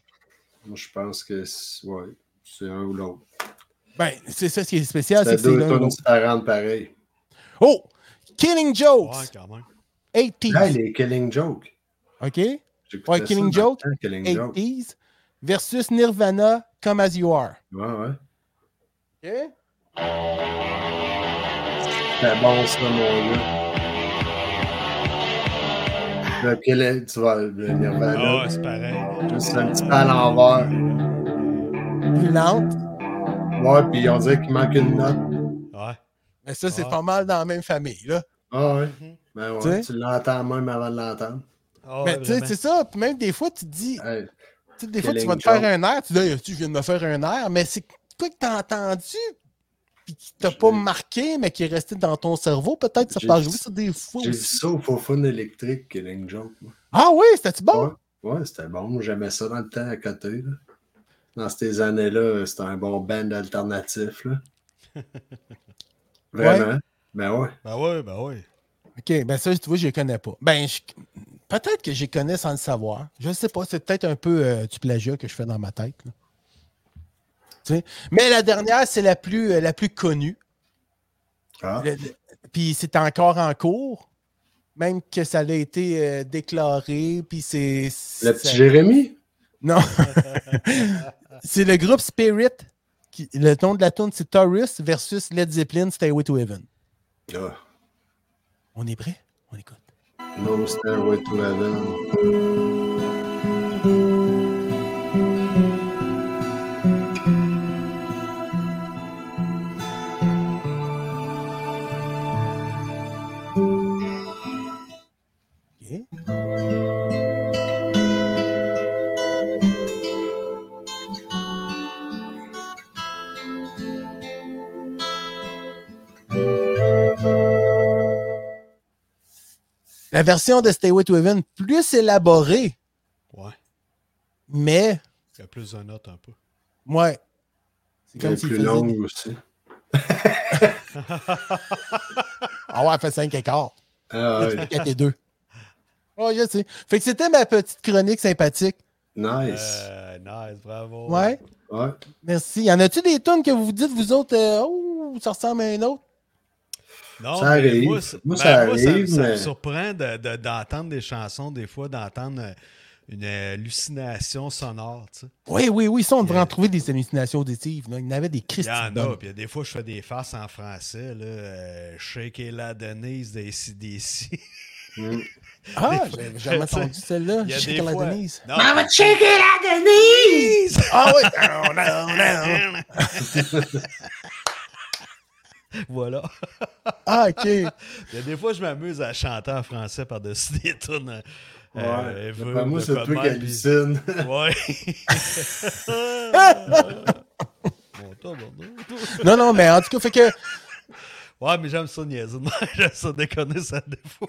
[SPEAKER 3] Moi, je pense que c'est ouais, c'est un ou l'autre.
[SPEAKER 1] Ben, c'est ça ce qui est spécial, Ah, c'est
[SPEAKER 3] C'était
[SPEAKER 1] que c'est
[SPEAKER 3] deux
[SPEAKER 1] l'un ou
[SPEAKER 3] tonnes
[SPEAKER 1] l'autre.
[SPEAKER 3] différentes pareil.
[SPEAKER 1] Oh! Killing Jokes!
[SPEAKER 2] Ouais, quand même.
[SPEAKER 1] 80s.
[SPEAKER 3] Là, les Killing Joke.
[SPEAKER 1] OK?
[SPEAKER 3] J'écoutais
[SPEAKER 1] Ouais,
[SPEAKER 3] ça
[SPEAKER 1] Killing
[SPEAKER 3] dans le
[SPEAKER 1] Joke,
[SPEAKER 3] temps, Killing Joke.
[SPEAKER 1] 80s versus Nirvana, Come As You Are.
[SPEAKER 3] Ouais, ouais.
[SPEAKER 1] OK?
[SPEAKER 3] C'était bon, ça, mon gars. Le Killing, tu vas le
[SPEAKER 2] Ah,
[SPEAKER 3] Nirvana.
[SPEAKER 2] c'est pareil.
[SPEAKER 3] Juste un petit peu à l'envers.
[SPEAKER 1] Plus lente.
[SPEAKER 3] Ouais, puis on dirait qu'il manque une note.
[SPEAKER 2] Ouais.
[SPEAKER 1] Mais ça, c'est
[SPEAKER 2] Ah.
[SPEAKER 1] pas mal dans la même famille, là.
[SPEAKER 3] Ah ouais.
[SPEAKER 2] Mhm.
[SPEAKER 3] Ben ouais,
[SPEAKER 1] Tu sais?
[SPEAKER 3] tu l'entends même avant de l'entendre.
[SPEAKER 2] Ah,
[SPEAKER 1] Mais
[SPEAKER 2] ouais,
[SPEAKER 1] tu sais,
[SPEAKER 2] vraiment.
[SPEAKER 1] c'est ça. Puis même des fois, tu te dis...
[SPEAKER 3] Hey,
[SPEAKER 1] Tu sais, des fois, tu
[SPEAKER 3] Killing
[SPEAKER 1] vas te faire
[SPEAKER 3] Joke.
[SPEAKER 1] un air, tu dis, Hey, tu viens de me faire un air, mais c'est quoi que t'as entendu, puis qui t'a pas marqué, mais qui est resté dans ton cerveau, peut-être, ça
[SPEAKER 3] J'ai
[SPEAKER 1] peut
[SPEAKER 3] vu
[SPEAKER 1] jouer ça des fois
[SPEAKER 3] J'ai vu
[SPEAKER 1] aussi.
[SPEAKER 3] ça au Fofun électrique, Killing Joke. moi.
[SPEAKER 1] Ah oui, c'était-tu bon?
[SPEAKER 3] Ouais, ouais, c'était bon. J'aimais ça dans le temps à côté. là. Dans ces années-là, c'était un bon band alternatif. Là. Vraiment. Ben ouais.
[SPEAKER 2] Ben ouais, ben ouais.
[SPEAKER 1] Ok, ben ça, tu vois, je les connais pas. Ben, je- peut-être que je les connais sans le savoir. Je sais pas, c'est peut-être un peu euh, du plagiat que je fais dans ma tête. là. Tu sais? Mais la dernière, c'est la plus, euh, la plus connue.
[SPEAKER 3] Ah,
[SPEAKER 1] Le- le- Puis c'est encore en cours, même que ça l'a été euh, déclaré, puis c'est...
[SPEAKER 3] le
[SPEAKER 1] ça-
[SPEAKER 3] petit Jérémy?
[SPEAKER 1] Non. c'est le groupe Spirit. qui- le nom de la tune, c'est Taurus versus Led Zeppelin, Stairway to Heaven.
[SPEAKER 3] Ah.
[SPEAKER 1] On est prêt? On écoute.
[SPEAKER 3] No Stairway to Heaven.
[SPEAKER 1] OK. La version de Stairway to Heaven, plus élaborée,
[SPEAKER 2] Ouais.
[SPEAKER 1] mais,
[SPEAKER 2] Il y a plus de notes un peu.
[SPEAKER 1] ouais. C'est
[SPEAKER 3] Elle est
[SPEAKER 1] s'il
[SPEAKER 3] plus
[SPEAKER 1] faisait
[SPEAKER 3] longue
[SPEAKER 1] des-
[SPEAKER 3] aussi.
[SPEAKER 1] Ah ouais, elle fait 5 écarts.
[SPEAKER 3] Ah ouais.
[SPEAKER 1] 4 et 2. Ouais, je sais. Fait que c'était ma petite chronique sympathique.
[SPEAKER 3] Nice.
[SPEAKER 2] Euh, nice, bravo.
[SPEAKER 1] Ouais.
[SPEAKER 3] Ouais.
[SPEAKER 1] Merci. Y en a-tu des tunes que vous vous dites, vous autres, euh, oh, ça ressemble à un autre?
[SPEAKER 2] Non,
[SPEAKER 3] Ça
[SPEAKER 2] mais
[SPEAKER 3] arrive.
[SPEAKER 2] Moi, c-
[SPEAKER 3] Moi,
[SPEAKER 2] ben,
[SPEAKER 3] ça
[SPEAKER 2] moi, ça me-
[SPEAKER 3] arrive,
[SPEAKER 2] ça me
[SPEAKER 3] mais-
[SPEAKER 2] surprend de- de- d'entendre des chansons, des fois, d'entendre euh, une hallucination sonore. tu sais.
[SPEAKER 1] Oui, oui, oui. Ça, on devrait
[SPEAKER 2] Yeah.
[SPEAKER 1] en trouver des hallucinations auditives. là. Il y en avait des
[SPEAKER 2] Il
[SPEAKER 1] Christy.
[SPEAKER 2] y en
[SPEAKER 1] bonnes.
[SPEAKER 2] a, puis des fois, je fais des faces en français. Là, euh, Shake et la Denise des CDC.
[SPEAKER 3] Mm.
[SPEAKER 1] Ah,
[SPEAKER 2] des fois,
[SPEAKER 1] j'avais jamais
[SPEAKER 2] tu sais,
[SPEAKER 1] entendu celle-là.
[SPEAKER 2] Il y a
[SPEAKER 1] Chic
[SPEAKER 2] des
[SPEAKER 1] à Ah, la
[SPEAKER 2] fois-
[SPEAKER 1] Denise.
[SPEAKER 2] Non,
[SPEAKER 4] Mama, check it out, Denise!
[SPEAKER 1] Ah oui! Non, non, non.
[SPEAKER 2] voilà.
[SPEAKER 1] Ah, OK.
[SPEAKER 2] Il y a des fois, je m'amuse à chanter en français par-dessus des tunes. euh,
[SPEAKER 3] Ouais.
[SPEAKER 2] euh,
[SPEAKER 3] D'après
[SPEAKER 2] Ever,
[SPEAKER 3] Ben, moi,
[SPEAKER 2] de
[SPEAKER 3] c'est toi qui
[SPEAKER 2] Cobham, puis-
[SPEAKER 3] hallucine.
[SPEAKER 2] Ouais. Bon, toi, bon, toi.
[SPEAKER 1] Non, non, mais en tout cas, fait que.
[SPEAKER 2] Ouais, mais j'aime ça niaiser. de même. j'aime ça déconner ça des fois.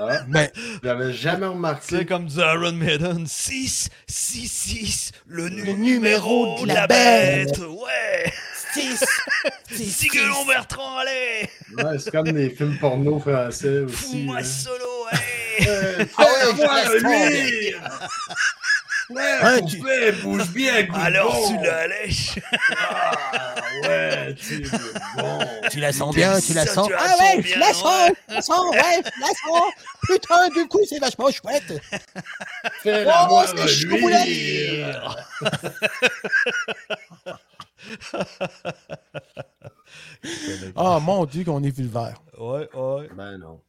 [SPEAKER 3] Ah,
[SPEAKER 1] Ben,
[SPEAKER 3] J'avais jamais
[SPEAKER 2] Tu sais,
[SPEAKER 3] remarqué.
[SPEAKER 2] comme du Iron Maiden. 6, 6, 6, le,
[SPEAKER 1] Le
[SPEAKER 2] numéro de la bête. Ouais.
[SPEAKER 1] six, six, six.
[SPEAKER 2] Sigulon Bertrand, allez.
[SPEAKER 3] Ouais, c'est comme des films porno français aussi. hein.
[SPEAKER 2] Fous-moi
[SPEAKER 3] là.
[SPEAKER 2] solo, allez.
[SPEAKER 3] Euh,
[SPEAKER 1] Ah ouais,
[SPEAKER 3] fais
[SPEAKER 1] je
[SPEAKER 3] voir,
[SPEAKER 1] reste
[SPEAKER 3] lui! Ouais,
[SPEAKER 1] Hein,
[SPEAKER 3] pour
[SPEAKER 1] tu-
[SPEAKER 3] fait, bouge bien, goûte
[SPEAKER 2] Alors,
[SPEAKER 3] bon.
[SPEAKER 2] tu la lèches.
[SPEAKER 3] Ah, ouais, tu veux bon.
[SPEAKER 1] Tu la sens bien, tu la
[SPEAKER 2] Ça,
[SPEAKER 1] sens.
[SPEAKER 2] tu la
[SPEAKER 1] Ah
[SPEAKER 2] sens
[SPEAKER 1] ouais, je
[SPEAKER 2] bien,
[SPEAKER 1] la sens,
[SPEAKER 2] ouais.
[SPEAKER 1] je la sens, ouais, je la sens. Putain, du coup, c'est vachement chouette.
[SPEAKER 3] Fais
[SPEAKER 1] Oh,
[SPEAKER 3] la voir
[SPEAKER 1] c'est chaud,
[SPEAKER 3] lui.
[SPEAKER 1] Ah, mon Dieu, qu'on est vulvaire.
[SPEAKER 2] Ouais, ouais.
[SPEAKER 3] Ben non.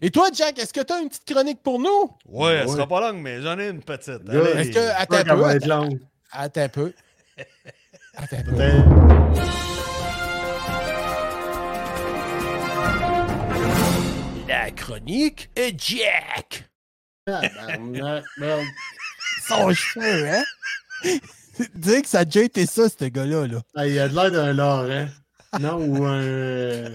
[SPEAKER 1] Et toi, Jack, est-ce que tu as une petite chronique pour nous?
[SPEAKER 2] Ouais, elle
[SPEAKER 3] Ouais.
[SPEAKER 2] sera pas longue, mais j'en ai une petite.
[SPEAKER 3] Là,
[SPEAKER 2] Allez.
[SPEAKER 1] Est-ce que. Attends un
[SPEAKER 3] Pas qu'elle
[SPEAKER 1] peu.
[SPEAKER 3] va être
[SPEAKER 1] Attends,
[SPEAKER 3] longue.
[SPEAKER 1] attends un peu. Attends un peu.
[SPEAKER 3] Ben,
[SPEAKER 1] La chronique et Jack.
[SPEAKER 3] tabarnak, merde.
[SPEAKER 1] Son cheveu, hein? Dire que ça a déjà été ça, ce gars-là. Là.
[SPEAKER 3] Ah, Il a de l'air d'un Laurent. Non, ou un.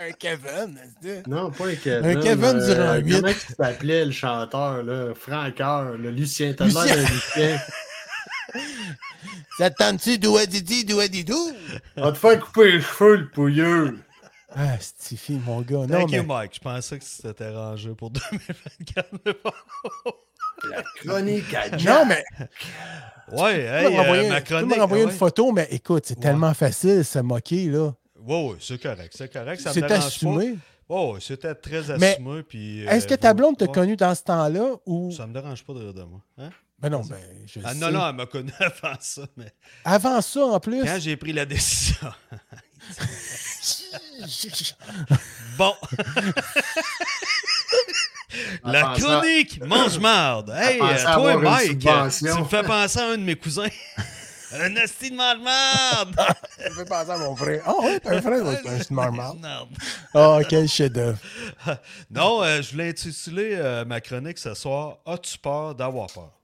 [SPEAKER 1] Un Kevin. c'est ça.
[SPEAKER 3] Non, pas un Kevin. euh,
[SPEAKER 1] Un Kevin Durand huit.
[SPEAKER 3] Comment il s'appelait le chanteur, là? Francoeur, le Lucien. T'as de l'air
[SPEAKER 1] Lucien.
[SPEAKER 3] d'un Lucien.
[SPEAKER 1] Ça te tente-tu douadidi, douadidou?
[SPEAKER 3] On va te faire couper les cheveux, le pouilleux.
[SPEAKER 1] Ah, Stiffy, mon gars. Non,
[SPEAKER 2] Thank
[SPEAKER 1] mais...
[SPEAKER 2] you, Mike. Je pensais que c'était arrangé pour 2024. mais bon.
[SPEAKER 3] La chronique à
[SPEAKER 1] Non, mais
[SPEAKER 2] Ouais,
[SPEAKER 1] tu
[SPEAKER 2] hey,
[SPEAKER 1] peux me renvoyer-
[SPEAKER 2] euh, ma
[SPEAKER 1] tu peux
[SPEAKER 2] chronique.
[SPEAKER 1] me renvoyer
[SPEAKER 2] ouais.
[SPEAKER 1] une photo, mais écoute, c'est
[SPEAKER 2] Ouais.
[SPEAKER 1] tellement facile de se moquer, là.
[SPEAKER 2] Ouais, ouais, c'est correct, c'est correct. Ça me
[SPEAKER 1] C'est
[SPEAKER 2] dérange
[SPEAKER 1] assumé.
[SPEAKER 2] pas. Ouais, ouais, c'était très
[SPEAKER 1] Mais
[SPEAKER 2] assumé. puis, euh,
[SPEAKER 1] Est-ce que ta blonde t'a
[SPEAKER 2] ouais.
[SPEAKER 1] connu dans ce temps-là ou.
[SPEAKER 2] Ça me dérange pas de rire de moi. Hein?
[SPEAKER 1] Ben non, ben, je
[SPEAKER 2] Ah
[SPEAKER 1] sais.
[SPEAKER 2] non, non, elle m'a connu avant ça, mais
[SPEAKER 1] Avant ça, en plus.
[SPEAKER 2] quand j'ai pris la décision. Bon. la
[SPEAKER 3] pensant-
[SPEAKER 2] chronique mange marde. Hey,
[SPEAKER 3] pensant
[SPEAKER 2] euh, toi,
[SPEAKER 3] avoir une
[SPEAKER 2] Mike, euh, tu
[SPEAKER 3] subvention.
[SPEAKER 2] me fais penser à un de mes cousins. un asti de mange marde.
[SPEAKER 1] Ça me fait penser à mon frère.
[SPEAKER 2] Ah
[SPEAKER 1] Oh, ouais, t'as un frère, ouais, c'est un smart man.
[SPEAKER 2] Marde.
[SPEAKER 1] Oh, quel chef-d'œuvre.
[SPEAKER 2] Non, euh, je voulais intituler euh, ma chronique ce soir As-tu peur d'avoir peur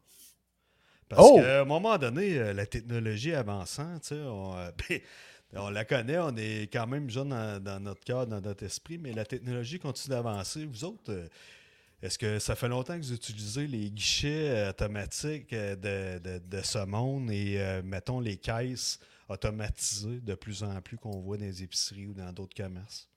[SPEAKER 2] Parce
[SPEAKER 1] Oh!
[SPEAKER 2] qu'à un moment donné, euh, la technologie avançant, tu sais, on, euh, ben, on la connaît, on est quand même jeune dans, dans notre cœur, dans notre esprit, mais la technologie continue d'avancer. Vous autres, euh, est-ce que ça fait longtemps que vous utilisez les guichets euh, automatiques euh, de, de- de ce monde et, euh, mettons, les caisses automatisées de plus en plus qu'on voit dans les épiceries ou dans d'autres commerces?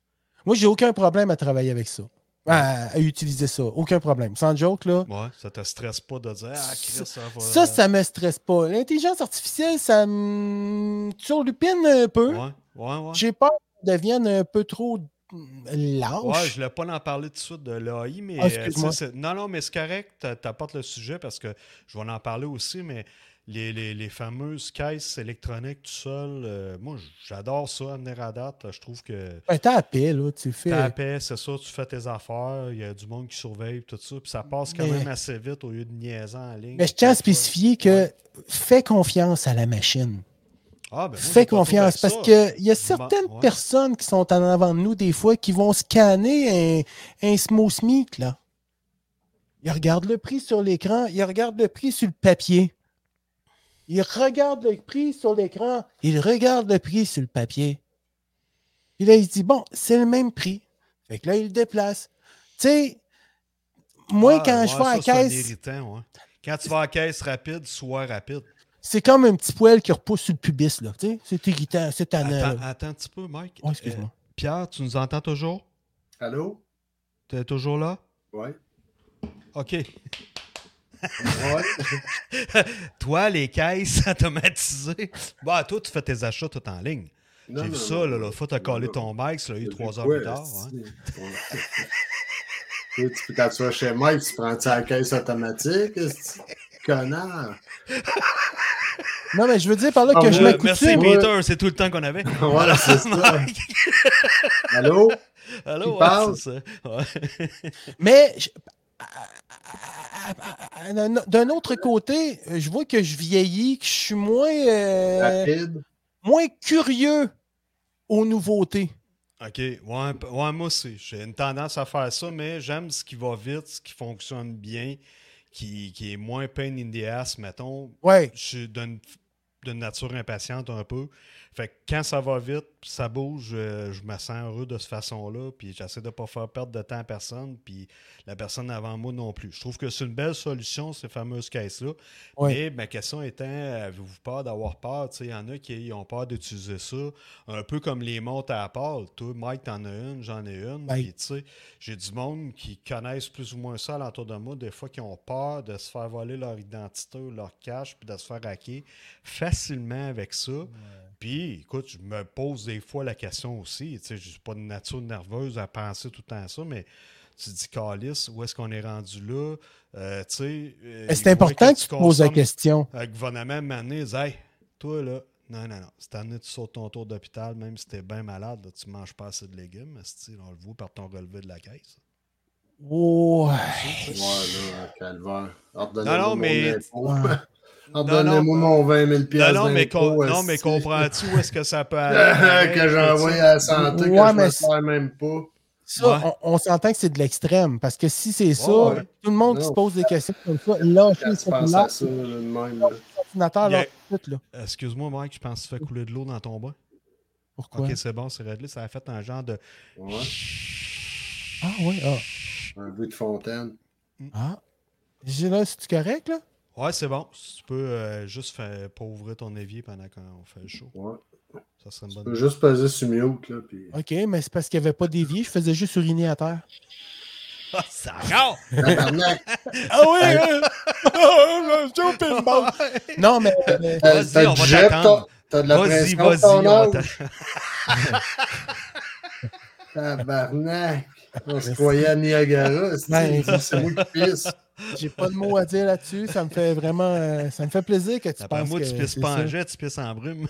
[SPEAKER 1] Moi, j'ai aucun problème à travailler avec ça. À, à utiliser ça. Aucun problème. Sans joke, là.
[SPEAKER 2] Ouais, ça te stresse pas de dire Ah, Chris, ça va.
[SPEAKER 1] Ça, ça me stresse pas. L'intelligence artificielle, ça me surlupine un peu.
[SPEAKER 2] Ouais, ouais, ouais.
[SPEAKER 1] J'ai peur qu'elle devienne un peu trop mm,
[SPEAKER 2] Ouais,
[SPEAKER 1] lâche.
[SPEAKER 2] je voulais pas en parler tout de suite de l'AI, mais.
[SPEAKER 1] Ah,
[SPEAKER 2] euh,
[SPEAKER 1] excuse-moi.
[SPEAKER 2] tu sais, c'est- non, non, mais c'est correct, t'a- t'apportes le sujet parce que je vais en parler aussi, mais les, les- les fameuses caisses électroniques tout seul, euh, moi, j'adore ça, amener à date. Je trouve que.
[SPEAKER 1] Ben, t'as la paix, là. Tu fais.
[SPEAKER 2] T'as la paix, c'est ça, tu fais tes affaires, il y a du monde qui surveille, tout ça, puis ça passe quand
[SPEAKER 1] Mais-
[SPEAKER 2] même assez vite au lieu de niaiser en ligne.
[SPEAKER 1] Mais je tiens à
[SPEAKER 2] Des fois.
[SPEAKER 1] spécifier que fais confiance à la machine.
[SPEAKER 2] Ah, ben, moi, j'ai
[SPEAKER 1] Fais
[SPEAKER 2] pas trop
[SPEAKER 1] confiance
[SPEAKER 2] fait
[SPEAKER 1] parce
[SPEAKER 2] ça.
[SPEAKER 1] qu'il y a certaines
[SPEAKER 2] ouais.
[SPEAKER 1] personnes qui sont en avant de nous des fois qui vont scanner un, un smooth meat, là. Ils regardent le prix sur l'écran, ils regardent le prix sur le papier. Ils regardent le prix sur l'écran, ils regardent le prix sur le papier. Puis là, ils se disent, bon, c'est le même prix. Fait que là, ils le déplacent. Tu sais, moi,
[SPEAKER 2] Ah,
[SPEAKER 1] quand
[SPEAKER 2] ouais,
[SPEAKER 1] je vais à la
[SPEAKER 2] ça, c'est un
[SPEAKER 1] caisse,
[SPEAKER 2] irritant, ouais. Quand tu vas à la caisse rapide, sois rapide.
[SPEAKER 1] c'est comme un petit poil qui repousse sur le pubis, là. Tu sais, c'est irritant, c'est tannant.
[SPEAKER 2] Attends,
[SPEAKER 1] là.
[SPEAKER 2] attends un petit peu, Mike.
[SPEAKER 1] Oh, Ah, excuse-moi.
[SPEAKER 2] Euh, Pierre, tu nous entends toujours?
[SPEAKER 3] Allô?
[SPEAKER 2] Tu es toujours là?
[SPEAKER 3] Ouais.
[SPEAKER 2] OK.
[SPEAKER 3] Ouais.
[SPEAKER 2] Toi, les caisses automatisées. Bah, toi, tu fais tes achats tout en ligne.
[SPEAKER 3] Non,
[SPEAKER 2] J'ai vu
[SPEAKER 3] non,
[SPEAKER 2] ça,
[SPEAKER 3] non,
[SPEAKER 2] là,
[SPEAKER 3] non.
[SPEAKER 2] l'autre fois, t'as collé
[SPEAKER 3] Non,
[SPEAKER 2] ton mic, ça a
[SPEAKER 3] non.
[SPEAKER 2] eu
[SPEAKER 3] J'ai
[SPEAKER 2] trois
[SPEAKER 3] vu
[SPEAKER 2] heures
[SPEAKER 3] quoi,
[SPEAKER 2] plus tard. hein.
[SPEAKER 3] esti? Toi, tu- Quand tu vas chez Mike, tu prends ça à la caisse automatique, esti? Connard.
[SPEAKER 1] Non, mais je veux dire par là
[SPEAKER 3] Ah,
[SPEAKER 1] que je
[SPEAKER 3] ouais,
[SPEAKER 1] m'accoutume.
[SPEAKER 2] Euh, Merci,
[SPEAKER 3] Ouais.
[SPEAKER 2] Peter, c'est tout le temps qu'on avait.
[SPEAKER 3] Voilà, c'est ça.
[SPEAKER 2] Mike,
[SPEAKER 3] Allô?
[SPEAKER 2] allô,
[SPEAKER 3] Il
[SPEAKER 2] ouais,
[SPEAKER 3] parle.
[SPEAKER 2] c'est ça. Ouais.
[SPEAKER 1] Mais je- à- à- à- à- d'un- d'un autre côté, je vois que je vieillis, que je suis moins, euh,
[SPEAKER 3] Rapide.
[SPEAKER 1] moins curieux aux nouveautés.
[SPEAKER 2] OK. Ouais, p- ouais, moi aussi. J'ai une tendance à faire ça, mais j'aime ce qui va vite, ce qui fonctionne bien, qui, qui est moins pain in the ass, mettons.
[SPEAKER 1] Ouais.
[SPEAKER 2] Je suis d'une d'une nature impatiente un peu. Fait que quand ça va vite, ça bouge, euh, je me sens heureux de cette façon-là, puis j'essaie de pas faire perdre de temps à personne, puis la personne avant moi non plus. Je trouve que c'est une belle solution, ces fameuses caisses-là.
[SPEAKER 1] Ouais.
[SPEAKER 2] Mais ma question étant, avez-vous peur d'avoir peur? Tu sais, Il y en a qui ont peur d'utiliser ça, un peu comme les montres à Apple. Toi, Mike, t'en as une, j'en ai une.
[SPEAKER 1] Ben.
[SPEAKER 2] Puis, tu sais, j'ai du monde qui connaissent plus ou moins ça à l'entour de moi, des fois qui ont peur de se faire voler leur identité ou leur cash, puis de se faire hacker facilement avec ça. Puis, écoute, je me pose des fois la question aussi. Tu sais, je suis pas de nature nerveuse à penser tout le temps à ça, mais tu te dis, Calis, où est-ce qu'on est rendu là? Euh, tu sais. euh,
[SPEAKER 1] Mais C'est
[SPEAKER 2] les moyens
[SPEAKER 1] important que tu te poses la
[SPEAKER 2] consommes,
[SPEAKER 1] question.
[SPEAKER 2] le Euh, gouvernement m'a amené, il disait, Hey, toi là, non, non, non, cette année, tu sautes ton tour d'hôpital, même si t'es bien malade, là, tu manges pas assez de légumes, esti, on le voit par ton relevé de la caisse.
[SPEAKER 1] Oh,
[SPEAKER 3] Ouais, là, calvaire.
[SPEAKER 2] Non, non,
[SPEAKER 3] Ordonnez-moi
[SPEAKER 2] mais-
[SPEAKER 3] mon impôt.
[SPEAKER 1] Ouais.
[SPEAKER 2] Non, non,
[SPEAKER 3] Ordonnez-moi mon 20 000
[SPEAKER 2] Non,
[SPEAKER 3] piastres
[SPEAKER 2] non, mais,
[SPEAKER 3] d'impôt,
[SPEAKER 2] com- non, mais
[SPEAKER 3] esti.
[SPEAKER 2] comprends-tu où est-ce que ça peut aller?
[SPEAKER 3] que j'envoie à la santé
[SPEAKER 1] Ouais,
[SPEAKER 3] que je
[SPEAKER 1] mais
[SPEAKER 3] me
[SPEAKER 1] c'est-
[SPEAKER 3] sers même pas.
[SPEAKER 1] ça,
[SPEAKER 2] Ouais.
[SPEAKER 1] on, on s'entend que c'est de l'extrême. Parce que si c'est ça,
[SPEAKER 2] Ouais.
[SPEAKER 1] tout le monde qui
[SPEAKER 3] Non.
[SPEAKER 1] se pose des questions comme ça, lâcher
[SPEAKER 3] Quand
[SPEAKER 1] le
[SPEAKER 3] tu penses à
[SPEAKER 1] cellulaire,
[SPEAKER 3] ça, là, de même. là.
[SPEAKER 1] l'ordinateur,
[SPEAKER 2] Il y a-
[SPEAKER 1] lâche tout, là.
[SPEAKER 2] Excuse-moi, Mike, je pense que tu fais couler de l'eau dans ton bain.
[SPEAKER 1] Pourquoi?
[SPEAKER 2] Ok, c'est bon, c'est réglé. Ça a fait un genre de.
[SPEAKER 3] Ouais,
[SPEAKER 1] Ah, oui, ah.
[SPEAKER 3] un bruit de fontaine.
[SPEAKER 1] ah. J'ai là, c'est correct, là?
[SPEAKER 2] Ouais, c'est bon. Si tu peux euh, juste faire, pas ouvrir ton évier pendant qu'on fait le show,
[SPEAKER 3] Ouais.
[SPEAKER 2] ça serait une
[SPEAKER 3] Tu
[SPEAKER 2] bonne
[SPEAKER 3] peux juste peser sur mute, là, puis...
[SPEAKER 1] OK, mais c'est parce qu'il n'y avait pas d'évier, je faisais juste uriner à terre.
[SPEAKER 2] Ah, c'est encore!
[SPEAKER 3] Tabarnak.
[SPEAKER 1] Ah oui! Non, mais. mais-
[SPEAKER 3] T'as
[SPEAKER 2] Vas-y,
[SPEAKER 3] t'as
[SPEAKER 2] on
[SPEAKER 3] du
[SPEAKER 2] va
[SPEAKER 3] jet,
[SPEAKER 2] t'attendre.
[SPEAKER 3] t'as- t'as de la
[SPEAKER 2] vas-y,
[SPEAKER 3] pression.
[SPEAKER 2] vas-y,
[SPEAKER 3] ton
[SPEAKER 2] on va
[SPEAKER 3] âge.
[SPEAKER 2] t'attendre.
[SPEAKER 3] Tabarnak. On se croyait à Niagara.
[SPEAKER 1] Ouais,
[SPEAKER 3] c'est- C'est moi qui pisse.
[SPEAKER 1] J'ai pas de mots à dire là-dessus. Ça me fait vraiment. euh, ça me fait plaisir que tu
[SPEAKER 2] D'après
[SPEAKER 1] penses
[SPEAKER 2] moi, tu
[SPEAKER 1] que
[SPEAKER 2] pisses
[SPEAKER 1] c'est
[SPEAKER 2] pas
[SPEAKER 1] ça.
[SPEAKER 2] en jet, tu pisses en brume.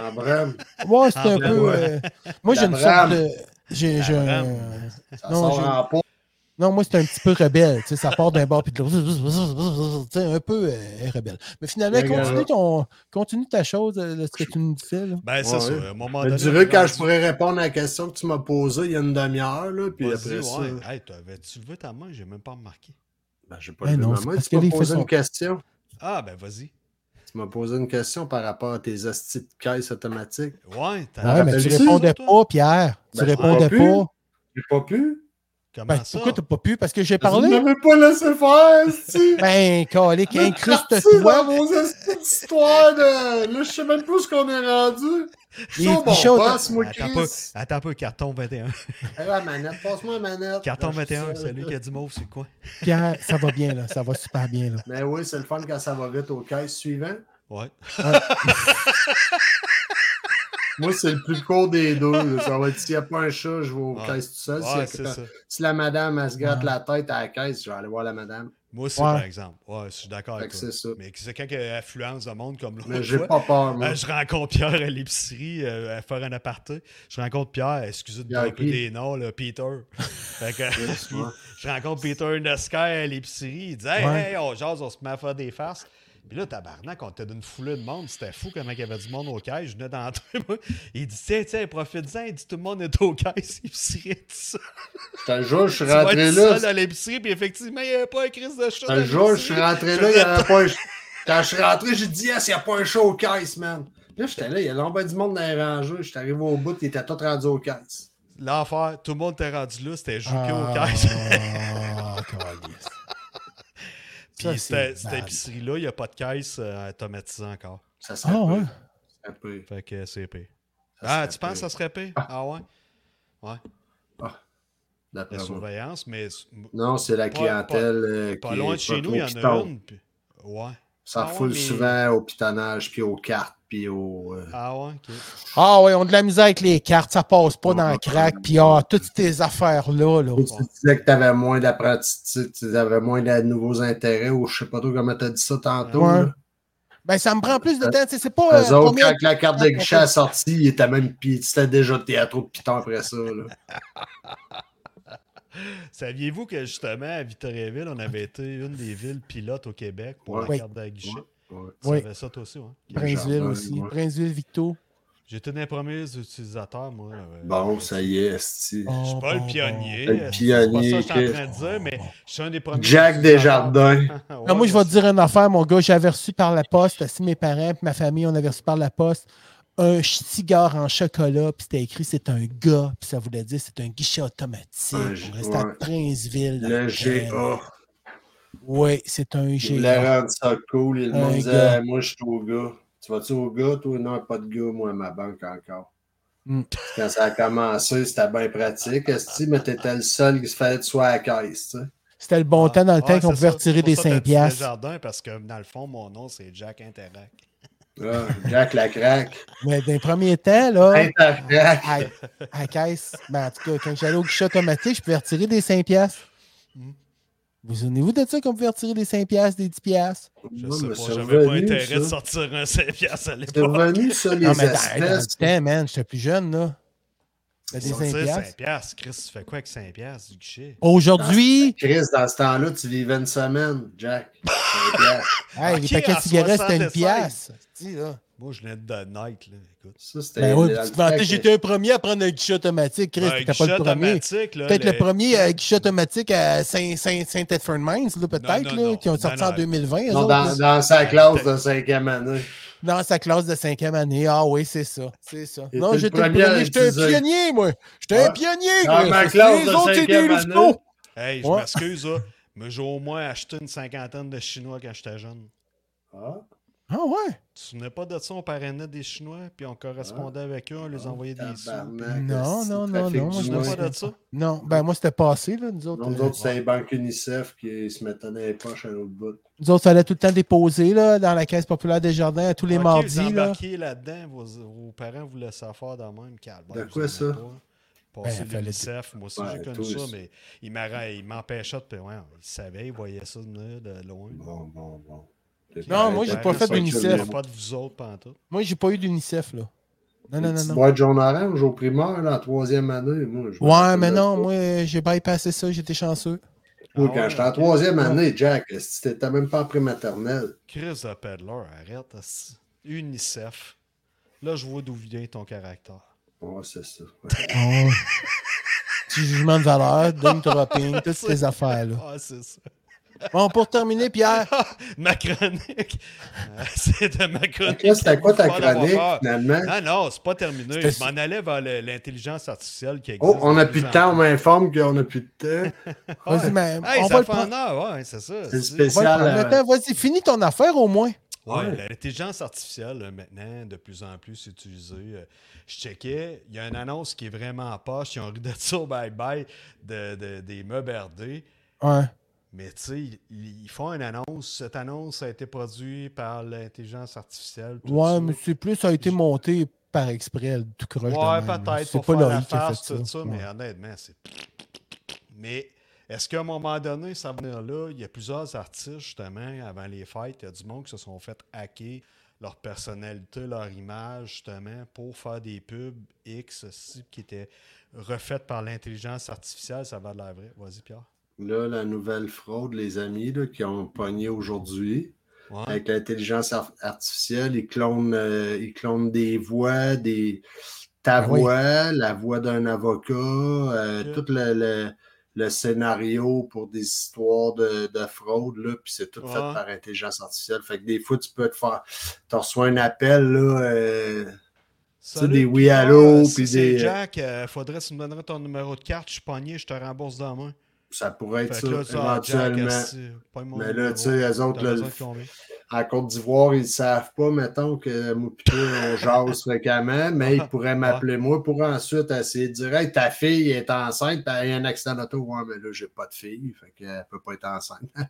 [SPEAKER 3] En brame.
[SPEAKER 1] Ouais, c'est
[SPEAKER 2] Ah,
[SPEAKER 1] un
[SPEAKER 2] ben
[SPEAKER 1] peu.
[SPEAKER 3] ouais.
[SPEAKER 1] euh, moi, j'ai une sorte
[SPEAKER 3] Abraham.
[SPEAKER 1] de. J'ai, j'ai un-
[SPEAKER 2] Abraham.
[SPEAKER 3] Ça
[SPEAKER 1] Non,
[SPEAKER 3] sort
[SPEAKER 1] je-
[SPEAKER 3] en pot.
[SPEAKER 1] Non, moi, c'est un petit peu rebelle. tu sais, Ça part d'un bord puis de l'autre. Tu sais, Un peu euh, rebelle. Mais finalement,
[SPEAKER 3] Bien,
[SPEAKER 1] continue,
[SPEAKER 3] gars.
[SPEAKER 1] ton, continue ta chose, euh, de ce que tu nous disais. Là.
[SPEAKER 2] Ben, c'est
[SPEAKER 3] Ouais,
[SPEAKER 2] ça.
[SPEAKER 3] ouais.
[SPEAKER 2] À un moment
[SPEAKER 3] Je te
[SPEAKER 2] donné.
[SPEAKER 3] dirais
[SPEAKER 2] on
[SPEAKER 3] quand
[SPEAKER 2] va-
[SPEAKER 3] je pourrais répondre à la question que tu m'as posée il y a une demi-heure, là, puis
[SPEAKER 2] Vas-y,
[SPEAKER 3] après
[SPEAKER 2] ouais.
[SPEAKER 3] ça,
[SPEAKER 2] Hey, t'avais-tu levé ta main? J'ai même pas remarqué.
[SPEAKER 3] ben, j'ai pas
[SPEAKER 1] Ben
[SPEAKER 3] le
[SPEAKER 1] non,
[SPEAKER 3] moment.
[SPEAKER 1] c'est parce
[SPEAKER 3] Tu
[SPEAKER 1] que là,
[SPEAKER 3] m'as
[SPEAKER 1] il fait
[SPEAKER 3] posé
[SPEAKER 1] son-
[SPEAKER 3] une question.
[SPEAKER 2] Ah, ben, vas-y.
[SPEAKER 3] Tu m'as posé une question par rapport à tes hosties de caisse automatiques.
[SPEAKER 2] Ouais, Ah, t'as.
[SPEAKER 1] Ouais, Ah, mais tu
[SPEAKER 3] rappelles-tu,
[SPEAKER 1] répondais
[SPEAKER 2] toi?
[SPEAKER 1] pas, Pierre. Tu
[SPEAKER 3] Ben, je
[SPEAKER 1] répondais
[SPEAKER 3] pourrais plus.
[SPEAKER 1] pas.
[SPEAKER 3] J'ai pas pu.
[SPEAKER 2] Comment
[SPEAKER 1] Ben,
[SPEAKER 2] ça?
[SPEAKER 1] pourquoi t'as pas pu? Parce que j'ai
[SPEAKER 3] Vous ne
[SPEAKER 1] parlé.
[SPEAKER 3] m'avez pas laissé faire, si.
[SPEAKER 1] Ben, calique,
[SPEAKER 3] C'est dans
[SPEAKER 1] incruste-toi.
[SPEAKER 3] vos hosties d'histoires de... Là, je sais même plus où ce qu'on est rendu. Je suis
[SPEAKER 1] Les
[SPEAKER 3] bon
[SPEAKER 1] bichots,
[SPEAKER 3] boss, moi,
[SPEAKER 2] Attends un peu,
[SPEAKER 3] Chris.
[SPEAKER 2] attends un peu, carton 21.
[SPEAKER 3] Hey, la manette, passe-moi la manette.
[SPEAKER 2] Carton
[SPEAKER 3] Là, je suis
[SPEAKER 2] 21,
[SPEAKER 3] seul.
[SPEAKER 2] celui qui a du mauve, c'est quoi?
[SPEAKER 1] Pierre, ça va bien, là. Ça va super bien, là.
[SPEAKER 3] Mais Ben oui, c'est le fun quand ça va vite aux caisses suivantes.
[SPEAKER 2] Ouais.
[SPEAKER 3] Moi, c'est le plus court des deux. là. Ça va être s'il n'y a pas un chat, je vais aux
[SPEAKER 2] Ouais.
[SPEAKER 3] caisses tout seul. S'il y
[SPEAKER 2] Ouais, c'est
[SPEAKER 3] a-
[SPEAKER 2] ça.
[SPEAKER 3] si la madame, elle se gratte
[SPEAKER 1] Ouais.
[SPEAKER 3] la tête à la caisse, je vais aller voir la madame.
[SPEAKER 2] Moi aussi,
[SPEAKER 1] Ouais.
[SPEAKER 2] par exemple. Ouais, je suis d'accord
[SPEAKER 3] Fait
[SPEAKER 2] avec
[SPEAKER 3] que
[SPEAKER 2] toi.
[SPEAKER 3] c'est ça.
[SPEAKER 2] Mais c'est quand il y a affluence de monde comme l'autre
[SPEAKER 3] Mais j'ai
[SPEAKER 2] fois,
[SPEAKER 3] pas peur, moi.
[SPEAKER 2] euh, je rencontre Pierre à l'épicerie, euh, à faire un aparté. Je rencontre Pierre, excusez de
[SPEAKER 3] Pierre
[SPEAKER 2] dropper
[SPEAKER 3] qui?
[SPEAKER 2] des noms, là, Peter. Fait que,
[SPEAKER 3] Ouais.
[SPEAKER 2] il- je rencontre Peter Nesker à l'épicerie. Il dit Hey,
[SPEAKER 1] Ouais.
[SPEAKER 2] hey, on jase, on se met à faire des farces. Puis là, tabarnak, on était d'une foulée de monde. C'était fou comment il y avait du monde aux caisses. Je venais d'entrer, moi. Il dit Tiens, tiens, profite-en. Il dit Tout le monde est aux caisses. L'épicerie, tout ça.
[SPEAKER 3] Je te jure, je suis
[SPEAKER 2] Tu vas
[SPEAKER 3] rentré
[SPEAKER 2] être
[SPEAKER 3] là.
[SPEAKER 2] seul à l'épicerie. Puis effectivement, il n'y avait pas un crise de chat.
[SPEAKER 3] Je
[SPEAKER 2] à
[SPEAKER 3] te jure, je suis
[SPEAKER 2] l'épicerie.
[SPEAKER 3] rentré là, il n'y avait pas un chat. Quand je suis rentré, j'ai dit, yes, il n'y a pas un chat aux caisses, man. Là, j'étais là, il y a l'embête du monde dans les rangées. J'étais arrivé au bout, il était tout rendu aux caisses.
[SPEAKER 2] L'enfer, tout le monde était rendu là, c'était joué aux
[SPEAKER 1] Ah,
[SPEAKER 2] caisses.
[SPEAKER 1] calice. Ah, ça,
[SPEAKER 2] Puis c'était-
[SPEAKER 1] c'est
[SPEAKER 2] cette
[SPEAKER 1] bad.
[SPEAKER 2] épicerie-là, il n'y a pas de caisse euh, automatisée encore.
[SPEAKER 3] Ça serait
[SPEAKER 1] Ah,
[SPEAKER 3] pire.
[SPEAKER 1] ouais.
[SPEAKER 3] Ça serait pire.
[SPEAKER 2] Fait que c'est pire.
[SPEAKER 3] Ça
[SPEAKER 2] Ah,
[SPEAKER 3] serait
[SPEAKER 2] tu penses que
[SPEAKER 3] pire.
[SPEAKER 2] ça serait pire? Ah ouais?
[SPEAKER 3] D'après
[SPEAKER 2] La
[SPEAKER 3] moi.
[SPEAKER 2] surveillance, mais s- m-
[SPEAKER 3] Non, c'est la
[SPEAKER 2] Pas-
[SPEAKER 3] clientèle euh,
[SPEAKER 2] pas
[SPEAKER 3] qui
[SPEAKER 2] loin
[SPEAKER 3] est
[SPEAKER 2] de chez
[SPEAKER 3] pas
[SPEAKER 2] nous, il
[SPEAKER 3] trop
[SPEAKER 2] y en a
[SPEAKER 3] pitante.
[SPEAKER 2] une. puis- Ouais.
[SPEAKER 3] Ça
[SPEAKER 2] Ah ouais,
[SPEAKER 3] refoule
[SPEAKER 2] mais-
[SPEAKER 3] souvent au pitonnage, puis aux cartes, puis aux... euh,
[SPEAKER 2] Ah ouais, ok.
[SPEAKER 1] Ah ouais, on a de la misère avec les cartes, ça passe pas dans le crack, puis ah, toutes ces affaires-là, là.
[SPEAKER 3] Toi, Tu disais que tu avais moins d'apprentissage, tu avais moins de nouveaux intérêts, ou je sais pas trop comment tu as dit ça tantôt.
[SPEAKER 1] Ouais.
[SPEAKER 3] là.
[SPEAKER 1] Ben, ça me prend plus de
[SPEAKER 3] Euh,
[SPEAKER 1] temps, tu sais, c'est pas... euh,
[SPEAKER 3] Eux autres,
[SPEAKER 1] première-
[SPEAKER 3] quand la carte de guichet est sortie, il était même pis, c'était déjà théâtre de piton après ça. là.
[SPEAKER 2] Saviez-vous que justement, à Victoriaville, on avait été une des villes pilotes au Québec pour la
[SPEAKER 3] Ouais.
[SPEAKER 2] carte de guichet?
[SPEAKER 3] Ouais.
[SPEAKER 2] Tu
[SPEAKER 1] Oui.
[SPEAKER 2] savais ça toi aussi, hein?
[SPEAKER 1] Princeville
[SPEAKER 3] Jardin,
[SPEAKER 1] aussi,
[SPEAKER 3] euh, ouais.
[SPEAKER 1] Princeville, Victo.
[SPEAKER 2] J'étais un des premiers utilisateurs, moi. euh,
[SPEAKER 3] Bon, ça y est, esti.
[SPEAKER 1] Bon,
[SPEAKER 2] Je suis pas
[SPEAKER 1] Ah, bon,
[SPEAKER 2] le pionnier.
[SPEAKER 3] bon. Le
[SPEAKER 2] euh,
[SPEAKER 3] pionnier,
[SPEAKER 2] C'est pas ça que je suis en train de
[SPEAKER 1] bon.
[SPEAKER 2] dire, mais je suis un des premiers.
[SPEAKER 3] Jack
[SPEAKER 2] utilisateurs.
[SPEAKER 3] Desjardins.
[SPEAKER 2] Ouais,
[SPEAKER 1] Non, moi, je vais
[SPEAKER 2] ouais,
[SPEAKER 1] te dire une affaire, mon gars. J'avais reçu par la poste, si mes parents et ma famille, on avait reçu par la poste un ch- cigare en chocolat, puis c'était écrit c'est un gars, puis ça voulait dire c'est un guichet automatique.
[SPEAKER 3] Un G-
[SPEAKER 1] On restait à
[SPEAKER 3] ouais.
[SPEAKER 1] Princeville.
[SPEAKER 3] Le
[SPEAKER 1] Euh,
[SPEAKER 3] GA.
[SPEAKER 1] Oui, c'est un
[SPEAKER 3] Il voulait
[SPEAKER 1] GA.
[SPEAKER 3] rendre ça cool. Il le monde
[SPEAKER 1] Un
[SPEAKER 3] disait,
[SPEAKER 1] gars.
[SPEAKER 3] moi, je suis au gars. Tu vas-tu au gars, toi? Non, pas de gars, moi, à ma banque encore.
[SPEAKER 1] Hmm.
[SPEAKER 3] Quand ça a commencé, c'était bien pratique, esti, mais t'étais le seul qui se fallait que tu sois à la caisse, tu sais.
[SPEAKER 1] C'était le bon
[SPEAKER 2] ouais.
[SPEAKER 1] temps dans le
[SPEAKER 2] Ah. Ouais,
[SPEAKER 1] temps qu'on
[SPEAKER 2] c'est
[SPEAKER 1] pouvait
[SPEAKER 2] ça.
[SPEAKER 1] retirer
[SPEAKER 2] C'est
[SPEAKER 1] des
[SPEAKER 2] pour ça que
[SPEAKER 1] 5
[SPEAKER 2] t'as dit
[SPEAKER 1] piastres.
[SPEAKER 2] Desjardins, parce que dans le fond, mon nom, c'est Jack Interac.
[SPEAKER 3] Ah, Jack la craque.
[SPEAKER 1] Mais dans les premiers temps, là,
[SPEAKER 3] Intercraque.
[SPEAKER 1] à, à la caisse, ben, en tout cas, quand j'allais au guichet automatique, je pouvais retirer des 5 piastres.
[SPEAKER 2] Mm.
[SPEAKER 1] Vous souvenez-vous de ça qu'on pouvait retirer des 5 piastres, des 10 piastres?
[SPEAKER 2] Je
[SPEAKER 3] Non,
[SPEAKER 2] sais
[SPEAKER 3] mais
[SPEAKER 2] pas,
[SPEAKER 3] c'est
[SPEAKER 2] j'avais pas
[SPEAKER 3] revenu,
[SPEAKER 2] intérêt
[SPEAKER 3] ça.
[SPEAKER 2] de sortir un 5 piastres à
[SPEAKER 3] C'est
[SPEAKER 2] l'époque.
[SPEAKER 3] revenu, ça, les
[SPEAKER 1] Non, mais dans, dans
[SPEAKER 3] espèces.
[SPEAKER 1] le temps, man, j'étais plus jeune, là. C'était des 5
[SPEAKER 2] Sortir 5
[SPEAKER 1] piastres.
[SPEAKER 2] piastres. Chris, tu fais quoi avec 5 piastres du guichet?
[SPEAKER 1] Aujourd'hui,
[SPEAKER 3] Chris, dans ce temps-là, tu vivais une semaine, Jack. C'est bien.
[SPEAKER 1] hey,
[SPEAKER 2] Ok,
[SPEAKER 1] les paquets
[SPEAKER 2] en
[SPEAKER 1] de cigarettes, c'était une
[SPEAKER 2] 76.
[SPEAKER 1] pièce. Dis, là.
[SPEAKER 2] Moi, je venais de Nike, là. Écoute.
[SPEAKER 3] Ça, c'était.
[SPEAKER 1] Ben oui,
[SPEAKER 3] dans
[SPEAKER 1] tu
[SPEAKER 3] le
[SPEAKER 1] te vantais,
[SPEAKER 3] temps que-
[SPEAKER 1] j'étais un premier à prendre un guichet automatique, Chris,
[SPEAKER 2] Ouais,
[SPEAKER 1] t'étais pas
[SPEAKER 2] guichet
[SPEAKER 1] le premier.
[SPEAKER 2] automatique, là,
[SPEAKER 1] Peut-être
[SPEAKER 2] les-
[SPEAKER 1] le premier euh, guichet automatique à Saint- Saint- Saint-Edford Mines, là, peut-être, là,
[SPEAKER 2] non, non.
[SPEAKER 1] qui ont
[SPEAKER 2] Non,
[SPEAKER 1] sorti
[SPEAKER 2] non.
[SPEAKER 1] en 2020. eux
[SPEAKER 3] Non,
[SPEAKER 1] autres,
[SPEAKER 3] dans,
[SPEAKER 1] là.
[SPEAKER 3] dans sa classe de cinquième année.
[SPEAKER 1] Dans sa classe de cinquième année. Ah oui, c'est ça. C'est ça.
[SPEAKER 3] Et
[SPEAKER 1] Non,
[SPEAKER 3] t'es le
[SPEAKER 1] j'étais le
[SPEAKER 3] premier à
[SPEAKER 1] premier. J'étais un
[SPEAKER 3] utiliser.
[SPEAKER 1] pionnier, moi. J'étais un
[SPEAKER 3] Ouais.
[SPEAKER 1] pionnier.
[SPEAKER 3] Dans
[SPEAKER 1] gars.
[SPEAKER 3] ma
[SPEAKER 1] C'est-
[SPEAKER 3] classe
[SPEAKER 1] les
[SPEAKER 3] de
[SPEAKER 1] autres, c'est des
[SPEAKER 3] cinquième
[SPEAKER 1] louveteaux.
[SPEAKER 3] année.
[SPEAKER 2] Hey, je
[SPEAKER 1] Ouais.
[SPEAKER 2] m'excuse, là. Mais j'ai au moins acheté une cinquantaine de Chinois quand j'étais jeune.
[SPEAKER 3] Ah,
[SPEAKER 1] Ah ouais?
[SPEAKER 2] Tu te souvenais pas de ça? On parrainait des Chinois, puis on correspondait avec eux, on les envoyait des sous.
[SPEAKER 3] Ah, Tabarnak,
[SPEAKER 1] Non,
[SPEAKER 3] c'est
[SPEAKER 1] non,
[SPEAKER 3] le
[SPEAKER 1] non,
[SPEAKER 3] trafic
[SPEAKER 1] non,
[SPEAKER 3] du
[SPEAKER 1] moi, me
[SPEAKER 2] Tu te
[SPEAKER 3] monde.
[SPEAKER 1] souviens
[SPEAKER 2] souviens pas de
[SPEAKER 1] pas.
[SPEAKER 2] ça?
[SPEAKER 1] Non, ben moi, c'était passé, là. Nous autres,
[SPEAKER 3] Non, Nous
[SPEAKER 1] euh,
[SPEAKER 3] autres, c'était les banques UNICEF qui se mettaient dans les poches à l'autre bout.
[SPEAKER 1] nous autres, fallait tout le temps déposer, là, dans la caisse populaire des jardins, tous les
[SPEAKER 2] Ok, Vous
[SPEAKER 1] mardis, là.
[SPEAKER 2] embarquiez là-dedans, vos, vos parents voulaient savoir dans le même calme.
[SPEAKER 3] De quoi, ça?
[SPEAKER 2] hein. Passer
[SPEAKER 1] Ben, fallait-
[SPEAKER 2] l'UNICEF, moi aussi
[SPEAKER 3] Ouais,
[SPEAKER 2] j'ai
[SPEAKER 3] toi
[SPEAKER 2] connu ça,
[SPEAKER 3] aussi.
[SPEAKER 2] mais il m'arra- il m'empêchait de. Ouais, il savait, il voyait ça venir de loin. Euh,
[SPEAKER 3] Bon, bon, bon.
[SPEAKER 1] Non, moi, j'ai pas fait d'UNICEF.
[SPEAKER 2] Je pas de vous autres pantoute.
[SPEAKER 1] Moi, j'ai pas eu d'UNICEF, là. Non, non, non, non.
[SPEAKER 3] Bois de jaune orange au primaire, là, en troisième année. Moi, je me
[SPEAKER 1] Ouais,
[SPEAKER 3] rappelle
[SPEAKER 1] mais
[SPEAKER 3] de
[SPEAKER 1] non,
[SPEAKER 3] ça.
[SPEAKER 1] moi, euh, j'ai bypassé ça, j'étais chanceux.
[SPEAKER 3] Moi,
[SPEAKER 2] Ah
[SPEAKER 3] quand
[SPEAKER 2] ouais,
[SPEAKER 3] j'étais en
[SPEAKER 2] ok.
[SPEAKER 3] troisième année, Jack, si t'étais même pas en prématernelle.
[SPEAKER 2] Chris de Peddler, arrête. asti. UNICEF. Là, je vois d'où vient ton caractère.
[SPEAKER 3] Ouais, c'est ça. Ah
[SPEAKER 1] Petit jugement de valeur, dame dropping, toutes ces affaires-là.
[SPEAKER 2] Ah, c'est ça.
[SPEAKER 1] Bon, pour terminer, Pierre,
[SPEAKER 2] Ma chronique. Ah, c'est de ma chronique.
[SPEAKER 3] Là, c'était quoi ta
[SPEAKER 2] Faut avoir
[SPEAKER 3] chronique,
[SPEAKER 2] peur. Ah,
[SPEAKER 3] finalement?
[SPEAKER 2] Non, non, c'est pas terminé.
[SPEAKER 1] C'était-
[SPEAKER 2] Je m'en allais vers le- l'intelligence artificielle qui existe.
[SPEAKER 3] Oh, on n'a
[SPEAKER 2] a
[SPEAKER 3] plus de temps, on m'informe qu'on n'a plus de temps.
[SPEAKER 1] vas-y, mais
[SPEAKER 2] Hey,
[SPEAKER 1] on
[SPEAKER 2] ça
[SPEAKER 1] va le
[SPEAKER 2] fait un
[SPEAKER 1] prendre.
[SPEAKER 2] heure, ouais, c'est ça.
[SPEAKER 3] C'est
[SPEAKER 2] c'est-
[SPEAKER 1] on va le
[SPEAKER 3] spécial.
[SPEAKER 1] prendre.
[SPEAKER 3] euh,
[SPEAKER 1] Attends, vas-y, finis ton affaire au moins.
[SPEAKER 2] Ouais,
[SPEAKER 3] Ouais.
[SPEAKER 2] l'intelligence artificielle, là, maintenant, de plus en plus utilisée. Euh, Je checkais, il y a une annonce qui est vraiment poche. Ils ont ri de ça au bye-bye de, de- des meubles RD.
[SPEAKER 1] Ouais.
[SPEAKER 2] Mais tu sais, ils- ils font une annonce. Cette annonce a été produite par l'intelligence artificielle. tout
[SPEAKER 1] Ouais,
[SPEAKER 2] ça.
[SPEAKER 1] mais c'est plus, ça a été monté par exprès, le tout croche. de
[SPEAKER 2] Ouais,
[SPEAKER 1] même, là.
[SPEAKER 2] peut-être.
[SPEAKER 1] C'est
[SPEAKER 2] pour
[SPEAKER 1] pas
[SPEAKER 2] faire la
[SPEAKER 1] Laurie qui a fait
[SPEAKER 2] farce,
[SPEAKER 1] ça.
[SPEAKER 2] tout ça,
[SPEAKER 1] Ouais.
[SPEAKER 2] mais honnêtement, c'est. Mais est-ce qu'à un moment donné, ça va venir là? Il y a plusieurs artistes, justement, avant les fêtes, il y a du monde qui se sont fait hacker leur personnalité, leur image, justement, pour faire des pubs X, ceci, qui étaient refaites par l'intelligence artificielle. Ça va de la vraie. Vas-y, Pierre.
[SPEAKER 3] Là, la nouvelle fraude, les amis, là, qui ont pogné aujourd'hui,
[SPEAKER 2] Ouais.
[SPEAKER 3] avec l'intelligence ar- artificielle, ils clonent, euh, ils clonent des voix, des... ta
[SPEAKER 2] Ben
[SPEAKER 1] Ah oui.
[SPEAKER 3] voix, la voix d'un avocat, euh,
[SPEAKER 2] Ok.
[SPEAKER 3] tout le, le- le scénario pour des histoires de, de fraude, là, puis c'est tout
[SPEAKER 2] Ouais.
[SPEAKER 3] fait par intelligence artificielle. Fait que des fois, tu peux te faire... Tu reçois un appel, là... euh,
[SPEAKER 2] Salut,
[SPEAKER 3] des oui
[SPEAKER 2] Pierre,
[SPEAKER 3] allô,
[SPEAKER 2] si
[SPEAKER 3] puis
[SPEAKER 2] c'est
[SPEAKER 3] des-
[SPEAKER 2] Jack, euh, faudrait que tu me donnerais ton numéro de carte, je suis pogné, je te rembourse dans la main.
[SPEAKER 3] ça pourrait être
[SPEAKER 2] Fait
[SPEAKER 3] ça,
[SPEAKER 2] que là, tu as Jack,
[SPEAKER 3] éventuellement.
[SPEAKER 2] esti, pas mon
[SPEAKER 3] Mais là,
[SPEAKER 2] numéro.
[SPEAKER 3] tu sais, eux
[SPEAKER 2] T'as
[SPEAKER 3] autres, là,
[SPEAKER 2] besoin de combien?
[SPEAKER 3] en Côte d'Ivoire, ils ne savent pas, mettons, que moi pis toi, on jase fréquemment, mais ils pourraient m'appeler moi pour ensuite essayer de dire Hey, ta fille est enceinte, puis il y a un accident d'auto. Ouais, mais là, j'ai pas de fille, fait qu'elle ne peut pas être enceinte.
[SPEAKER 2] euh,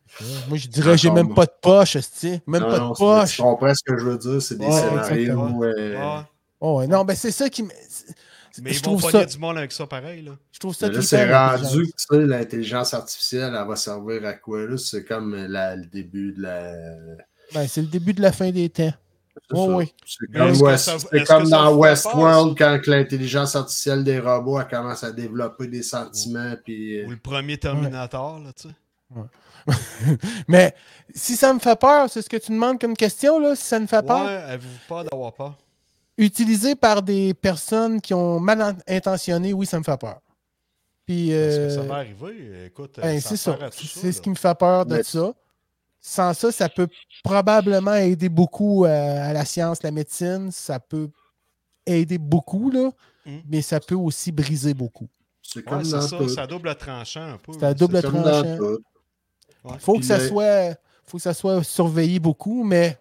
[SPEAKER 1] Moi, je dirais, j'ai même pas de poche, esti. Même
[SPEAKER 3] Non,
[SPEAKER 1] pas
[SPEAKER 3] non,
[SPEAKER 1] de
[SPEAKER 3] c'est-
[SPEAKER 1] poche.
[SPEAKER 3] Tu comprends ce que je veux dire? C'est des
[SPEAKER 1] Ouais,
[SPEAKER 3] scénarios.
[SPEAKER 1] exactement.
[SPEAKER 3] euh,
[SPEAKER 2] Ah,
[SPEAKER 1] Oh, ouais, non, ben c'est ça qui. me- c'est-
[SPEAKER 2] mais
[SPEAKER 1] je
[SPEAKER 2] ils vont
[SPEAKER 1] trouve
[SPEAKER 2] pogner
[SPEAKER 1] ça.
[SPEAKER 2] du monde avec ça pareil, là.
[SPEAKER 1] Je trouve ça
[SPEAKER 3] mais Là,
[SPEAKER 1] trippant,
[SPEAKER 3] c'est
[SPEAKER 1] l'intelligence.
[SPEAKER 3] rendu que tu sais, l'intelligence artificielle, elle va servir à quoi? là? C'est comme la- le début de la.
[SPEAKER 1] Ben, c'est le début de la fin des temps.
[SPEAKER 3] C'est
[SPEAKER 1] Oui,
[SPEAKER 3] ça.
[SPEAKER 1] oui.
[SPEAKER 3] C'est
[SPEAKER 2] Mais
[SPEAKER 3] comme,
[SPEAKER 2] est-ce que
[SPEAKER 3] West-
[SPEAKER 2] ça-
[SPEAKER 3] c'est
[SPEAKER 2] est-ce que
[SPEAKER 3] comme
[SPEAKER 2] ça
[SPEAKER 3] dans
[SPEAKER 2] vous
[SPEAKER 3] Westworld quand que l'intelligence artificielle des robots elle commence à développer des sentiments. Puis, euh,
[SPEAKER 2] Ou le premier Terminator, là, tu sais.
[SPEAKER 1] Mais si ça me fait peur, c'est ce que tu demandes comme question, là, si ça me fait
[SPEAKER 2] Ouais,
[SPEAKER 1] peur.
[SPEAKER 2] avez-vous peur d'avoir peur?
[SPEAKER 1] Utilisé par des personnes qui ont mal in- intentionné, oui, ça me fait peur. Puis,
[SPEAKER 2] Parce
[SPEAKER 1] euh,
[SPEAKER 2] que ça va arriver, écoute. euh,
[SPEAKER 1] ben,
[SPEAKER 2] ça
[SPEAKER 1] c'est ça.
[SPEAKER 2] sert à tout
[SPEAKER 1] C'est
[SPEAKER 2] ça,
[SPEAKER 1] ce
[SPEAKER 2] là.
[SPEAKER 1] qui me fait peur de
[SPEAKER 3] Mais-
[SPEAKER 1] ça. Sans ça, ça peut probablement aider beaucoup euh, à la science, la médecine. Ça peut aider beaucoup, là,
[SPEAKER 2] Mm.
[SPEAKER 1] mais ça peut aussi briser beaucoup.
[SPEAKER 3] c'est
[SPEAKER 2] Ouais,
[SPEAKER 3] comme
[SPEAKER 2] c'est
[SPEAKER 3] dans
[SPEAKER 2] ça,
[SPEAKER 3] tout.
[SPEAKER 2] ça double tranchant un peu.
[SPEAKER 1] C'est à double
[SPEAKER 3] C'est comme dans
[SPEAKER 1] tranchant.
[SPEAKER 3] tout.
[SPEAKER 1] Faut que
[SPEAKER 3] Puis
[SPEAKER 1] ça
[SPEAKER 3] le-
[SPEAKER 1] soit. Faut que ça soit surveillé beaucoup, mais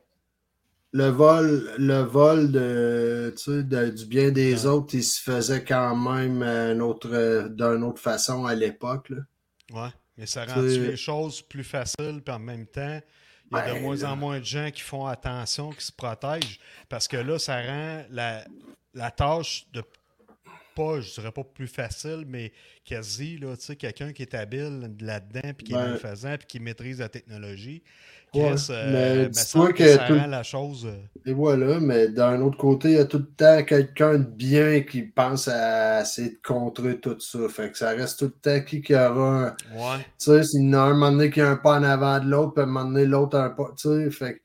[SPEAKER 3] Le vol, le vol de, tu sais, de- du bien des autres, il se faisait quand même euh, un autre, euh, d'une autre façon à l'époque. là.
[SPEAKER 2] Ouais, mais ça
[SPEAKER 3] C'est-
[SPEAKER 2] rend les choses plus faciles, puis en même temps, il y a de
[SPEAKER 3] Ben,
[SPEAKER 2] moins
[SPEAKER 3] là.
[SPEAKER 2] en moins de gens qui font attention, qui se protègent, parce que là, ça rend la, la tâche de pas, je dirais pas plus facile, mais quasi, là, tu sais, quelqu'un qui est habile là-dedans, puis qui
[SPEAKER 3] Ben.
[SPEAKER 2] est bienfaisant, puis qui maîtrise la technologie,
[SPEAKER 3] Ouais,
[SPEAKER 2] Chris,
[SPEAKER 3] mais
[SPEAKER 2] euh, me
[SPEAKER 3] dis-toi
[SPEAKER 2] semble que
[SPEAKER 3] que
[SPEAKER 2] ça
[SPEAKER 3] tout-
[SPEAKER 2] rend la chose... euh,
[SPEAKER 3] Et voilà, mais d'un autre côté, il y a tout le temps quelqu'un de bien qui pense à essayer de contrer tout ça. Fait que ça reste tout le temps qui, qui aura un-
[SPEAKER 2] Ouais,
[SPEAKER 3] Tu sais, s'il y en a un moment donné qui a un pas en avant de l'autre, puis à un moment donné, l'autre a un pas. Tu sais, fait que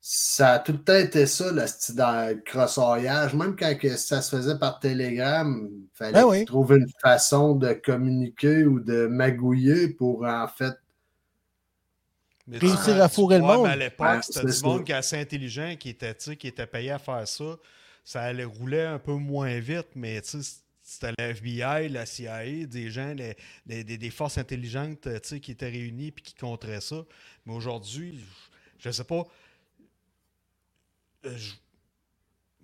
[SPEAKER 3] ça a tout le temps été ça, le style dans le crossoyage. Même quand que ça se faisait par télégramme, il fallait
[SPEAKER 1] Ben oui.
[SPEAKER 3] trouver une façon de communiquer ou de magouiller pour en fait.
[SPEAKER 2] Mais
[SPEAKER 1] Réussir
[SPEAKER 2] tu-
[SPEAKER 1] à fourrer le
[SPEAKER 2] ouais,
[SPEAKER 1] monde.
[SPEAKER 2] mais à l'époque,
[SPEAKER 3] Ouais,
[SPEAKER 2] c'était
[SPEAKER 3] c'est
[SPEAKER 2] du monde
[SPEAKER 3] ça.
[SPEAKER 2] qui est assez intelligent, qui était, tu sais, qui était payé à faire ça. Ça allait rouler un peu moins vite, mais tu sais, c'était la FBI, la CIA, des gens, les, les- des, des forces intelligentes tu sais, qui étaient réunies et qui contraient ça. Mais aujourd'hui, je ne sais pas. euh, je-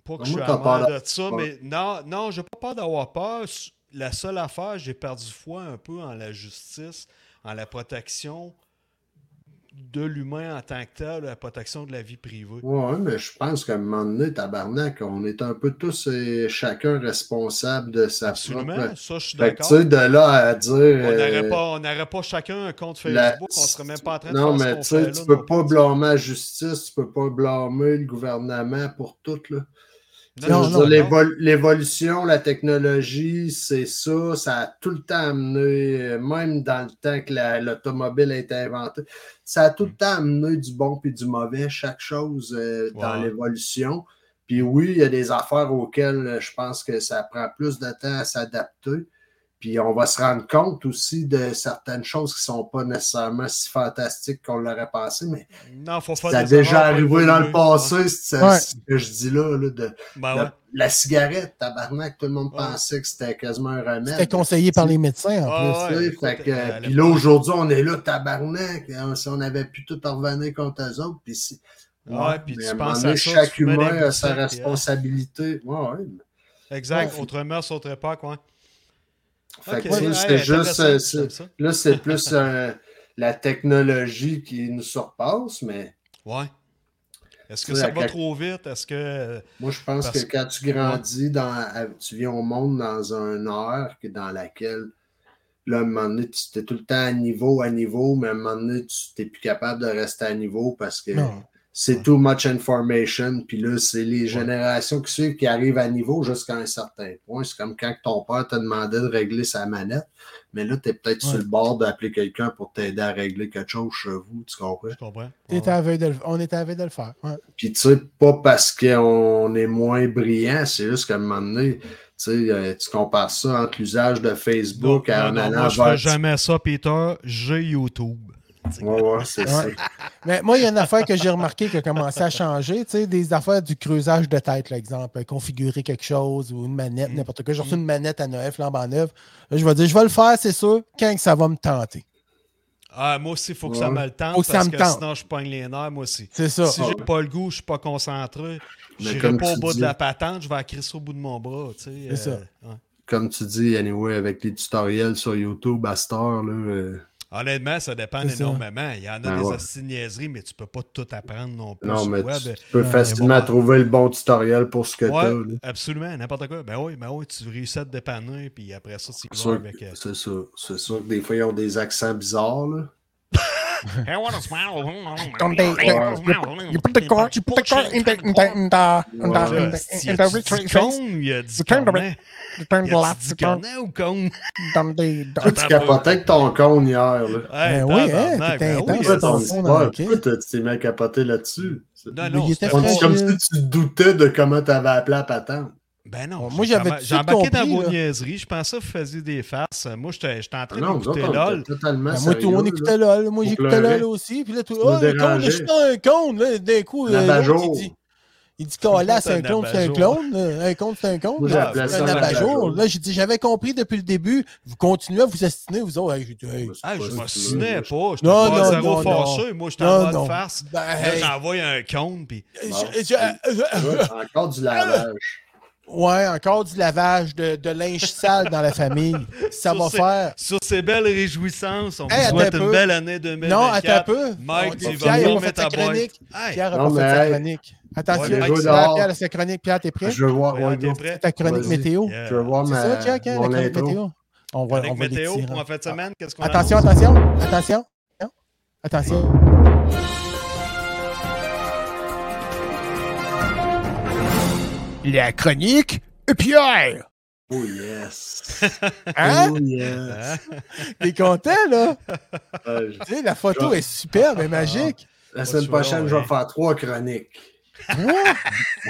[SPEAKER 2] pas que
[SPEAKER 3] Moi,
[SPEAKER 2] je suis
[SPEAKER 3] t'as peur
[SPEAKER 2] amant de
[SPEAKER 3] d'avoir
[SPEAKER 2] ça,
[SPEAKER 3] peur.
[SPEAKER 2] mais non, non, j'ai pas peur d'avoir peur. S- La seule affaire, j'ai perdu foi un peu en la justice, en la protection de l'humain en tant que tel, la protection de la vie privée.
[SPEAKER 3] Ouais, mais je pense qu'à un moment donné, tabarnak, on est un peu tous et chacun responsable de sa
[SPEAKER 2] Absolument,
[SPEAKER 3] propre.
[SPEAKER 2] ça je suis
[SPEAKER 3] Fait que, tu
[SPEAKER 2] d'accord.
[SPEAKER 3] sais, de là à dire.
[SPEAKER 2] On n'aurait
[SPEAKER 3] euh,
[SPEAKER 2] pas, on n'aurait pas chacun un compte
[SPEAKER 3] la-
[SPEAKER 2] Facebook, on serait même pas en train de
[SPEAKER 3] Non,
[SPEAKER 2] faire ce
[SPEAKER 3] mais
[SPEAKER 2] qu'on
[SPEAKER 3] tu
[SPEAKER 2] fait
[SPEAKER 3] sais,
[SPEAKER 2] là,
[SPEAKER 3] tu
[SPEAKER 2] non
[SPEAKER 3] peux
[SPEAKER 2] plus.
[SPEAKER 3] pas blâmer la justice, tu peux pas blâmer le gouvernement pour tout, là.
[SPEAKER 2] Non,
[SPEAKER 1] Non,
[SPEAKER 3] Je veux
[SPEAKER 1] non,
[SPEAKER 3] dire, l'évol- L'évolution, la technologie, c'est ça. Ça a tout le temps amené, euh, même dans le temps que la- l'automobile a été inventée, ça a tout le temps amené du bon puis du mauvais, chaque chose euh, dans
[SPEAKER 2] Ouais.
[SPEAKER 3] l'évolution. Puis oui, il y a des affaires auxquelles euh, je pense que ça prend plus de temps à s'adapter. Puis on va se rendre compte aussi de certaines choses qui sont pas nécessairement si fantastiques qu'on l'aurait pensé, mais
[SPEAKER 2] Non, faut faire
[SPEAKER 3] ça a
[SPEAKER 2] des
[SPEAKER 3] déjà
[SPEAKER 2] erreurs, faut
[SPEAKER 3] arrivé dans le
[SPEAKER 2] évoluer.
[SPEAKER 3] passé, c'est
[SPEAKER 1] Ouais.
[SPEAKER 3] ce que je dis là, là de
[SPEAKER 2] Ben ouais.
[SPEAKER 3] la, la cigarette, tabarnak, tout le monde
[SPEAKER 2] Ouais.
[SPEAKER 3] pensait que c'était quasiment un remède.
[SPEAKER 1] C'était conseillé par les médecins, en
[SPEAKER 2] Ah,
[SPEAKER 3] Tu sais,
[SPEAKER 2] ouais,
[SPEAKER 3] fait
[SPEAKER 2] écoute,
[SPEAKER 3] que,
[SPEAKER 2] euh,
[SPEAKER 3] puis
[SPEAKER 2] le-
[SPEAKER 3] là, aujourd'hui, on est là, tabarnak. hein, si on avait pu tout revenir contre eux autres, puis si.
[SPEAKER 2] Ouais, puis
[SPEAKER 3] mais
[SPEAKER 2] tu
[SPEAKER 3] à un
[SPEAKER 2] penses
[SPEAKER 3] moment
[SPEAKER 2] à ça,
[SPEAKER 3] chaque
[SPEAKER 2] tu mets
[SPEAKER 3] humain
[SPEAKER 2] des
[SPEAKER 3] a sa
[SPEAKER 2] boutons, puis, hein.
[SPEAKER 3] responsabilité. Ouais, ouais.
[SPEAKER 2] Exact,
[SPEAKER 1] Ouais.
[SPEAKER 2] autrement, sur sauterait pas, quoi.
[SPEAKER 3] Fait que, tu
[SPEAKER 2] Ok,
[SPEAKER 3] sais,
[SPEAKER 2] ouais,
[SPEAKER 3] c'est juste.
[SPEAKER 2] intéressant,
[SPEAKER 3] euh,
[SPEAKER 2] j'aime
[SPEAKER 3] c'est-
[SPEAKER 2] ça.
[SPEAKER 3] Là, c'est plus euh, la technologie qui nous surpasse, mais
[SPEAKER 2] Ouais. Est-ce que
[SPEAKER 3] Tu sais,
[SPEAKER 2] ça
[SPEAKER 3] à
[SPEAKER 2] va
[SPEAKER 3] quel-
[SPEAKER 2] trop vite? Est-ce que.
[SPEAKER 3] Moi, je pense
[SPEAKER 2] Parce
[SPEAKER 3] que quand tu grandis, dans, à- tu viens au monde dans un heure que dans laquelle, là, à un moment donné, tu t'es tout le temps à niveau, à niveau, mais à un moment donné, tu n'es plus capable de rester à niveau parce que
[SPEAKER 1] Non.
[SPEAKER 3] c'est too much information. Puis là, c'est les générations qui suivent qui arrivent à niveau jusqu'à un certain point. C'est comme quand ton père t'a demandé de régler sa manette, mais là, tu es peut-être
[SPEAKER 1] Ouais.
[SPEAKER 3] sur le bord d'appeler quelqu'un pour t'aider à régler quelque chose chez vous, tu comprends?
[SPEAKER 2] Je comprends.
[SPEAKER 1] T'étais
[SPEAKER 2] Ouais.
[SPEAKER 1] à la veille de le- On était à la veille de le faire. ouais.
[SPEAKER 3] Puis, tu sais, pas parce qu'on est moins brillant, c'est juste qu'à un moment donné, tu sais, euh, tu compares ça entre l'usage de Facebook
[SPEAKER 2] Non,
[SPEAKER 3] à
[SPEAKER 2] non,
[SPEAKER 3] en
[SPEAKER 2] non,
[SPEAKER 3] allant
[SPEAKER 2] moi, je ferai
[SPEAKER 3] vers.
[SPEAKER 2] jamais ça, Peter. J'ai YouTube.
[SPEAKER 3] Ouais, ouais, c'est
[SPEAKER 1] Ouais.
[SPEAKER 3] ça.
[SPEAKER 1] Mais moi, il y a une affaire que j'ai remarqué qui a commencé à changer, tu sais, des affaires du creusage de tête, par exemple, euh, configurer quelque chose ou une manette,
[SPEAKER 2] Mm.
[SPEAKER 1] n'importe quoi. J'ai reçu
[SPEAKER 2] Mm.
[SPEAKER 1] une manette à Noël, flambe en neuve. Là, je vais dire, je vais le faire, c'est sûr, quand que ça va me tenter.
[SPEAKER 2] Ah, moi aussi, il faut que
[SPEAKER 3] Ouais. ah.
[SPEAKER 2] ça me le tente.
[SPEAKER 1] Faut que ça
[SPEAKER 2] parce
[SPEAKER 1] me
[SPEAKER 2] que
[SPEAKER 1] tente.
[SPEAKER 2] Sinon, je pogne les nerfs, moi aussi.
[SPEAKER 1] C'est ça.
[SPEAKER 2] Si j'ai pas le goût, je suis pas concentré.
[SPEAKER 3] Mais
[SPEAKER 2] Je
[SPEAKER 3] comme
[SPEAKER 2] pas au
[SPEAKER 3] tu
[SPEAKER 2] bout
[SPEAKER 3] dis-
[SPEAKER 2] de la patente, je vais accrir ça au bout de mon bras. tu sais,
[SPEAKER 1] C'est
[SPEAKER 2] euh, ouais.
[SPEAKER 3] Comme tu dis, anyway, avec les tutoriels sur YouTube à cette heure, là. euh,
[SPEAKER 2] Honnêtement, ça dépend
[SPEAKER 1] C'est ça.
[SPEAKER 2] énormément. Il y en a
[SPEAKER 3] Ben
[SPEAKER 2] des
[SPEAKER 3] ouais.
[SPEAKER 2] hosties de niaiseries, mais tu peux pas tout apprendre non plus.
[SPEAKER 3] non,
[SPEAKER 2] sur
[SPEAKER 3] mais
[SPEAKER 2] le web.
[SPEAKER 3] tu, tu peux
[SPEAKER 1] ouais,
[SPEAKER 3] facilement
[SPEAKER 2] mais bon.
[SPEAKER 3] trouver le bon tutoriel pour ce que
[SPEAKER 2] Ouais,
[SPEAKER 3] t'as. là.
[SPEAKER 2] absolument, n'importe quoi. Ben oui, ben oui, tu réussis à te dépanner, puis après ça, tu
[SPEAKER 3] C'est
[SPEAKER 2] vas
[SPEAKER 3] sûr,
[SPEAKER 2] avec. euh,
[SPEAKER 3] que- c'est sûr, c'est sûr que des fois, ils ont des accents bizarres, là.
[SPEAKER 6] I want to smile.
[SPEAKER 1] Don't they- You put the car- you put the car in the- in the- in the- in the- in
[SPEAKER 2] euh,
[SPEAKER 1] the-
[SPEAKER 2] si-
[SPEAKER 1] in
[SPEAKER 2] y
[SPEAKER 1] the
[SPEAKER 2] a-tu
[SPEAKER 1] rich
[SPEAKER 2] dit
[SPEAKER 1] races,
[SPEAKER 2] con ou il a dit
[SPEAKER 1] Return the
[SPEAKER 2] connaît?
[SPEAKER 1] you turn
[SPEAKER 2] Y
[SPEAKER 1] the
[SPEAKER 2] a-tu
[SPEAKER 1] lights,
[SPEAKER 2] dit
[SPEAKER 1] you turn
[SPEAKER 2] connaît ou con?
[SPEAKER 1] down the-
[SPEAKER 3] Tu
[SPEAKER 1] down-
[SPEAKER 2] Attends un peu.
[SPEAKER 3] capotais avec ton con hier, là.
[SPEAKER 2] Hey,
[SPEAKER 1] Ben oui, hein,
[SPEAKER 2] tabarnak,
[SPEAKER 1] t'es
[SPEAKER 2] ben
[SPEAKER 1] intense,
[SPEAKER 2] oui,
[SPEAKER 3] Pourquoi ton
[SPEAKER 1] c'est ton con dans le
[SPEAKER 3] histoire?
[SPEAKER 1] cul.
[SPEAKER 3] Pourquoi t'as- tu t'es mis à capoter là-dessus?
[SPEAKER 2] Non,
[SPEAKER 1] Mais il était
[SPEAKER 2] non,
[SPEAKER 1] Ben,
[SPEAKER 2] c'était
[SPEAKER 3] On
[SPEAKER 1] Ouais.
[SPEAKER 3] dit
[SPEAKER 2] pas-
[SPEAKER 3] comme si tu doutais de comment tu avais appelé la patente.
[SPEAKER 2] Ben non,
[SPEAKER 1] Bon, moi,
[SPEAKER 2] j'ai-
[SPEAKER 1] j'avais
[SPEAKER 2] j'ai-
[SPEAKER 1] tout
[SPEAKER 2] J'ai embarqué dans
[SPEAKER 1] compris,
[SPEAKER 2] vos
[SPEAKER 1] là.
[SPEAKER 2] niaiseries. Je pensais que vous faisiez des farces. Moi, j'étais j'étais en train
[SPEAKER 3] Non, nous
[SPEAKER 2] d'écouter
[SPEAKER 3] autres, on
[SPEAKER 2] LOL.
[SPEAKER 3] était totalement
[SPEAKER 1] Ben, moi, tout le monde
[SPEAKER 3] sérieux,
[SPEAKER 1] écoutait LOL. Moi,
[SPEAKER 3] Faut
[SPEAKER 1] j'écoutais
[SPEAKER 3] pleurer.
[SPEAKER 1] LOL aussi. Puis là, tout
[SPEAKER 3] Ça
[SPEAKER 1] oh,
[SPEAKER 3] nous
[SPEAKER 1] un con, je
[SPEAKER 3] dérangeait.
[SPEAKER 1] suis un con. Là, d'un coup,
[SPEAKER 3] Un
[SPEAKER 1] euh, l'autre,
[SPEAKER 3] abat-jour.
[SPEAKER 1] il dit, il dit Colas, c'est un
[SPEAKER 2] Un
[SPEAKER 1] clone, c'est un
[SPEAKER 2] abat-jour.
[SPEAKER 1] clone. euh, Un con, c'est un con.
[SPEAKER 3] Moi,
[SPEAKER 1] là,
[SPEAKER 3] j'appelais
[SPEAKER 1] c'est
[SPEAKER 3] ça
[SPEAKER 1] un
[SPEAKER 3] un
[SPEAKER 1] abat-jour.
[SPEAKER 3] abat-jour.
[SPEAKER 1] Là, j'ai dit, j'avais compris depuis le début. Vous continuez à vous astiner, vous autres. Hey, j'ai dit, hey,
[SPEAKER 3] là.
[SPEAKER 2] Ah,
[SPEAKER 3] sais pas
[SPEAKER 2] je
[SPEAKER 3] si tu veux,
[SPEAKER 2] m'assinais
[SPEAKER 3] là, je-
[SPEAKER 2] pas. J'étais
[SPEAKER 1] Non, non,
[SPEAKER 2] pas zéro
[SPEAKER 1] non, non.
[SPEAKER 2] fâché. Moi, j'étais
[SPEAKER 1] Non,
[SPEAKER 2] en
[SPEAKER 1] non.
[SPEAKER 2] mode farce.
[SPEAKER 1] Ben,
[SPEAKER 2] Là,
[SPEAKER 1] hey.
[SPEAKER 2] j'envoie un con, puis...
[SPEAKER 1] je- je- je-
[SPEAKER 3] Ouais, Encore du lavage.
[SPEAKER 1] Ouais, encore du lavage de, de linge sale dans la famille. Ça
[SPEAKER 2] Sur
[SPEAKER 1] va
[SPEAKER 2] ces-
[SPEAKER 1] faire.
[SPEAKER 2] Sur ces belles réjouissances, on
[SPEAKER 1] Hey,
[SPEAKER 2] vous
[SPEAKER 1] attends
[SPEAKER 2] souhaite
[SPEAKER 1] un
[SPEAKER 2] une
[SPEAKER 1] peu.
[SPEAKER 2] belle année 2024.
[SPEAKER 1] Non, attends un peu.
[SPEAKER 2] Mike,
[SPEAKER 1] On-
[SPEAKER 2] tu
[SPEAKER 1] Pierre,
[SPEAKER 2] vas
[SPEAKER 1] il a pas
[SPEAKER 2] dormir
[SPEAKER 1] fait
[SPEAKER 2] ta
[SPEAKER 1] sa
[SPEAKER 2] boîte.
[SPEAKER 1] chronique.
[SPEAKER 2] Hey,
[SPEAKER 1] Pierre a
[SPEAKER 3] Non,
[SPEAKER 1] pas fait sa
[SPEAKER 3] mais-
[SPEAKER 1] chronique. Attention,
[SPEAKER 2] Ouais,
[SPEAKER 1] Pierre,
[SPEAKER 2] Mike,
[SPEAKER 1] Pierre,
[SPEAKER 3] c'est dehors.
[SPEAKER 1] Pierre, sa chronique. Pierre, t'es prêt?
[SPEAKER 3] Je veux voir,
[SPEAKER 2] Ouais,
[SPEAKER 3] ouais,
[SPEAKER 2] t'es
[SPEAKER 3] go.
[SPEAKER 2] prêt?
[SPEAKER 1] Ta chronique
[SPEAKER 3] Vas-y.
[SPEAKER 1] météo.
[SPEAKER 2] Yeah.
[SPEAKER 3] Je veux voir
[SPEAKER 1] C'est
[SPEAKER 3] ma,
[SPEAKER 1] ça, Jack, hein, la
[SPEAKER 3] mon
[SPEAKER 1] chronique
[SPEAKER 3] intro.
[SPEAKER 1] météo? On va, on
[SPEAKER 2] Avec
[SPEAKER 1] va Ah. les
[SPEAKER 2] météo
[SPEAKER 1] tirer.
[SPEAKER 2] pour en fin de semaine, qu'est-ce qu'on a?
[SPEAKER 1] Attention, attention, attention. Attention. La chronique Pierre.
[SPEAKER 3] Oh yes.
[SPEAKER 1] Hein?
[SPEAKER 3] Oh yes.
[SPEAKER 1] T'es content, là?
[SPEAKER 3] Euh, je-
[SPEAKER 1] Tu sais, la photo est superbe et magique.
[SPEAKER 3] La
[SPEAKER 2] tu
[SPEAKER 3] semaine
[SPEAKER 2] vois,
[SPEAKER 3] prochaine, je
[SPEAKER 2] ouais.
[SPEAKER 3] vais faire trois chroniques. Je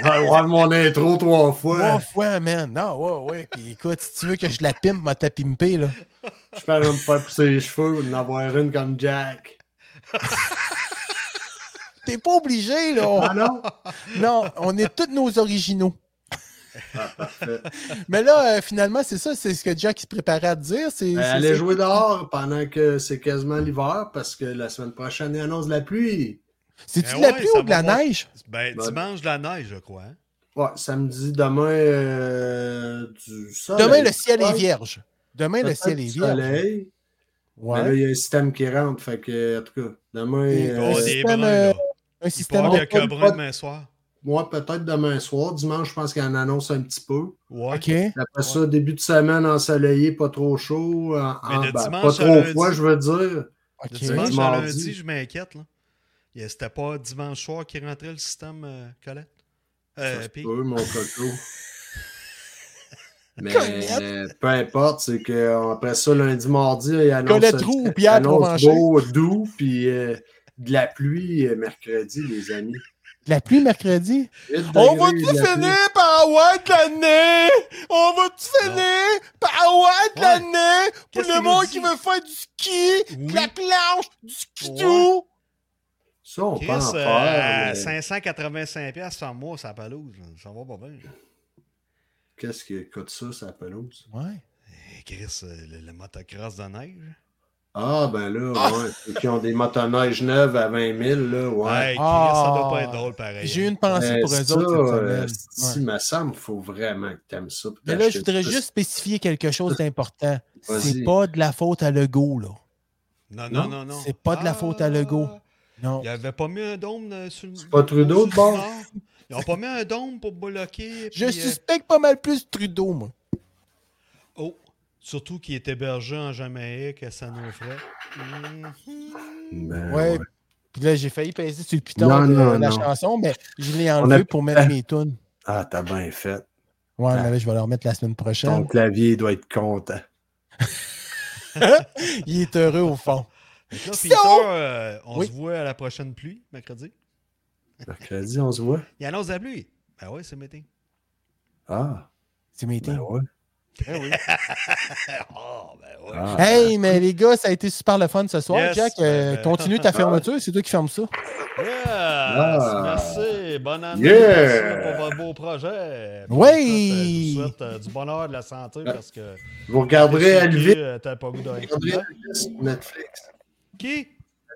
[SPEAKER 3] vais voir mon intro trois
[SPEAKER 1] Trois
[SPEAKER 3] fois.
[SPEAKER 1] fois, man. Non, ouais, ouais. Puis écoute, si tu veux que je la pimpe, m'a t'a pimpé, là.
[SPEAKER 3] Je peux même pas pousser les cheveux ou en avoir une comme Jack.
[SPEAKER 1] T'es pas obligé, là.
[SPEAKER 3] Ah non?
[SPEAKER 1] Non, on est tous nos originaux.
[SPEAKER 3] Ah, parfait.
[SPEAKER 1] Mais là, euh, finalement, c'est ça, c'est ce que Jack se préparait à dire. C'est,
[SPEAKER 2] Ben,
[SPEAKER 3] Euh,
[SPEAKER 1] c'est-
[SPEAKER 3] allez
[SPEAKER 1] c'est-
[SPEAKER 3] jouer dehors pendant que c'est quasiment l'hiver parce que la semaine prochaine, il annonce la pluie.
[SPEAKER 1] C'est-tu
[SPEAKER 2] Ben
[SPEAKER 1] de la
[SPEAKER 2] ouais,
[SPEAKER 1] pluie
[SPEAKER 2] ça
[SPEAKER 1] ou de la
[SPEAKER 2] va pas.
[SPEAKER 1] neige?
[SPEAKER 2] Ben,
[SPEAKER 3] Ben-
[SPEAKER 2] dimanche de la neige, je crois. hein.
[SPEAKER 3] Ouais, samedi, demain, euh, du
[SPEAKER 2] Ah,
[SPEAKER 3] soleil.
[SPEAKER 2] ben,
[SPEAKER 1] Demain, le ciel est
[SPEAKER 3] Ouais,
[SPEAKER 1] vierge. Demain, le
[SPEAKER 3] peut-être
[SPEAKER 1] ciel est
[SPEAKER 3] du
[SPEAKER 1] vierge.
[SPEAKER 3] soleil.
[SPEAKER 1] Ouais.
[SPEAKER 3] Mais là, il y a un système qui rentre. Fait que, en tout cas, demain.
[SPEAKER 1] Et-
[SPEAKER 2] Il
[SPEAKER 1] Euh,
[SPEAKER 2] va y avoir des
[SPEAKER 1] système,
[SPEAKER 2] bruns,
[SPEAKER 1] euh,
[SPEAKER 2] là.
[SPEAKER 1] Un
[SPEAKER 2] Il va y
[SPEAKER 1] système
[SPEAKER 2] avoir
[SPEAKER 1] de...
[SPEAKER 2] quelques
[SPEAKER 3] de-
[SPEAKER 2] bruns demain soir.
[SPEAKER 3] Moi, peut-être demain soir. Dimanche, je pense qu'il en annonce un petit peu.
[SPEAKER 2] Ouais.
[SPEAKER 1] OK.
[SPEAKER 3] Après ça, début de semaine ensoleillé, pas trop chaud. en-
[SPEAKER 2] Mais
[SPEAKER 3] en-
[SPEAKER 2] de
[SPEAKER 3] ben,
[SPEAKER 2] dimanche euh,
[SPEAKER 3] pas
[SPEAKER 2] à
[SPEAKER 3] trop
[SPEAKER 2] lundi.
[SPEAKER 3] froid, je veux dire.
[SPEAKER 1] OK.
[SPEAKER 2] Le dimanche à
[SPEAKER 3] Mardi.
[SPEAKER 2] lundi, je m'inquiète. là. Il- C'était pas dimanche soir qui rentrait le système euh, Colette? Euh,
[SPEAKER 3] Ça se
[SPEAKER 2] puis-
[SPEAKER 3] peut, mon coco. Mais
[SPEAKER 1] Colette.
[SPEAKER 3] euh, peu importe, c'est qu'après ça, lundi, mardi, il annonce,
[SPEAKER 1] Colette Roux ou
[SPEAKER 3] il
[SPEAKER 1] Pierre
[SPEAKER 3] annonce
[SPEAKER 1] Provencher.
[SPEAKER 3] beau, doux, puis euh, de la pluie euh, mercredi, les amis.
[SPEAKER 1] De La pluie mercredi.
[SPEAKER 3] Huit
[SPEAKER 1] On
[SPEAKER 3] degrés,
[SPEAKER 1] va-tu
[SPEAKER 3] de la pluie.
[SPEAKER 1] finir par avoir de la neige? On va-tu finir par avoir de la
[SPEAKER 2] Ouais.
[SPEAKER 1] neige pour
[SPEAKER 2] Qu'est-ce
[SPEAKER 1] le
[SPEAKER 2] qu'il
[SPEAKER 1] monde
[SPEAKER 2] nous
[SPEAKER 1] qui
[SPEAKER 2] dit?
[SPEAKER 1] veut faire du ski, de
[SPEAKER 2] Oui.
[SPEAKER 1] la planche, du ski
[SPEAKER 2] Ouais.
[SPEAKER 1] doux?
[SPEAKER 3] Ça, on
[SPEAKER 2] Chris,
[SPEAKER 3] peut en
[SPEAKER 2] euh,
[SPEAKER 3] faire.
[SPEAKER 2] à
[SPEAKER 3] mais
[SPEAKER 2] 585$ piastres par mois, ça palouse. là. Ça va pas bien.
[SPEAKER 3] Qu'est-ce qui coûte ça, sa pelouse?
[SPEAKER 1] Ouais.
[SPEAKER 2] Eh, Chris, euh, le, le motocross de neige.
[SPEAKER 3] Ah, ben là, ouais. Ceux qui ont des motoneiges neuves à 20 000, là, ouais.
[SPEAKER 2] Ouais, Chris, ça doit pas être drôle pareil.
[SPEAKER 1] Ah! J'ai
[SPEAKER 2] hein.
[SPEAKER 1] eu une pensée
[SPEAKER 3] Mais
[SPEAKER 1] pour eux
[SPEAKER 3] ben, ça, euh,
[SPEAKER 1] autres cette
[SPEAKER 3] si,
[SPEAKER 1] semaine. Ouais.
[SPEAKER 3] me semble, il faut vraiment que t'aimes ça. pour
[SPEAKER 1] Mais là, je
[SPEAKER 3] t'acheter
[SPEAKER 1] voudrais
[SPEAKER 3] ça.
[SPEAKER 1] juste spécifier quelque chose d'important. C'est
[SPEAKER 3] Vas-y.
[SPEAKER 1] pas de la faute à Legault, là.
[SPEAKER 2] Non, non,
[SPEAKER 3] Non,
[SPEAKER 2] non, non. Ah!
[SPEAKER 1] c'est pas de la faute à Legault. Non.
[SPEAKER 2] Il y avait pas mis un dôme euh, sur le.
[SPEAKER 3] pas Trudeau, de
[SPEAKER 2] sur le
[SPEAKER 3] bord?
[SPEAKER 2] nord. Ils ont pas mis un dôme pour bloquer.
[SPEAKER 1] Je
[SPEAKER 2] puis, euh,
[SPEAKER 1] suspecte pas mal plus Trudeau, moi.
[SPEAKER 2] Oh, surtout qu'il est hébergé en Jamaïque à San Onofre. Hmm.
[SPEAKER 3] Ben,
[SPEAKER 1] Ouais. Puis là, j'ai failli peser sur le piton
[SPEAKER 3] Non,
[SPEAKER 1] de
[SPEAKER 3] non,
[SPEAKER 1] la
[SPEAKER 3] non.
[SPEAKER 1] chanson, mais je l'ai
[SPEAKER 3] a-
[SPEAKER 1] enlevé pour mettre mes tunes.
[SPEAKER 3] Ah, t'as bien fait.
[SPEAKER 1] Ouais,
[SPEAKER 3] Ah.
[SPEAKER 1] mais là, je vais le remettre la semaine
[SPEAKER 3] Ton
[SPEAKER 1] prochaine.
[SPEAKER 3] clavier doit être content.
[SPEAKER 1] Il est heureux au fond.
[SPEAKER 2] Fait que là,
[SPEAKER 1] Si
[SPEAKER 2] Peter,
[SPEAKER 1] on-
[SPEAKER 2] euh, on
[SPEAKER 1] Oui.
[SPEAKER 2] se voit à la prochaine pluie, mercredi.
[SPEAKER 3] Mercredi, on se voit.
[SPEAKER 2] Il annonce la pluie. Ben ouais, c'est meeting.
[SPEAKER 3] Ah,
[SPEAKER 1] C'est meeting.
[SPEAKER 3] ben ouais.
[SPEAKER 2] oh, ben ouais.
[SPEAKER 3] Ah.
[SPEAKER 1] Hey, mais les gars, ça a été super le fun ce soir.
[SPEAKER 2] Yes,
[SPEAKER 1] Jack, euh,
[SPEAKER 2] ben, ben.
[SPEAKER 1] continue ta fermeture, c'est toi qui fermes ça.
[SPEAKER 2] Yes,
[SPEAKER 3] Ah.
[SPEAKER 2] merci. Bonne année.
[SPEAKER 3] Yeah.
[SPEAKER 2] Merci pour votre beau projet. Puis,
[SPEAKER 1] Oui. Ah.
[SPEAKER 2] écoute, euh, Je vous souhaite euh, du bonheur, de la santé, parce que...
[SPEAKER 3] Vous regarderez
[SPEAKER 2] Elvis,
[SPEAKER 3] Elvis.
[SPEAKER 2] euh, T'as pas goût de
[SPEAKER 3] Vous regarderez Elvis sur Netflix.
[SPEAKER 2] Qui?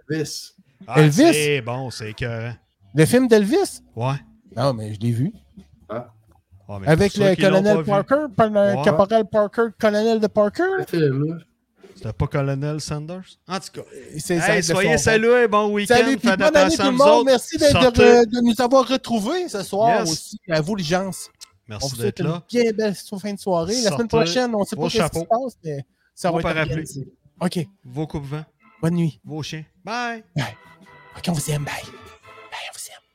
[SPEAKER 3] Elvis.
[SPEAKER 2] Ah,
[SPEAKER 1] Elvis?
[SPEAKER 2] C'est bon, c'est écœurant.
[SPEAKER 1] Le film d'Elvis?
[SPEAKER 2] Ouais.
[SPEAKER 1] Non, mais je l'ai vu.
[SPEAKER 2] Ah, mais
[SPEAKER 1] Avec
[SPEAKER 2] Ben, pour ceux
[SPEAKER 1] le
[SPEAKER 2] qui l'ont
[SPEAKER 1] colonel
[SPEAKER 2] pas vu,
[SPEAKER 1] Parker, par- le
[SPEAKER 2] Ouais.
[SPEAKER 1] caporal Parker, colonel de Parker.
[SPEAKER 3] Le film, là.
[SPEAKER 2] C'était pas colonel Sanders? En tout cas.
[SPEAKER 1] C'est- ça a
[SPEAKER 2] Hey,
[SPEAKER 1] de son
[SPEAKER 2] soyez
[SPEAKER 1] bon.
[SPEAKER 2] salués, bon week-end.
[SPEAKER 1] Salut, puis
[SPEAKER 2] faites
[SPEAKER 1] bonne année tout
[SPEAKER 2] attention à
[SPEAKER 1] le
[SPEAKER 2] vous
[SPEAKER 1] monde.
[SPEAKER 2] autres.
[SPEAKER 1] Merci de, de-
[SPEAKER 2] Sortez.
[SPEAKER 1] de nous avoir retrouvés ce soir
[SPEAKER 2] Yes.
[SPEAKER 1] aussi. À vous, les gens. On vous
[SPEAKER 2] Merci
[SPEAKER 1] souhaite
[SPEAKER 2] d'être
[SPEAKER 1] une
[SPEAKER 2] là.
[SPEAKER 1] bien belle sou- fin de soirée. La semaine
[SPEAKER 2] Sortez
[SPEAKER 1] prochaine, on ne sait pas
[SPEAKER 2] vos
[SPEAKER 1] ce qui se
[SPEAKER 2] chapeaux.
[SPEAKER 1] passe, mais ça
[SPEAKER 2] Vos
[SPEAKER 1] va être
[SPEAKER 2] parapluies.
[SPEAKER 1] organisé. OK,
[SPEAKER 2] Vos coupes-vents,
[SPEAKER 1] bonne nuit.
[SPEAKER 2] vos chiens. Bye!
[SPEAKER 1] OK, on vous aime. Bye. Bye, on vous aime.